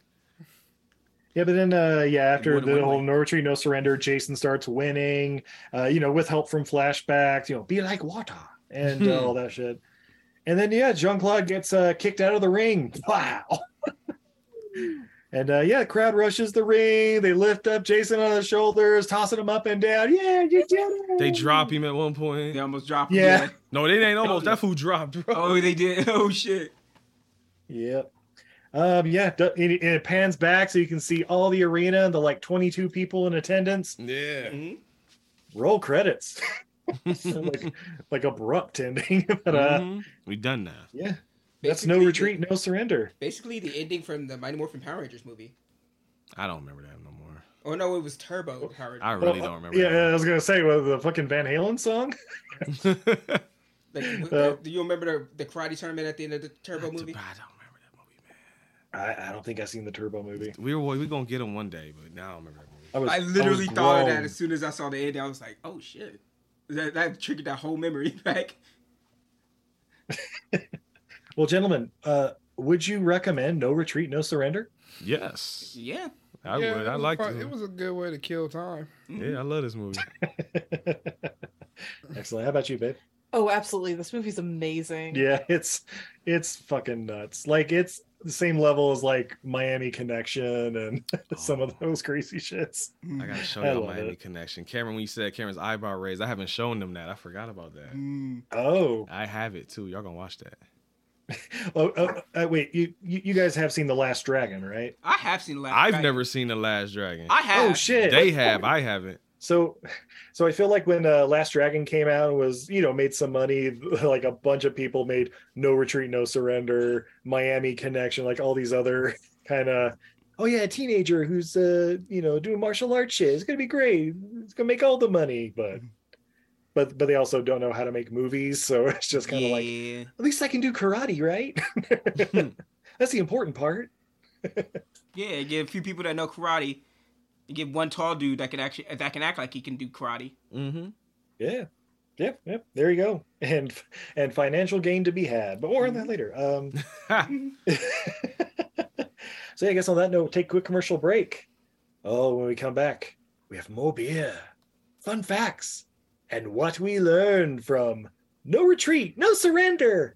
B: Yeah, but then uh yeah, after
C: Would've
B: the
C: went
B: whole
C: like-
B: no retreat, no surrender, Jason starts winning, uh, you know, with help from flashbacks, you know, be like water and uh, all that shit. And then yeah, Jean Claude gets uh kicked out of the ring. Wow. and uh yeah, crowd rushes the ring, they lift up Jason on the shoulders, tossing him up and down. Yeah, you did it.
C: They drop him at one point.
E: They almost dropped
B: Yeah.
E: him.
C: No, they ain't almost. That fool dropped, bro.
E: Oh, they did. Oh shit.
B: Yep. Um, yeah, du- and it, and it pans back so you can see all the arena and the like 22 people in attendance.
C: Yeah.
F: Mm-hmm.
B: Roll credits. So, like, like abrupt ending, but uh,
C: Mhm. We done now.
B: yeah, that's no
E: Basically,
B: retreat, no surrender.
E: Basically, the ending from the Mighty Morphin Power Rangers movie.
C: I don't remember that no more.
E: Oh no, it was Turbo Power Rangers.
C: I really
B: Well,
C: don't remember.
B: Yeah, I
C: that
B: was gonna say well, the fucking Van Halen song.
C: anymore.
E: Like, w-
B: Uh,
E: do you remember the, the karate tournament at the end of the Turbo movie?
C: I don't remember that movie, man.
B: I, I don't think I've seen the Turbo movie.
C: We were we gonna get him one day, but now I don't remember that movie.
B: was, oh,
E: I literally
B: was
E: thought of
B: grown.
E: that as soon as I saw the ending. I was like, oh shit. That, that triggered that whole memory back.
B: Well, gentlemen, uh, would you recommend No Retreat, No Surrender?
C: Yes,
E: Yeah.
C: I
F: Yeah,
C: would.
F: it
C: I
F: was
C: like
F: fun-
C: it.
F: It was mm. a good way to kill time.
B: Mm-hmm.
C: Yeah, I love this movie.
B: Excellent. How about you, babe?
G: Oh, absolutely. This movie's amazing.
B: Yeah, it's it's fucking nuts. Like it's the same level as like Miami Connection and some of those crazy shits.
C: I gotta show
B: I
C: you
B: love
C: Miami
B: it.
C: Connection. Cameron, when you said Cameron's eyebrow raised, I haven't shown them that. I forgot about that.
E: Mm.
B: Oh,
C: I have it too. Y'all gonna watch that?
B: oh, oh, uh, wait. You, you you guys have seen The Last Dragon, right?
C: Ah.
E: I have seen Last
C: I've
E: Dragon.
C: never seen The Last Dragon.
E: I have.
B: Oh shit.
C: They have. I haven't.
B: so so I feel like when uh, Last Dragon came out and was you know made some money, like a bunch of people made No Retreat, No Surrender, Miami Connection, like all these other kind of. Oh yeah, a teenager who's uh you know doing martial arts shit. It's gonna be great. It's gonna make all the money, but but but they also don't know how to make movies, so it's just kind of like
E: Yeah.
B: at least I can do karate, right? That's the important part.
E: Yeah, you get a few people that know karate. You get one tall dude that can actually that can act like he can do karate.
C: Mm-hmm.
B: Yeah. Yep, yep. There you go. And and financial gain to be had. But more on that later. Um so yeah, I guess on that note, take a quick commercial break. Oh, when we come back, we have more beer, fun facts, and what we learned from No Retreat, No Surrender.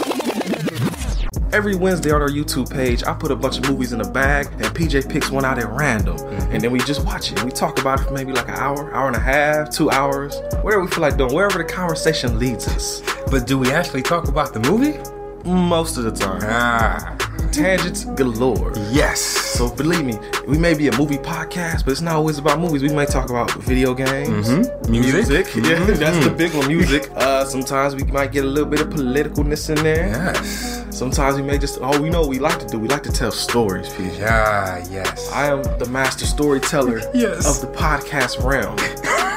C: Every Wednesday on our YouTube page, I put a bunch of movies in a bag and PJ picks one out at random.
H: Mm-hmm.
C: And then we just watch it. We talk about it for maybe like an hour, hour and a half, two hours, whatever we feel like doing, wherever the conversation leads us.
H: But do we actually talk about the movie?
C: Most of the time.
H: Ah,
C: Tangents galore.
H: yes.
C: So believe me, we may be a movie podcast, but it's not always about movies. We may talk about video games,
H: Mm-hmm. Music.
C: Yeah,
H: Mhm.
C: that's the big one. Music. Uh, sometimes we might get a little bit of politicalness in there.
H: yes.
C: Sometimes we may just oh, we know what we like to do. We like to tell stories, PJ.
H: Ah, yes.
C: I am the master storyteller
H: Yes.
C: of the podcast realm.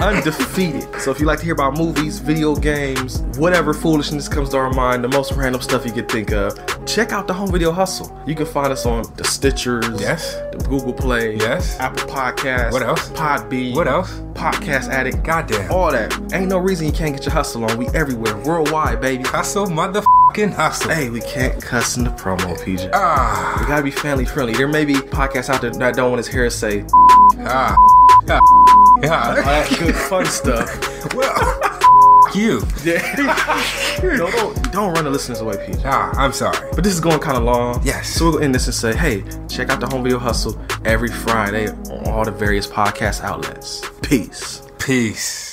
C: Undefeated. So if you like to hear about movies, video games, whatever foolishness comes to our mind, the most random stuff you could think of, check out the Home Video Hustle. You can find us on the Stitchers,
H: Yes.
C: the Google Play,
H: Yes.
C: Apple Podcasts,
H: What else?
C: Podbean,
H: What else?
C: Podcast Addict,
H: Goddamn.
C: all that. Ain't no reason you can't get your hustle on. We everywhere, worldwide, baby.
H: Hustle, motherfucking hustle.
C: Hey, we can't cuss in the promo, PJ.
H: Ah,
C: We gotta be family friendly. There may be podcasts out there that don't want us here to say
H: ah, ah,
C: all
H: ah.
C: that good fun stuff.
H: Well, you.
C: No, don't, don't run the listeners away, PJ.
H: Ah, I'm sorry.
C: But this is going kind of long.
H: Yes.
C: So we're going to end this and say, hey, check out the Home Video Hustle every Friday on all the various podcast outlets. Peace.
H: Peace.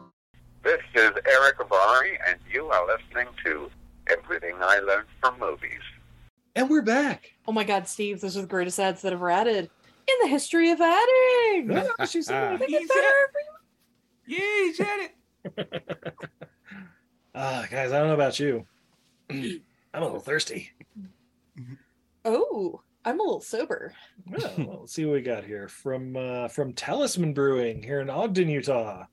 K: This is Eric Avari, and you are listening to Everything I Learned from Movies.
B: And we're back.
G: Oh my God, Steve, those are the greatest ads that ever added in the history of adding.
B: Yeah, she's
G: They get
E: He's
G: better every-
E: at- Yeah, he's at it.
B: Ah, guys, I don't know about you. I'm a little thirsty.
G: Oh, I'm a little sober.
B: Well, let's see what we got here from uh, from Talisman Brewing here in Ogden, Utah.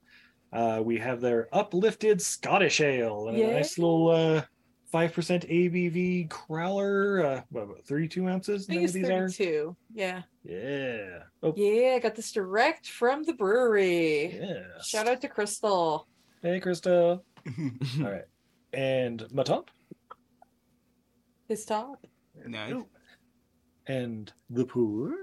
B: Uh, we have their uplifted Scottish ale and
G: Yay.
B: a nice little uh, five percent ABV crowler. Uh, what, about thirty-two ounces? Is
G: I
B: that
G: think
B: what
G: it's 32. Yeah.
B: Yeah. Oh.
G: Yeah, I got this direct from the brewery.
B: Yes.
G: Shout out to Crystal.
B: Hey, Crystal. All right. And Matop
G: His top.
E: Nice.
B: and the poor.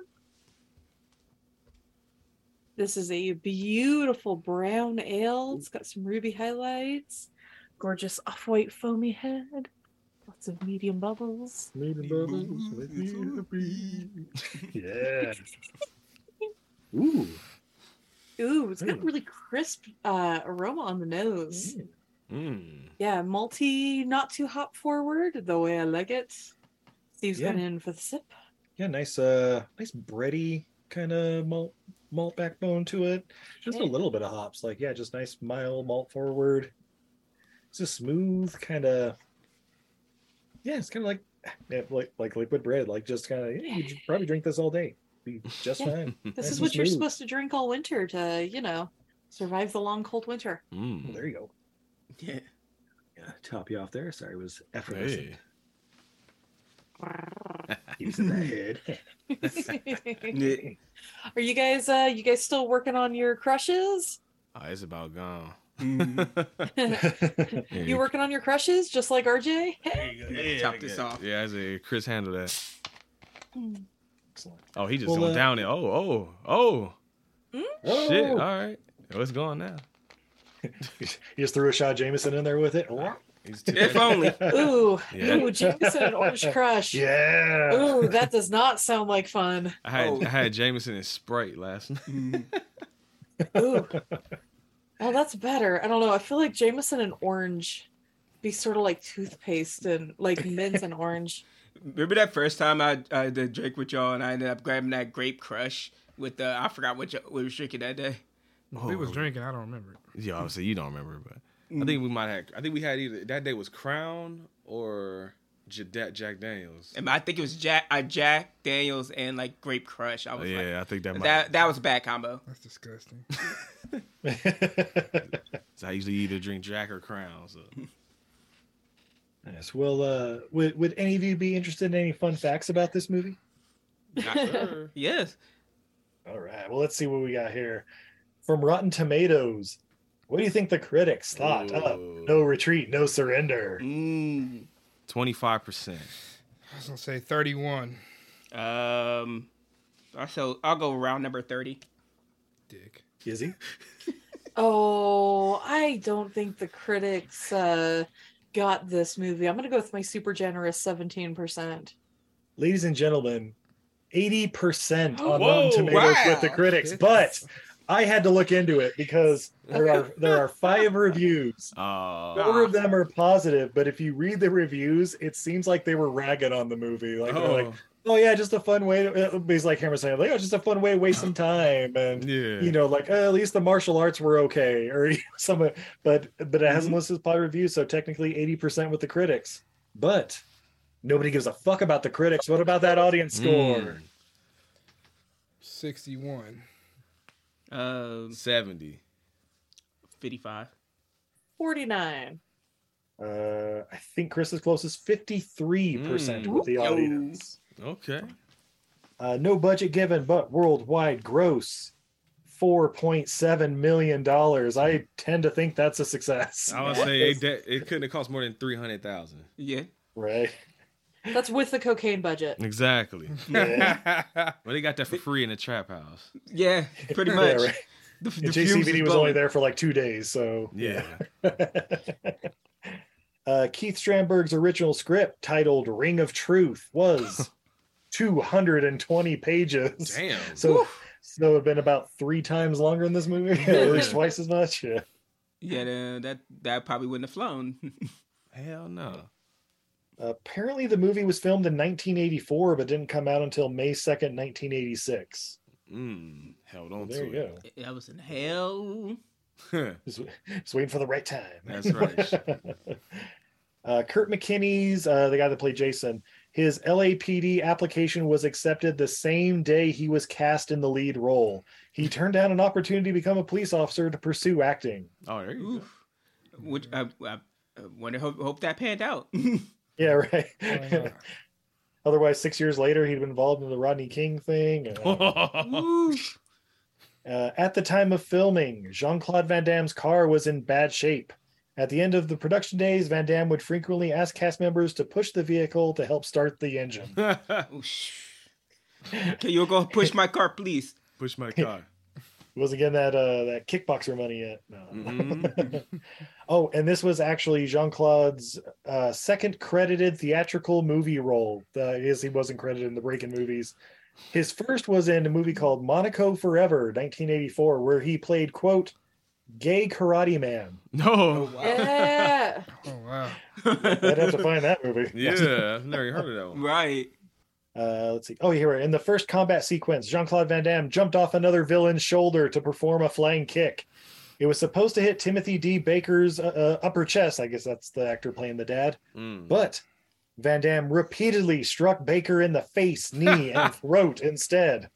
G: This is a beautiful brown ale. It's got some ruby highlights, gorgeous off white foamy head, lots of medium bubbles.
B: Yeah. Ooh.
G: Ooh, it's got a really crisp uh, aroma on the nose.
C: Mm.
G: Yeah, malty, not too hop forward, the way I like it. Steve's
B: Yeah.
G: going in for the sip.
B: Yeah, nice uh nice bready kind of malt malt backbone to it. Just a
G: Okay.
B: little bit of hops. Like yeah, just nice mild malt forward. It's a smooth kind of Yeah, it's kind of like yeah, like like liquid bread, like just kind of yeah, you should probably drink this all day. Be just
G: Yeah.
B: fine.
G: This is what you're supposed to drink all winter to, you know, survive the long cold winter.
B: There you go.
E: Yeah.
B: Yeah, top you off there. Sorry, it was effortless. Use of the head.
C: Ah,
G: Are you guys uh you guys still working on your crushes?
C: Ah, it's about gone.
E: Mm-hmm.
G: You working on your crushes just like RJ?
E: Chop this off.
C: Yeah, I say Chris handle that. Oh, he just
E: Well,
C: going
E: uh,
C: down it. Oh, oh, oh. Shit. All right. Oh, it's gone now.
B: you just threw a shot of Jameson in there with it.
C: If only.
G: Ooh,
C: Yeah.
G: ooh, Jameson and Orange Crush.
B: Yeah.
E: Oh,
G: Ooh, that does not sound like fun.
C: I had
B: Oh.
C: I had Jameson and Sprite last
E: Mm.
C: night.
G: Ooh. Oh, that's better. I don't know. I feel like Jameson and Orange be sort of like toothpaste and like mint and orange.
E: Remember that first time I, I did drink with y'all and I ended up grabbing that grape crush with the I forgot what y'all, we was drinking that day.
F: We was drinking. I don't remember.
C: yeah, obviously you don't remember, but I think we might have. I think we had either that day was Crown or J- that Jack Daniels.
E: And I think it was Jack, uh, Jack Daniels and like Grape Crush. I was like,
C: Yeah, I think that might-
E: that that was a bad combo.
F: That's disgusting.
C: So I usually either drink Jack or Crown. So
B: Yes. Well, uh, would would any of you be interested in any fun facts about this movie?
E: yes.
B: All right. Well, let's see what we got here from Rotten Tomatoes. What do you think the critics thought of No Retreat, No Surrender?
C: Mm. twenty five percent.
F: I was gonna say thirty-one.
E: Um, I so I'll go round number thirty.
B: Is he?
G: Oh, I don't think the critics uh, got this movie. I'm going to go with my super generous 17%.
B: Ladies and gentlemen, eighty percent on
G: Whoa,
B: Rotten Tomatoes with the
G: wow.
B: critics, but I had to look into it because there are there are five reviews. Four of them are positive, but if you read the reviews, it seems like they were ragging on the movie. Like they're like,
C: Oh.
B: "Oh yeah, just a fun way." To, uh, he's like Hammer saying, "Like oh, just a fun way to waste some time," and
C: Yeah.
B: you know, like "Uh, at least the martial arts were okay, or you know, some. of- But but it hasn't listed as positive reviews, so technically eighty percent with the critics. But nobody gives a fuck about the critics. What about that audience score?
C: Mm.
F: Sixty-one.
E: Um,
C: Mm. seventy.
E: Fifty-five.
G: 49.
B: Uh, I think Chris is closest, fifty-three
C: Hmm.
B: percent with the
E: Ooh.
B: audience.
C: Mm. Okay.
B: Uh, no budget given, but worldwide gross $4.7 million. I tend to think that's a success.
C: I would say it, de- it couldn't have cost more than three hundred thousand.
E: Yeah.
B: Right.
G: That's with the cocaine budget.
C: Exactly.
B: Yeah.
C: well, they got that for free in the trap house.
E: Yeah, pretty
B: Yeah,
E: much.
B: right.
E: The,
B: And
E: the fumes
B: JCVD
E: is
B: was only
E: blowing.
B: there for like two days, so uh, Keith Strandberg's original script titled "Ring of Truth" was 220 pages.
C: Damn.
B: So, so it would have been about three times longer in this movie, or twice as much. Yeah.
E: Yeah, the- that that probably wouldn't have flown.
C: Hell no.
B: Apparently, the movie was filmed in 1984, but didn't come out until May 2nd, 1986.
C: Mm, held on
B: There
C: to
B: you
C: it.
E: That was in hell.
B: Just, just waiting for the right time.
C: That's right.
B: uh, Kurt McKinney's, uh, the guy that played Jason, his LAPD application was accepted the same day he was cast in the lead role. He turned down an opportunity to become a police officer to pursue acting.
C: Oh, there you
E: go. Which I, I, I wonder. Hope, hope that panned out.
B: Yeah, right.
C: Oh,
B: Otherwise, six years later, he'd been involved in the Rodney King thing. and-
C: Oh,
B: Uh, at the time of filming, Jean Claude Van Damme's car was in bad shape. At the end of the production days, Van Damme would frequently ask cast members to push the vehicle to help start the engine.
E: Oh, sh- Can you go push my car, please?
C: Push my car.
B: It wasn't getting that uh, that kickboxer money yet. No.
C: Mm-hmm.
B: oh, and this was actually Jean Claude's uh, second credited theatrical movie role. Uh, I guess he wasn't credited in the Breaking movies. His first was in a movie called Monaco Forever, 1984, where he played quote gay karate man.
C: No,
G: Yeah.
F: Oh wow.
B: I'd have to find that movie.
C: Yeah, I've never even heard of that one.
E: Right.
B: Uh, let's see. Oh, here we are. In the first combat sequence, Jean Claude Van Damme jumped off another villain's shoulder to perform a flying kick. It was supposed to hit Timothy D. Baker's uh, uh, upper chest. I guess that's the actor playing the dad.
C: Mm.
B: But Van Damme repeatedly struck Baker in the face, knee, and throat instead.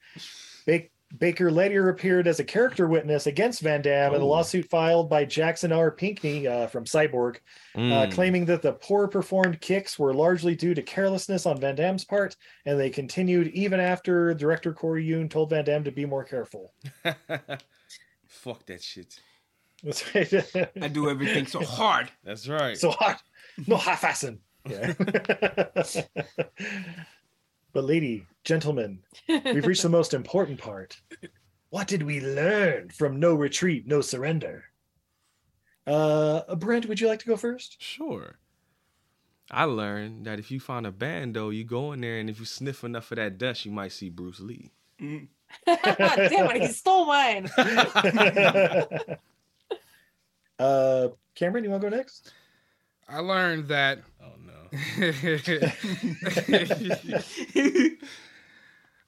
B: Ba- Baker later appeared as a character witness against Van Damme in a
L: Oh.
B: lawsuit filed by Jackson R. Pinkney uh, from Cyborg,
L: Mm.
E: Hmm.
B: uh, claiming that the poor performed kicks were largely due to carelessness on Van Damme's part, and they continued even after director Corey Yoon told Van Damme to be more careful.
C: Fuck that shit.
B: That's right.
E: I do everything so hard.
C: That's right.
B: So hard. No half assing. Yeah. but, lady, gentlemen, we've reached the most important part. What did we learn from No Retreat, No Surrender? Uh, Brent, would you like to go first?
C: Sure. I learned that if you find a bando, you go in there, and if you sniff enough of that dust, you might see Bruce Lee.
G: Damn it, he stole mine.
B: Uh, Cameron, you want to go next?
F: I learned that.
C: Oh
F: no.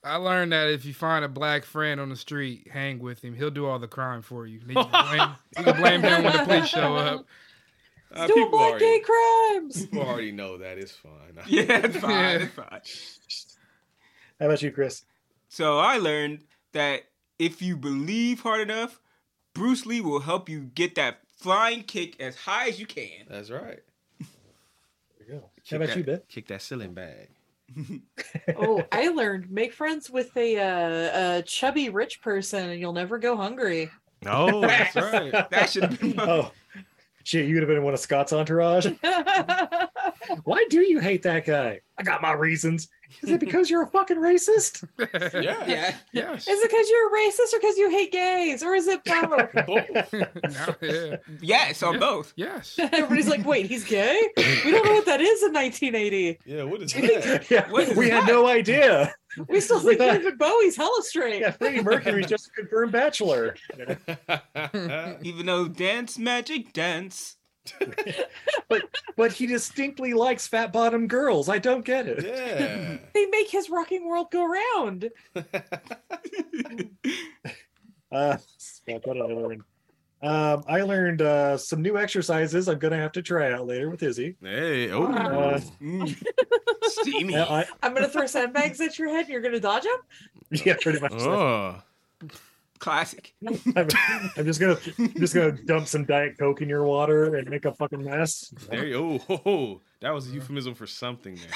F: I learned that if you find a black friend on the street, hang with him. He'll do all the crime for you. You can blame, you can blame him when the police show up.
C: Uh,
F: Do
C: people
F: more
C: already-
F: gay crimes.
C: People already know that. It's fine.
E: Yeah, it's fine. It's fine.
B: How about you, Chris?
E: So I learned that if you believe hard enough, Bruce Lee will help you get that flying kick as high as you can.
C: That's right.
B: How about you, Ben?
C: Kick that ceiling bag.
G: oh, I learned make friends with a, uh, a chubby rich person and you'll never go hungry.
C: No, Oh, that's right.
E: That should have been.
B: Oh, shit, you would have been one of Scott's entourage. Why do you hate that guy? I got my reasons. Is it because you're a fucking racist?
C: Yeah.
E: Yeah.
C: Yes.
G: Is it because you're a racist or because you hate gays or is it both?
E: Yes, on both.
F: Yes.
G: Everybody's like, wait, he's gay? We don't know what that is in 1980.
C: Yeah, what is
G: that?
B: yeah, we had no idea.
G: We still
B: We
G: think
B: thought-
G: David Bowie's hella straight.
B: Yeah, Freddie Mercury just a confirmed bachelor.
E: Even though dance magic dance.
B: But he distinctly likes fat bottom girls. I don't get it.
C: Yeah.
G: They make his rocking world go round.
B: Uh, fuck, what did I learn? Um, I learned uh, some new exercises I'm going to have to try out later with Izzy.
C: Hey, oh.
B: Uh,
E: Steamy.
B: Yeah, I-
G: I'm going to throw sandbags at your head and you're going to dodge them?
B: yeah, pretty much.
C: Oh.
E: Classic.
B: I'm, I'm just gonna I'm just gonna dump some diet coke in your water and make a fucking mess.
C: There you oh, ho, ho. That was a euphemism for something, man.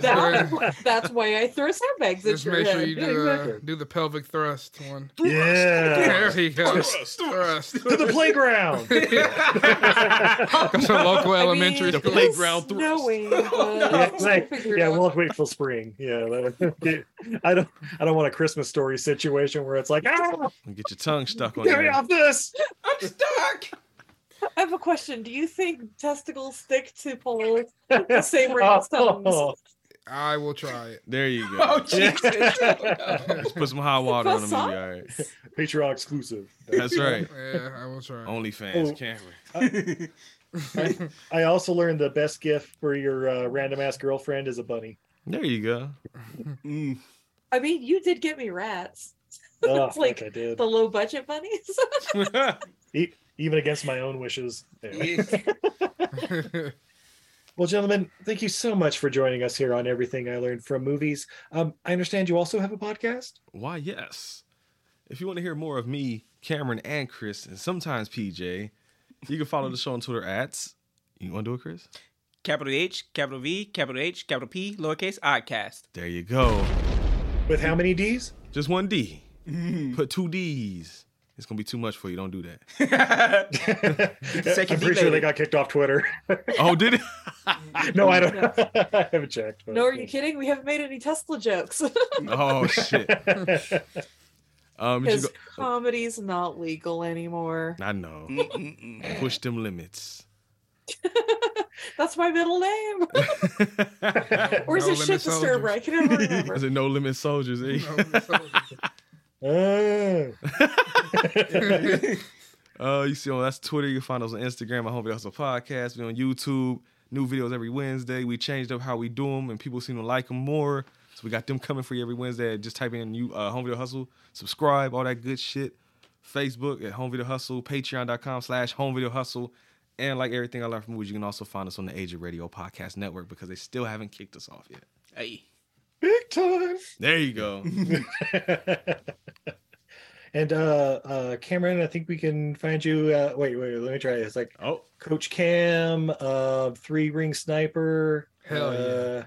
G: That- that's why I throw sandbags at
F: Just
G: your
F: make sure
G: head.
F: you
G: Yeah,
F: do,
G: exactly.
F: uh, do the pelvic thrust one.
B: Yeah.
F: There you go.
B: Thrust,
F: Thrust.
B: To the playground.
F: Come to local elementary
B: the
F: school.
B: playground
F: through.
G: Snowing,
B: yeah,
G: but
B: like,
G: figure it
B: yeah,
G: out.
B: we'll have to wait till spring. Yeah, that- I don't, I don't want a Christmas story situation where it's like, ah,
C: Get your tongue stuck on
B: get me
C: there.
B: off this.
G: I have a question. Do you think testicles stick to polar the same rate as
B: Oh.
G: tongues?
F: I will try it.
C: There you go.
G: Oh, Jesus.
C: Just put some hot water on them. All right.
B: Patreon exclusive.
C: That's right.
F: Yeah, I will try.
C: Only fans,
B: Oh.
C: can't
B: I, I- I also learned the best gift for your uh, random ass girlfriend is a bunny.
C: we? There you go. Mm.
G: I mean, you did get me rats.
B: Oh,
G: it's like
B: fuck, I did.
G: the low budget bunnies.
B: E- even against my own wishes. Anyway. well, gentlemen, thank you so much for joining us here on Everything I Learned from Movies. Um, I understand you also have a podcast.
C: Why, yes. If you want to hear more of me, Cameron, and Chris, and sometimes PJ, you can follow the show on Twitter at. You want to do it, Chris?
E: Capital H, capital V, capital H, capital P, lowercase oddcast.
C: There you go.
B: With how many D's? Mm-hmm.
C: Just one D. Put two D's. It's gonna be too much for you. Don't do that.
B: I'm
C: second D
B: pretty sure
C: later.
B: they got kicked off Twitter.
C: Oh, did it?
B: no, I don't. I haven't checked. but-
G: no, are you kidding? We haven't made any Tesla jokes.
C: Oh shit. Um, you
G: Because
C: go-
G: comedy's not legal anymore.
C: I know. Push them limits.
G: That's my middle name. or is it
C: No Limit
G: shit disturber? I can never remember.
C: Is it no limit soldiers? eh? Uh, you see, on that's Twitter. You can find us on Instagram. I hope that's a podcast. We on YouTube. New videos every Wednesday. We changed up how we do them, and people seem to like them more. So we got them coming for you every Wednesday. Just type in you uh, Home Video Hustle, subscribe, all that good shit. Facebook at Home Video Hustle, Patreon.com slash Home Video Hustle, and like everything I learned from movies, you can also find us on the Age of Radio Podcast Network because they still haven't kicked us off yet.
E: Hey.
B: Big time.
C: There you go.
B: And uh, uh, Cameron, I think we can find you. Uh, wait, wait, let me try this. Like,
C: oh,
B: Coach Cam, uh, Three Ring Sniper.
F: Hell
B: uh, yeah.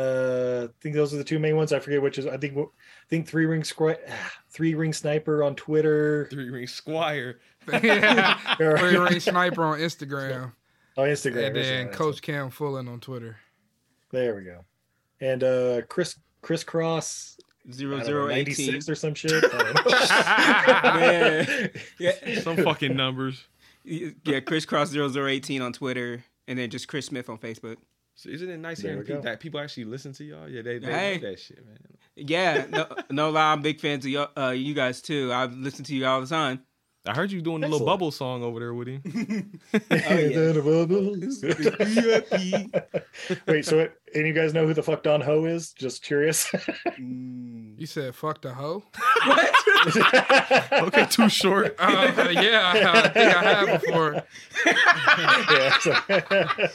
B: Uh, I think those are the two main ones. I forget which is. I think I think Three Ring Squ- Three Ring Sniper on Twitter.
C: Three Ring Squire.
F: yeah. Three Ring Sniper on Instagram.
B: Oh, Instagram.
F: And then
B: Instagram.
F: Coach Cam Fullen on Twitter.
B: There we go. And uh, Chris Crisscross.
E: Zero
F: zero
B: ninety six
F: eighteen.
B: or some shit. I don't know.
E: yeah. yeah.
C: Some fucking numbers.
E: Yeah, crisscross0018 on Twitter, and then just Chris Smith on Facebook.
C: So isn't it nice
E: There
C: hearing
E: we go.
C: people, that people actually listen to y'all? Yeah, they, they
E: Hey.
C: love that shit, man.
E: Yeah, no, no lie, I'm big fans of y'all, uh, you guys too. I listen to you all the time.
C: I heard you doing the little bubble song over there with him.
B: Wait, so it, any of you guys know who the fuck Don Ho is? Just curious.
F: You said fuck the hoe?
C: okay, too short.
F: Uh, yeah, I think I have before.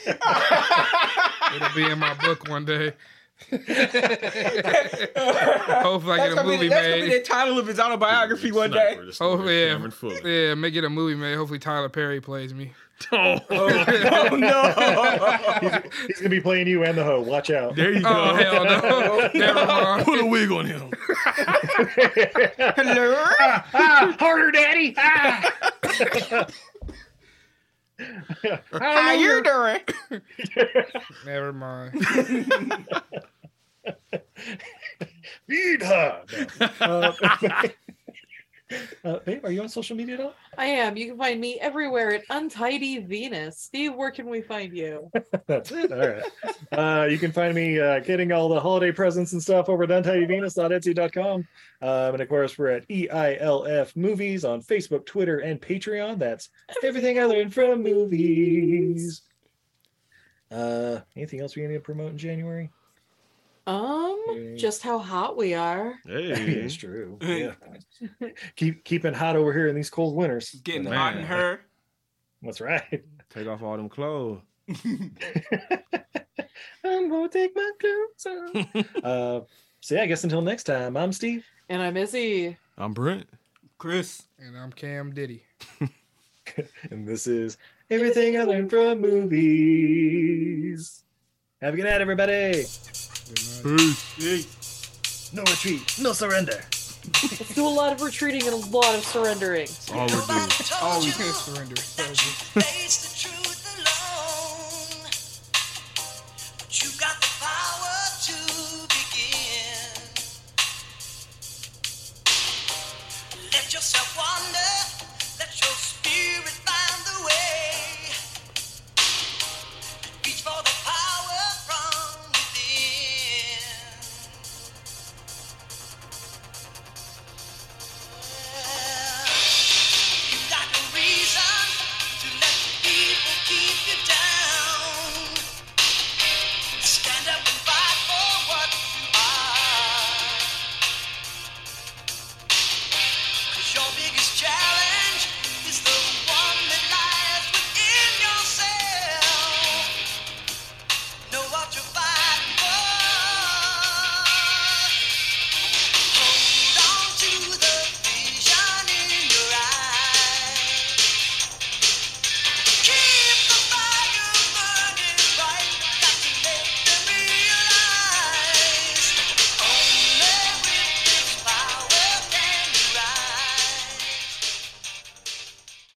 B: yeah, so-
F: It'll be in my book one day. Hopefully, I get
E: That's
F: a
E: gonna, be,
F: movie
E: that's gonna be the
F: made.
E: title of his autobiography one day.
F: Oh yeah, yeah. Make it a movie made. Hopefully, Tyler Perry plays me.
C: Oh,
B: Oh,
F: no!
B: He's gonna be playing you and the hoe. Watch out.
C: There you
F: Oh hell no! Never mind.
C: Put a wig on him.
E: Hello.
B: ah, harder, Daddy. Ah.
E: How you doing?
F: Never mind.
B: Feed her. No. Uh, uh, babe, are you on social media at all?
G: I am. You can find me everywhere at Untidy Venus. Steve, where can we find you?
B: That's it. All right. Uh, you can find me uh, getting all the holiday presents and stuff over at untidyvenus.etsy.com. Um, and of course, we're at EILF Movies on Facebook, Twitter, and Patreon. That's everything I learned from movies. Uh, anything else we need to promote in January?
G: Um, just how hot we are.
C: Hey,
B: it's true. Yeah. Keep keeping hot over here in these cold winters.
E: Getting hot in her.
B: That's right.
C: Take off all them clothes.
B: I'm gonna take my clothes off. Uh, so yeah, I guess until next time, I'm Steve.
G: And I'm Izzy.
C: I'm Brent.
E: Chris.
F: And I'm Cam Diddy.
B: and this is Everything I learned from movies. Have a good night, everybody. No retreat, no surrender.
G: Let's do a lot of retreating and a lot of surrendering.
B: All we're doing.
F: Always surrender.